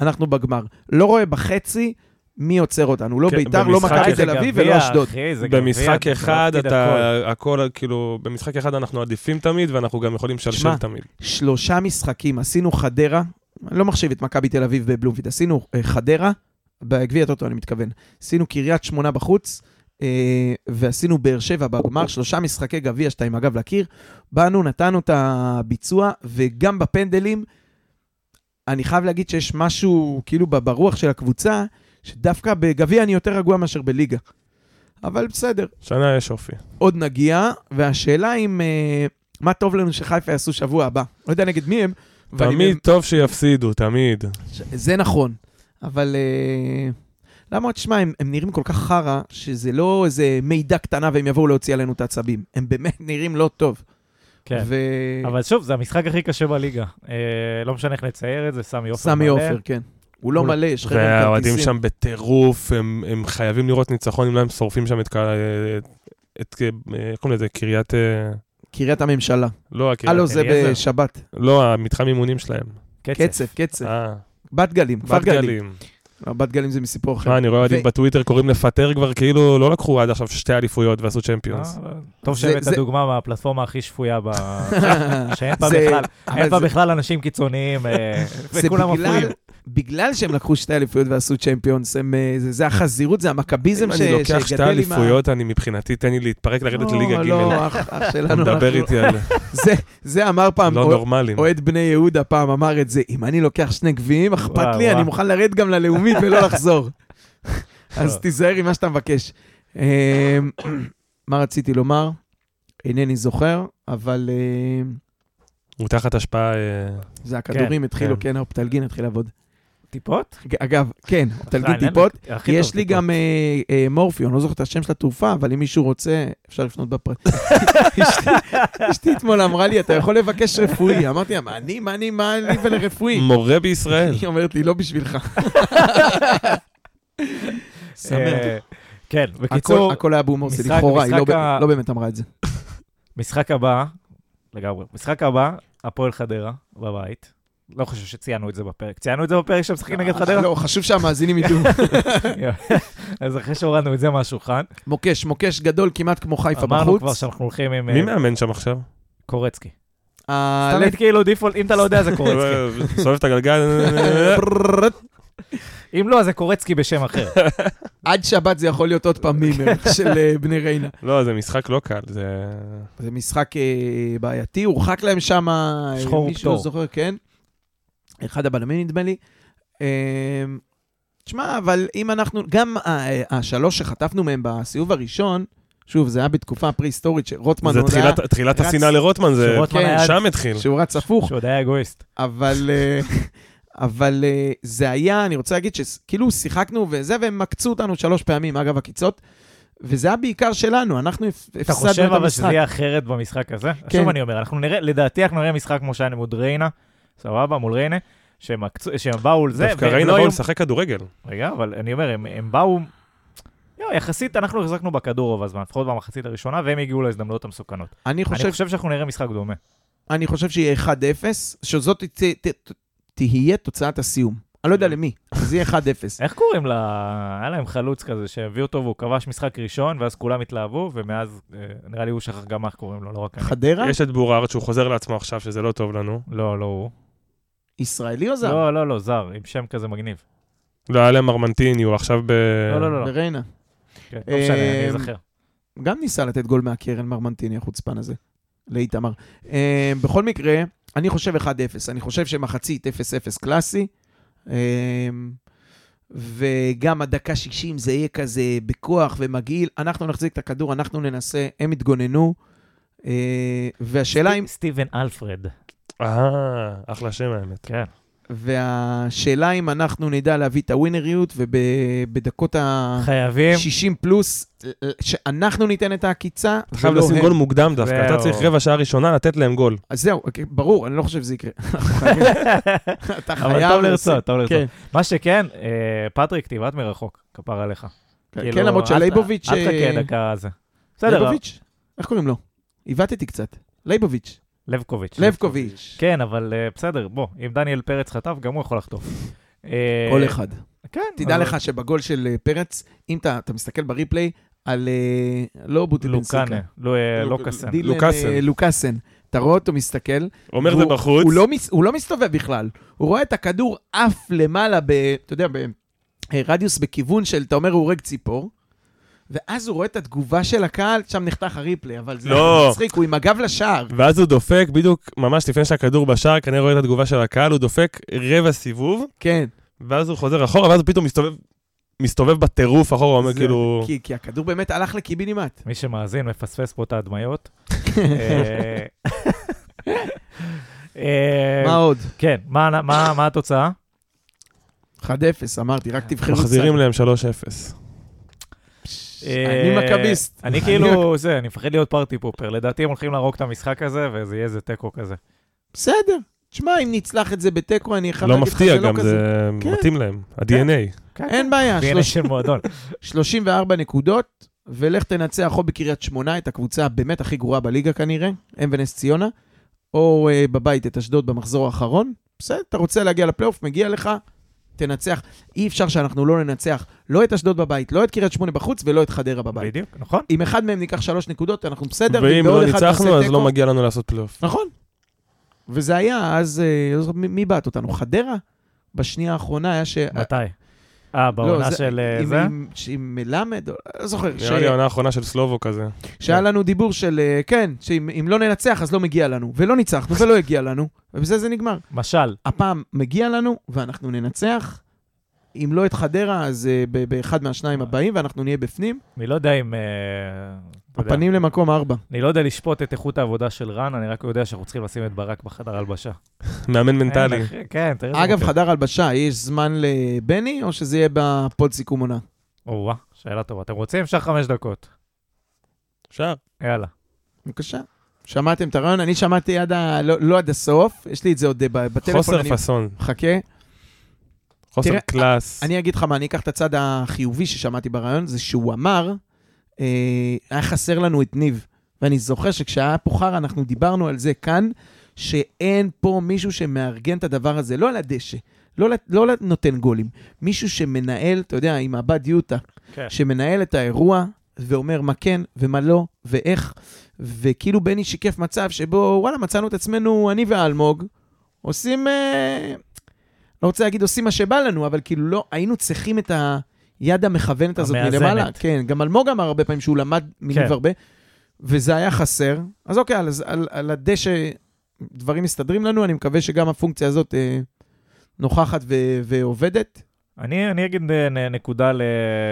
[SPEAKER 3] אנחנו בגמר. לא רואה בחצי מי עוצר אותנו. לא
[SPEAKER 2] כן,
[SPEAKER 3] ביתר, לא
[SPEAKER 2] במשחק
[SPEAKER 3] מכבי
[SPEAKER 2] אחד
[SPEAKER 3] תל אביב
[SPEAKER 1] גביע,
[SPEAKER 3] ולא אשדוד.
[SPEAKER 1] אחי, זה גביע,
[SPEAKER 2] במשחק
[SPEAKER 1] אתה
[SPEAKER 2] אחד
[SPEAKER 1] לא תפקיד הכל.
[SPEAKER 2] אתה, הכל כאילו, במשחק אחד אנחנו עדיפים תמיד, ואנחנו גם יכולים לשלשל
[SPEAKER 3] שמע,
[SPEAKER 2] תמיד.
[SPEAKER 3] שלושה משחקים, עשינו חדרה, אני לא מחשיב את מכבי תל אביב בבלומפילד, עשינו אה, חדרה, בגביע הטוטו אני מתכוון. עשינו קריית שמונה בחוץ, אה, ועשינו באר שבע בגמר, שלושה משחקי גביע שאתה עם הגב לקיר. באנו, נתנו את הביצוע, וגם בפנדלים, אני חייב להגיד שיש משהו, כאילו, ב- ברוח של הקבוצה, שדווקא בגביע אני יותר רגוע מאשר בליגה. אבל בסדר,
[SPEAKER 2] שנה יש אופי.
[SPEAKER 3] עוד נגיע, והשאלה אם... אה, מה טוב לנו שחיפה יעשו שבוע הבא? לא יודע נגד מי הם. ואני-
[SPEAKER 2] תמיד טוב שיפסידו, תמיד.
[SPEAKER 3] ש- זה נכון, אבל... אה, למה, תשמע, הם, הם נראים כל כך חרא, שזה לא איזה מידע קטנה והם יבואו להוציא עלינו את העצבים. הם באמת נראים לא טוב.
[SPEAKER 1] כן.
[SPEAKER 3] ו...
[SPEAKER 1] אבל שוב, זה המשחק הכי קשה בליגה. אה, לא משנה איך נצייר את זה, סמי עופר.
[SPEAKER 3] סמי
[SPEAKER 1] מלא.
[SPEAKER 3] עופר, כן. הוא לא
[SPEAKER 1] הוא-
[SPEAKER 3] מלא, יש חרם
[SPEAKER 2] והאוהדים
[SPEAKER 3] כרטיסים.
[SPEAKER 2] שם בטירוף, הם, הם חייבים לראות ניצחון, אם לא הם שורפים שם את, קה- את, את איך קוראים לזה, קריית, אה,
[SPEAKER 3] קריית הממשלה.
[SPEAKER 2] לא, הקריית,
[SPEAKER 3] הלו, זה
[SPEAKER 1] אליעזר.
[SPEAKER 3] בשבת.
[SPEAKER 2] לא, המתחם אימונים שלהם.
[SPEAKER 1] קצב.
[SPEAKER 3] קצב, קצב.
[SPEAKER 2] אה,
[SPEAKER 3] בת גלים, כפר
[SPEAKER 2] בת
[SPEAKER 3] גלים.
[SPEAKER 2] גלים.
[SPEAKER 3] לא, בת גלים זה מסיפור אחר.
[SPEAKER 2] מה, אני רואה אוהדים
[SPEAKER 3] ו-
[SPEAKER 2] בטוויטר קוראים לפטר כבר, כאילו לא לקחו עד עכשיו שתי אליפויות ועשו צ'מפיונס.
[SPEAKER 1] אה, טוב
[SPEAKER 3] זה-
[SPEAKER 1] שהבאת
[SPEAKER 3] זה-
[SPEAKER 1] דוגמה מהפלטפורמה הכי שפויה, ב- שאין בה
[SPEAKER 3] זה-
[SPEAKER 1] בכלל-
[SPEAKER 3] אבל
[SPEAKER 1] אין בה
[SPEAKER 3] זה-
[SPEAKER 1] בכלל אנשים קיצוניים, אה,
[SPEAKER 3] זה
[SPEAKER 1] וכולם
[SPEAKER 3] בגלל-
[SPEAKER 1] מפריעים.
[SPEAKER 3] בגלל שהם לקחו שתי אליפויות ועשו צ'מפיונס, הם, אה, זה- זה החזירות, זה המכביזם
[SPEAKER 2] אם
[SPEAKER 3] ש-
[SPEAKER 2] אני
[SPEAKER 3] שגדל עם ה...
[SPEAKER 2] לוקח שתי אליפויות, אני מבחינתי, תן לי להתפרק, לרדת
[SPEAKER 3] לא,
[SPEAKER 2] לליגה ג'.
[SPEAKER 3] לא, אח אח
[SPEAKER 2] אתה
[SPEAKER 3] שלנו.
[SPEAKER 2] מדבר
[SPEAKER 3] אנחנו-
[SPEAKER 2] איתי על
[SPEAKER 3] זה- זה אמר פעם,
[SPEAKER 2] לא
[SPEAKER 3] אוה-
[SPEAKER 2] נורמלים.
[SPEAKER 3] אוהד בני יהודה פעם אמר את זה, אם אני לוקח שני גביעים, אכפת
[SPEAKER 1] וואו,
[SPEAKER 3] לי,
[SPEAKER 1] וואו.
[SPEAKER 3] אני מוכן לרדת גם ללאומית ולא לחזור. אז תיזהר עם מה שאתה מבקש. אמ, מה רציתי לומר? אינני זוכר, אבל אמ,
[SPEAKER 2] הוא תחת השפעה... אה,
[SPEAKER 3] זה הכדורים התחילו,
[SPEAKER 2] כן.
[SPEAKER 3] כן, האופטלגין התחיל לעבוד.
[SPEAKER 1] טיפות?
[SPEAKER 3] אגב, כן,
[SPEAKER 1] אה,
[SPEAKER 3] האופטלגין
[SPEAKER 1] אין לי-
[SPEAKER 3] טיפות.
[SPEAKER 1] הכי טוב
[SPEAKER 3] יש לי
[SPEAKER 1] טיפות.
[SPEAKER 3] גם אה, אה, מורפיון, לא זוכר את השם של התרופה, אבל אם מישהו רוצה, אפשר לפנות בפרט. אשתי- אשתי אתמול אמרה לי, אתה יכול לבקש רפואי. אמרתי לה, מה אני, מה אני, מה לי ולרפואי?
[SPEAKER 2] מורה בישראל.
[SPEAKER 3] היא אומרת לי, לא בשבילך. שמח.
[SPEAKER 1] אה, כן,
[SPEAKER 3] הכל-
[SPEAKER 1] בקיצור,
[SPEAKER 3] הכל היה בהומור, זה
[SPEAKER 1] משחק-
[SPEAKER 3] לכאורה, היא לא
[SPEAKER 1] משחק
[SPEAKER 3] ב-
[SPEAKER 1] ה-
[SPEAKER 3] לא באמת אמרה את זה.
[SPEAKER 1] משחק הבא, לגמרי. משחק הבא, הפועל חדרה, בבית. לא חושב שציינו את זה בפרק. ציינו את זה בפרק שמשחקים נגד חדרה?
[SPEAKER 3] לא, חשוב שהמאזינים ידעו.
[SPEAKER 1] אז אחרי שהורדנו את זה מהשולחן,
[SPEAKER 3] מוקש, מוקש גדול כמעט כמו חיפה
[SPEAKER 1] אמרנו כבר
[SPEAKER 3] בחוץ. אה,
[SPEAKER 1] שאנחנו הולכים עם אה,
[SPEAKER 2] מי מאמן שם עכשיו?
[SPEAKER 1] קורצקי.
[SPEAKER 3] ה-
[SPEAKER 1] תמיד כאילו דיפולט, אם אתה לא יודע זה קורצקי.
[SPEAKER 2] סובב את הגלגל.
[SPEAKER 3] פרררט.
[SPEAKER 1] אם לא, אז זה קורצקי בשם אחר.
[SPEAKER 3] עד שבת זה יכול להיות עוד פעם מימר של אה, בני ריינה.
[SPEAKER 2] לא, זה משחק לא קל, זה...
[SPEAKER 3] זה משחק אה, בעייתי, הורחק להם שם,
[SPEAKER 1] שחור
[SPEAKER 3] מישהו
[SPEAKER 1] ופטור.
[SPEAKER 3] זוכר, כן? אחד הבלמים נדמה לי. אה, תשמע, אבל אם אנחנו, גם ה- השלוש שחטפנו מהם בסיבוב הראשון, שוב, זה היה בתקופה הפרה-היסטורית שרוטמן
[SPEAKER 2] זה
[SPEAKER 3] עוד היה,
[SPEAKER 2] תחילת- תחילת
[SPEAKER 3] רץ-
[SPEAKER 2] השנאה לרוטמן, זה...
[SPEAKER 1] שרוטמן
[SPEAKER 3] כן,
[SPEAKER 1] היה,
[SPEAKER 2] שם התחיל.
[SPEAKER 3] שהוא רץ הפוך,
[SPEAKER 1] שעוד היה אגואיסט.
[SPEAKER 3] אבל... אה, אבל אה, זה היה, אני רוצה להגיד שכאילו שיחקנו וזה, והם עקצו אותנו שלוש פעמים, אגב, עקיצות, וזה היה בעיקר שלנו, אנחנו הפ-
[SPEAKER 1] אתה
[SPEAKER 3] הפסדנו את המשחק. כן.
[SPEAKER 1] חושב אבל שזה יהיה אחרת במשחק הזה? שוב אני אומר, אנחנו נראה, לדעתי אנחנו נראה משחק כמו שהיה מול ריינה, סבבה, מול ריינה, שהם עקצו- שהם באו על זה,
[SPEAKER 2] דווקא
[SPEAKER 1] והם
[SPEAKER 2] ריינה
[SPEAKER 1] לא
[SPEAKER 2] באו
[SPEAKER 1] היו-
[SPEAKER 2] לשחק כדורגל.
[SPEAKER 1] רגע, אבל אני אומר, הם, הם באו... לא, יחסית אנחנו החזקנו בכדור רוב הזמן, לפחות במחצית הראשונה, והם הגיעו להזדמנויות המסוכנות.
[SPEAKER 3] אני חושב
[SPEAKER 1] אני חושב שאנחנו נראה משחק דומה.
[SPEAKER 3] אני חושב שיהיה 1-0, שזאת ת, ת, ת, תהיה תוצאת הסיום. אני לא יודע למי, זה יהיה 1-0.
[SPEAKER 1] איך קוראים ל... היה להם חלוץ כזה שהביא אותו והוא כבש משחק ראשון, ואז כולם התלהבו, ומאז אה, נראה לי הוא שכח גם איך קוראים לו, לא רק אני.
[SPEAKER 3] חדרה?
[SPEAKER 2] יש את בורארד שהוא חוזר לעצמו עכשיו, שזה לא טוב לנו.
[SPEAKER 1] לא, לא הוא.
[SPEAKER 3] ישראלי או זר?
[SPEAKER 1] לא, לא, לא, זר, עם שם כזה מגניב.
[SPEAKER 2] לא, היה להם ארמנטיני, הוא עכשיו ב...
[SPEAKER 1] לא, לא, לא, לא.
[SPEAKER 3] בריינה.
[SPEAKER 1] כן, לא משנה, אני
[SPEAKER 3] אה,
[SPEAKER 1] אזכר.
[SPEAKER 3] גם ניסה לתת גול מהקרן, מרמנטיני החוצפן הזה, לאיתמר. אה, בכל מקרה, אני חושב 1-0. אני חושב שמחצית 0-0 קלאסי. אה, וגם הדקה 60 זה יהיה כזה בכוח ומגעיל. אנחנו נחזיק את הכדור, אנחנו ננסה, הם יתגוננו. אה, והשאלה אם...
[SPEAKER 1] סטיבן אלפרד.
[SPEAKER 2] אה, אחלה שם האמת.
[SPEAKER 1] כן.
[SPEAKER 3] והשאלה אם אנחנו נדע להביא את הווינריות, ובדקות ה-60
[SPEAKER 1] חייבים.
[SPEAKER 3] פלוס, שאנחנו ניתן את העקיצה,
[SPEAKER 2] אתה חייב
[SPEAKER 3] ולא
[SPEAKER 2] לשים
[SPEAKER 3] לא הם.
[SPEAKER 2] גול מוקדם דווקא, אתה
[SPEAKER 1] זהו.
[SPEAKER 2] צריך רבע שעה ראשונה לתת להם גול.
[SPEAKER 3] אז זהו, אוקיי, ברור, אני לא חושב שזה יקרה. אתה
[SPEAKER 1] אבל
[SPEAKER 3] חייב
[SPEAKER 1] טוב לרצות, טוב
[SPEAKER 3] כן,
[SPEAKER 1] לרצות. מה שכן, אה, פטריק, תבעט מרחוק, כפר עליך.
[SPEAKER 3] כן,
[SPEAKER 1] כאילו,
[SPEAKER 3] כן, למרות
[SPEAKER 1] אל-
[SPEAKER 3] שלייבוביץ'...
[SPEAKER 1] אל
[SPEAKER 3] אה,
[SPEAKER 1] תחכה דקה זה. בסדר,
[SPEAKER 3] לייבוביץ'? איך קוראים לו? עיוותתי קצת. לייבוביץ'.
[SPEAKER 1] לבקוביץ'.
[SPEAKER 3] לבקוביץ'.
[SPEAKER 1] כן, אבל אה, בסדר, בוא, אם דניאל פרץ חטף, גם הוא יכול לחטוף. אה,
[SPEAKER 3] כל אחד.
[SPEAKER 1] כן.
[SPEAKER 3] תדע
[SPEAKER 1] אבל-
[SPEAKER 3] לך שבגול של אה, פרץ, אם אתה אתה מסתכל בריפליי, על אה, לא בוטלינסיקה.
[SPEAKER 1] לוקאנה, לא, אה,
[SPEAKER 2] לוק-
[SPEAKER 1] לוקאסן.
[SPEAKER 3] דילן,
[SPEAKER 2] לוקאסן.
[SPEAKER 3] אה, לוקאסן. אתה רואה אותו מסתכל,
[SPEAKER 2] אומר
[SPEAKER 3] והוא-
[SPEAKER 2] זה בחוץ.
[SPEAKER 3] הוא לא, מס, הוא לא מסתובב בכלל, הוא רואה את הכדור עף למעלה, ב, אתה יודע, ברדיוס בכיוון של, אתה אומר, הוא הורג ציפור, ואז הוא רואה את התגובה של הקהל, שם נחתך הריפלי, אבל זה
[SPEAKER 2] לא.
[SPEAKER 3] מצחיק, הוא עם הגב לשער.
[SPEAKER 2] ואז הוא דופק, בדיוק ממש לפני שהכדור בשער, כנראה רואה את התגובה של הקהל, הוא דופק רבע סיבוב,
[SPEAKER 3] כן.
[SPEAKER 2] ואז הוא חוזר אחורה, ואז הוא פתאום מסתובב, מסתובב בטירוף אחורה, הוא אומר
[SPEAKER 3] זה-
[SPEAKER 2] כאילו...
[SPEAKER 3] כי, כי הכדור באמת הלך לקיבינימט.
[SPEAKER 1] מי שמאזין מפספס פה את ההדמיות. אה, אה,
[SPEAKER 3] מה עוד?
[SPEAKER 1] כן, מה- מה מה התוצאה?
[SPEAKER 3] 1-0, אמרתי, רק תבחרו צד.
[SPEAKER 2] מחזירים להם 3-0.
[SPEAKER 3] אני
[SPEAKER 1] אה,
[SPEAKER 3] מכביסט.
[SPEAKER 1] אני כאילו, זה, אני מפחד להיות פארטי פופר. לדעתי הם הולכים להרוג את המשחק הזה, וזה יהיה איזה תיקו כזה.
[SPEAKER 3] בסדר. תשמע, אם נצלח את זה בתיקו, אני חייב
[SPEAKER 2] לא
[SPEAKER 3] להגיד לך
[SPEAKER 2] מפתיע
[SPEAKER 3] שזה לא
[SPEAKER 2] גם,
[SPEAKER 3] כזה.
[SPEAKER 2] זה
[SPEAKER 3] כן.
[SPEAKER 2] מתאים להם. ה-DNA.
[SPEAKER 3] אין בעיה,
[SPEAKER 1] DNA
[SPEAKER 3] כן. שלוש-
[SPEAKER 1] של מועדון.
[SPEAKER 3] 34 נקודות, ולך תנצח או בקריית שמונה, את הקבוצה הבאמת הכי גרועה בליגה כנראה, הם ונס ציונה, או אה, בבית את אשדוד במחזור האחרון. בסדר, אתה רוצה להגיע לפלייאוף, מגיע לך, תנצח. אי אפשר שאנחנו לא ננצח לא את אשדוד בבית, לא את קריית שמונה בחוץ ולא את חדרה בבית.
[SPEAKER 1] בדיוק, נכון?
[SPEAKER 3] אם אחד מהם ניקח שלוש נקודות, אנחנו בסדר,
[SPEAKER 2] ואם
[SPEAKER 3] בעוד
[SPEAKER 2] לא
[SPEAKER 3] אחד
[SPEAKER 2] ניצחנו,
[SPEAKER 3] נעשה
[SPEAKER 2] אז
[SPEAKER 3] תיקו.
[SPEAKER 2] לא מגיע לנו לעשות פלייאוף.
[SPEAKER 3] נכון. וזה היה, אז אה, אז מי מי בעט אותנו? חדרה? בשנייה האחרונה היה ש...
[SPEAKER 1] מתי? אה, בעונה של אה,
[SPEAKER 3] לא, עם-
[SPEAKER 1] זה?
[SPEAKER 3] עם- עם מלמד, או- לא זוכר. ש-
[SPEAKER 2] נראה לי העונה האחרונה של סלובו כזה.
[SPEAKER 1] כן.
[SPEAKER 3] שהיה לנו דיבור של, אה, כן, שאם אם לא ננצח אז לא מגיע לנו, ולא ניצחנו ולא הגיע לנו, ובזה זה נגמר.
[SPEAKER 1] משל.
[SPEAKER 3] הפעם מגיע לנו ואנחנו ננצח, אם לא את חדרה אז אה, ב- באחד מהשניים הבאים ואנחנו נהיה בפנים,
[SPEAKER 1] אני לא יודע אם... אה, אתה יודע.
[SPEAKER 3] הפנים למקום ארבע.
[SPEAKER 1] אני לא יודע לשפוט את איכות העבודה של רן, אני רק יודע שאנחנו צריכים לשים את ברק בחדר הלבשה.
[SPEAKER 2] מאמן מנטלי.
[SPEAKER 1] אין לך- כן, תראה איזה
[SPEAKER 3] אגב,
[SPEAKER 1] מוקד.
[SPEAKER 3] חדר הלבשה, יש זמן לבני או שזה יהיה בפוד סיכום עונה?
[SPEAKER 1] או-אה, שאלה טובה. אתם רוצים? אפשר חמש דקות.
[SPEAKER 2] אפשר.
[SPEAKER 1] יאללה.
[SPEAKER 3] בבקשה. שמעתם את הרעיון? אני שמעתי עד ה... לא, לא עד הסוף, יש לי את זה עוד אה, ב- בטלפון.
[SPEAKER 2] חוסר
[SPEAKER 3] אני...
[SPEAKER 2] פאסון,
[SPEAKER 3] חכה.
[SPEAKER 2] חוסר
[SPEAKER 3] תראה,
[SPEAKER 2] קלאס.
[SPEAKER 3] אני אגיד לך מה, אני אקח את הצד החיובי ששמעתי ברעיון, זה שהוא אמר, אה, היה חסר לנו את ניב. ואני זוכר שכשהיה פה חרא, אנחנו דיברנו על זה כאן, שאין פה מישהו שמארגן את הדבר הזה, לא על הדשא, לא, לת- לא לת- נותן גולים, מישהו שמנהל, אתה יודע, עם הבת יוטה,
[SPEAKER 1] כן.
[SPEAKER 3] שמנהל את האירוע ואומר מה כן ומה לא ואיך, וכאילו בני שיקף מצב שבו, וואלה, מצאנו את עצמנו, אני ואלמוג, עושים, אה, לא רוצה להגיד עושים מה שבא לנו, אבל כאילו לא, היינו צריכים את היד המכוונת הזאת
[SPEAKER 1] המאזנת.
[SPEAKER 3] מלמעלה. כן, גם אלמוג אמר הרבה פעמים שהוא למד מניב
[SPEAKER 1] כן.
[SPEAKER 3] הרבה, וזה היה חסר. אז אוקיי, על, על, על הדשא דברים מסתדרים לנו, אני מקווה שגם הפונקציה הזאת אה, נוכחת ו, ועובדת.
[SPEAKER 1] אני, אני אגיד אה, נ- נקודה ל,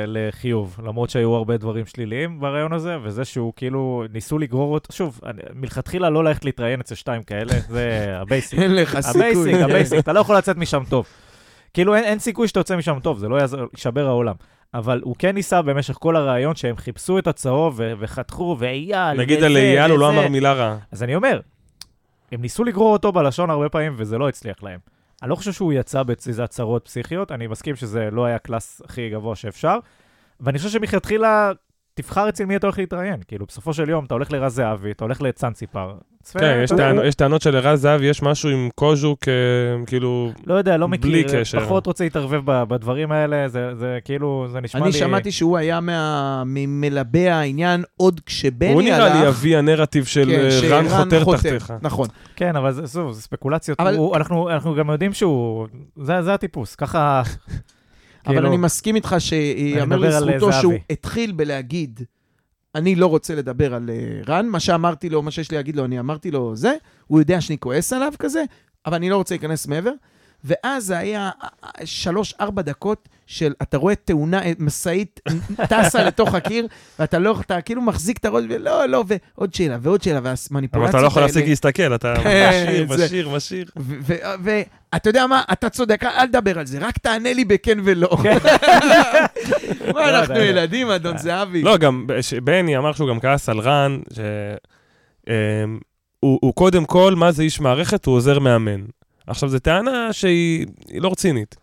[SPEAKER 1] לחיוב, למרות שהיו הרבה דברים שליליים ברעיון הזה, וזה שהוא כאילו, ניסו לגרור אותו, שוב, אני, מלכתחילה לא ללכת להתראיין אצל שתיים כאלה, זה הבייסיק.
[SPEAKER 3] אין לך סיכוי.
[SPEAKER 1] הבייסיק, הבייסיק, אתה לא יכול לצאת משם טוב. כאילו, אין, אין סיכוי שאתה יוצא משם טוב, זה לא יעזור, יישבר העולם. אבל הוא כן ניסה במשך כל הרעיון שהם חיפשו את הצהוב ו- וחתכו, ואייל,
[SPEAKER 2] נגיד
[SPEAKER 1] וזה,
[SPEAKER 2] על אייל, הוא לא
[SPEAKER 1] וזה.
[SPEAKER 2] אמר מילה רעה.
[SPEAKER 1] אז אני אומר, הם ניסו לגרור אותו בלשון הרבה פעמים, וזה לא הצליח להם. אני לא חושב שהוא יצא באיזה הצהרות פסיכיות, אני מסכים שזה לא היה הקלאס הכי גבוה שאפשר, ואני חושב שמלכתחילה, תבחר אצל מי אתה הולך להתראיין. כאילו, בסופו של יום, אתה הולך לרז זהבי, אתה הולך לצאנציפר. צפה,
[SPEAKER 2] כן, יש
[SPEAKER 1] אתה-
[SPEAKER 2] טענו- יש טענות של ערן זהבי, יש משהו עם קוז'וק, אה, כאילו,
[SPEAKER 1] לא יודע, לא מכיר,
[SPEAKER 2] בלי קשר.
[SPEAKER 1] פחות רוצה להתערבב ב- בדברים האלה, זה, זה כאילו, זה נשמע לי...
[SPEAKER 3] אני שמעתי שהוא היה מה- ממלבי העניין עוד כשבני הלך.
[SPEAKER 2] הוא נראה לי אבי הנרטיב של
[SPEAKER 3] כן,
[SPEAKER 2] אה, רן
[SPEAKER 3] שרן
[SPEAKER 2] חותר תחתיך.
[SPEAKER 3] נכון.
[SPEAKER 1] כן, אבל זה, שוב, זה ספקולציות.
[SPEAKER 3] אבל-
[SPEAKER 1] הוא, אנחנו, אנחנו גם יודעים שהוא... זה, זה הטיפוס, ככה...
[SPEAKER 3] אבל
[SPEAKER 1] כאילו-
[SPEAKER 3] אני מסכים איתך שייאמר
[SPEAKER 1] מדבר על
[SPEAKER 3] לזכותו
[SPEAKER 1] זהבי.
[SPEAKER 3] שהוא התחיל בלהגיד, אני לא רוצה לדבר על אה, רן, מה שאמרתי לו, מה שיש לי להגיד לו, אני אמרתי לו זה, הוא יודע שאני כועס עליו כזה, אבל אני לא רוצה להיכנס מעבר. ואז זה היה אה, שלוש-ארבע דקות של, אתה רואה תאונה, אה, משאית טסה לתוך הקיר, ואתה לא, אתה כאילו מחזיק את הראש, ולא, לא, ועוד שאלה, ועוד שאלה,
[SPEAKER 2] אבל
[SPEAKER 3] והמניפולציות
[SPEAKER 2] אתה לא יכול
[SPEAKER 3] האלה-
[SPEAKER 2] להפסיק להסתכל, אתה
[SPEAKER 3] כן,
[SPEAKER 2] משאיר,
[SPEAKER 3] זה-
[SPEAKER 2] משאיר, משאיר.
[SPEAKER 3] ואתה יודע מה, אה, אתה צודק, אל תדבר על זה, רק תענה לי בכן ולא. מה,
[SPEAKER 1] כן. לא,
[SPEAKER 3] אנחנו
[SPEAKER 1] אתה-
[SPEAKER 3] ילדים, אדון זהבי.
[SPEAKER 2] לא, גם ש- בני אמר שהוא גם כעס על רן, ש... אמ, הוא, הוא קודם כל, מה זה איש מערכת? הוא עוזר מאמן. עכשיו, זו טענה שהיא היא לא רצינית.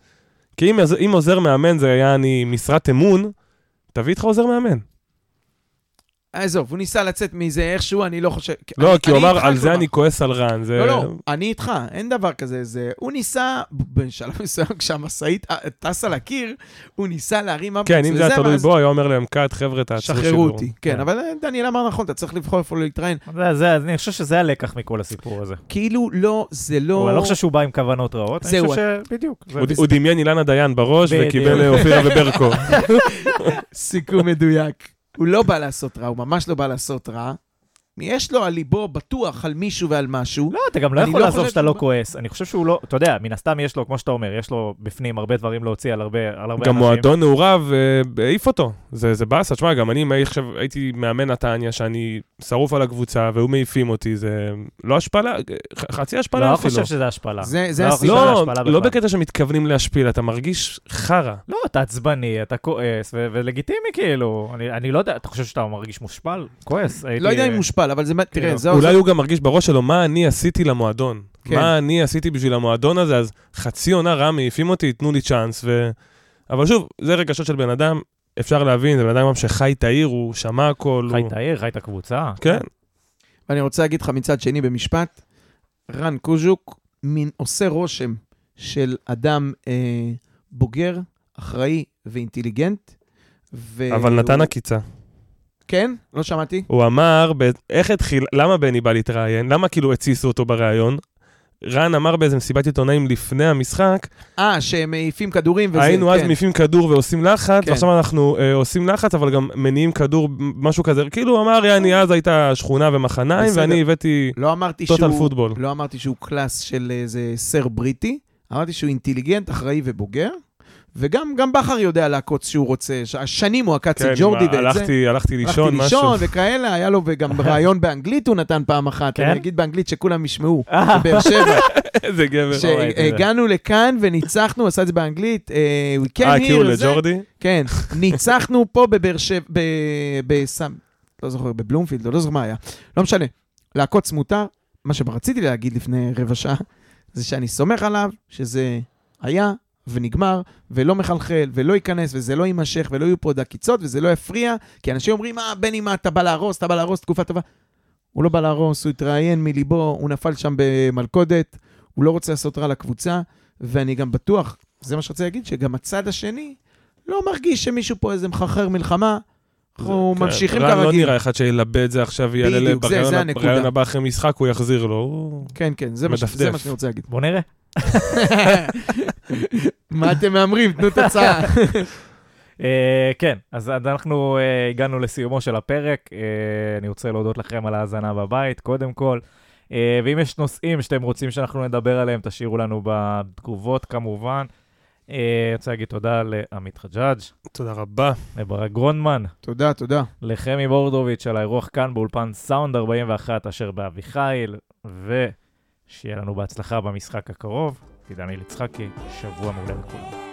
[SPEAKER 2] כי אם, עוז- אם עוזר מאמן זה היה אני משרת אמון, תביא איתך עוזר מאמן.
[SPEAKER 3] אה, עזוב, הוא ניסה לצאת מזה איכשהו, אני לא חושב...
[SPEAKER 2] לא,
[SPEAKER 3] אני-
[SPEAKER 2] כי הוא
[SPEAKER 3] אני
[SPEAKER 2] אמר,
[SPEAKER 3] איתך
[SPEAKER 2] על זה
[SPEAKER 3] כלומר."
[SPEAKER 2] אני כועס על רן. זה...
[SPEAKER 3] לא, לא, אני איתך, אין דבר כזה. זה... הוא ניסה, בשלב מסוים, כשהמשאית אה, טסה לקיר, הוא ניסה להרים אמבוס.
[SPEAKER 2] כן, אם זה היה תלוי בו, היה אומר להם, קאט, חבר'ה, תעצרו
[SPEAKER 3] שחררו
[SPEAKER 2] שידור."
[SPEAKER 3] אותי. כן, אבל אה, דניאל אמר נכון, אתה צריך לבחור איפה להתראיין.
[SPEAKER 1] זה- זה- אני חושב שזה הלקח מכל הסיפור הזה.
[SPEAKER 3] כאילו, לא, זה לא...
[SPEAKER 1] אני לא חושב שהוא בא עם כוונות רעות, אני
[SPEAKER 3] זהו.
[SPEAKER 1] חושב ש... בדיוק. זה
[SPEAKER 2] הוא-
[SPEAKER 1] בס-
[SPEAKER 2] הוא דמיין אילנה דיין בראש,
[SPEAKER 1] בדיוק.
[SPEAKER 2] וקיבל אה, אופירה וברקו.
[SPEAKER 3] סיכום מדויק. הוא לא בא לעשות רע, הוא ממש לא בא לעשות רע. יש לו על ליבו בטוח על מישהו ועל משהו.
[SPEAKER 1] לא, אתה גם לא
[SPEAKER 3] אני
[SPEAKER 1] יכול
[SPEAKER 3] לא
[SPEAKER 1] לעזוב
[SPEAKER 3] חושב
[SPEAKER 1] שאתה לא
[SPEAKER 3] שהוא-
[SPEAKER 1] כועס. אני חושב שהוא לא, אתה יודע, מן הסתם יש לו, כמו שאתה אומר, יש לו בפנים הרבה דברים להוציא על הרבה על הרבה אנשים.
[SPEAKER 2] גם מועדון נעוריו אה, העיף אותו. זה זה באסה. תשמע, גם אני, אם הייתי עכשיו הייתי מאמן נתניה, שאני שרוף על הקבוצה, והיו מעיפים אותי, זה לא השפלה, ח- חצי
[SPEAKER 1] לא,
[SPEAKER 2] השפלה
[SPEAKER 1] אני
[SPEAKER 2] אפילו.
[SPEAKER 1] חושב שזה השפלה.
[SPEAKER 3] זה- זה
[SPEAKER 1] לא,
[SPEAKER 3] הסיבה.
[SPEAKER 1] שזה
[SPEAKER 2] לא,
[SPEAKER 1] השפלה
[SPEAKER 2] לא
[SPEAKER 1] בכלל.
[SPEAKER 2] בקטע שמתכוונים להשפיל, אתה מרגיש חרא.
[SPEAKER 1] לא, אתה עצבני, אתה כועס, ו- ולגיטימי כאילו. אני- אני לא יודע, אתה חושב שאתה מרגיש מושפל? כועס.
[SPEAKER 3] לא יודע אם הוא מושפל, אבל זה... מה- תראה, לא, זה...
[SPEAKER 2] כן, אולי הוא גם מרגיש בראש שלו, מה אני עשיתי למועדון?
[SPEAKER 3] כן.
[SPEAKER 2] מה אני עשיתי בשביל המועדון הזה? אז חצי עונה רע, מעיפים אותי, תנו לי צ'אנס. ו... אבל שוב, זה רגשות של בן אדם, אפשר להבין, זה בן אדם גם שחי את העיר, הוא שמע הכל.
[SPEAKER 1] חי
[SPEAKER 2] הוא-
[SPEAKER 1] את העיר, חי את הקבוצה.
[SPEAKER 2] כן.
[SPEAKER 3] ואני רוצה להגיד לך מצד שני במשפט, רן קוז'וק מין עושה רושם של אדם אה, בוגר, אחראי ואינטליגנט. ו...
[SPEAKER 2] אבל נתן עקיצה.
[SPEAKER 3] כן? לא שמעתי.
[SPEAKER 2] הוא אמר, ב- איך התחיל, למה בני בא להתראיין? למה כאילו התסיסו אותו בריאיון? רן אמר באיזה מסיבת עיתונאים לפני המשחק,
[SPEAKER 3] אה, שהם מעיפים כדורים וזה...
[SPEAKER 2] היינו אז
[SPEAKER 3] כן.
[SPEAKER 2] מעיפים כדור ועושים לחץ,
[SPEAKER 3] כן.
[SPEAKER 2] ועכשיו אנחנו אה, עושים לחץ, אבל גם מניעים כדור, מ- משהו כזה. כאילו, הוא אמר, יעני, אז הייתה שכונה ומחניים,
[SPEAKER 3] בסדר.
[SPEAKER 2] ואני הבאתי
[SPEAKER 3] לא אמרתי
[SPEAKER 2] טוטל
[SPEAKER 3] שהוא...
[SPEAKER 2] פוטבול.
[SPEAKER 3] לא אמרתי שהוא קלאס של איזה סר בריטי, אמרתי שהוא אינטליגנט, אחראי ובוגר, וגם גם בכר יודע לעקוץ שהוא רוצה, ש- שנים הוא עקץ
[SPEAKER 2] כן,
[SPEAKER 3] את ג'ורדי
[SPEAKER 2] מה,
[SPEAKER 3] ואת זה.
[SPEAKER 2] הלכתי, הלכתי לישון,
[SPEAKER 3] הלכתי
[SPEAKER 2] משהו.
[SPEAKER 3] לישון וכאלה, היה לו וגם ראיון באנגלית הוא נתן פעם אחת,
[SPEAKER 1] כן?
[SPEAKER 3] אני אגיד באנגלית שכולם ישמעו,
[SPEAKER 1] אה.
[SPEAKER 3] בבאר שבע,
[SPEAKER 2] איזה גבר.
[SPEAKER 1] ש-
[SPEAKER 3] אה,
[SPEAKER 1] ראיתי את זה.
[SPEAKER 3] שהגענו לכאן וניצחנו, הוא עשה את זה באנגלית, אה, we
[SPEAKER 2] אה,
[SPEAKER 3] can
[SPEAKER 2] כי הוא
[SPEAKER 3] hear, זה,
[SPEAKER 2] לג'ורדי?
[SPEAKER 3] כן, ניצחנו פה בבאר שבע, ב- בסם, לא זוכר, בבלומפילד, לא זוכר מה היה. לא משנה, לעקוץ מותר. מה שרציתי להגיד לפני רבע שעה, זה שאני סומך עליו, שזה היה ונגמר, ולא מחלחל, ולא ייכנס, וזה לא יימשך, ולא יהיו פה דקיצות, וזה לא יפריע, כי אנשים אומרים, אה, בני, מה, אתה בא להרוס, אתה בא להרוס, תקופה טובה. הוא לא בא להרוס, הוא התראיין מליבו, הוא נפל שם במלכודת, הוא לא רוצה לעשות רע לקבוצה, ואני גם בטוח, זה מה שרציתי להגיד, שגם הצד השני לא מרגיש שמישהו פה איזה מחרחר מלחמה, אנחנו
[SPEAKER 2] כן,
[SPEAKER 3] ממשיכים
[SPEAKER 2] רן לא
[SPEAKER 3] כרגיל.
[SPEAKER 2] נראה אחד שילבה את זה עכשיו, יעלה
[SPEAKER 3] בדיוק, זה- זה
[SPEAKER 2] לבריאיון
[SPEAKER 3] הנקודה.
[SPEAKER 2] בריאיון הבא אחרי משחק, הוא יחזיר לו. הוא-
[SPEAKER 3] כן, כן, זה מה ש- זה
[SPEAKER 2] מדפדף.
[SPEAKER 3] מה שאני רוצה להגיד.
[SPEAKER 1] בוא נראה.
[SPEAKER 3] מה אתם מהמרים? תנו תוצאה.
[SPEAKER 1] אה, כן, אז עד אנחנו אה, הגענו לסיומו של הפרק. אה, אני רוצה להודות לכם על ההאזנה בבית, קודם כל. אה, ואם יש נושאים שאתם רוצים שאנחנו נדבר עליהם, תשאירו לנו בתגובות כמובן. אה, אני רוצה להגיד תודה לעמית חג'אג',
[SPEAKER 2] תודה רבה.
[SPEAKER 1] לברק גרונמן,
[SPEAKER 3] תודה, תודה.
[SPEAKER 1] לחמי בורדוביץ' על האירוח כאן באולפן סאונד 41 אשר באביחיל, ושיהיה לנו בהצלחה במשחק הקרוב. כי דניאל יצחקי, שבוע מעולה לכולם.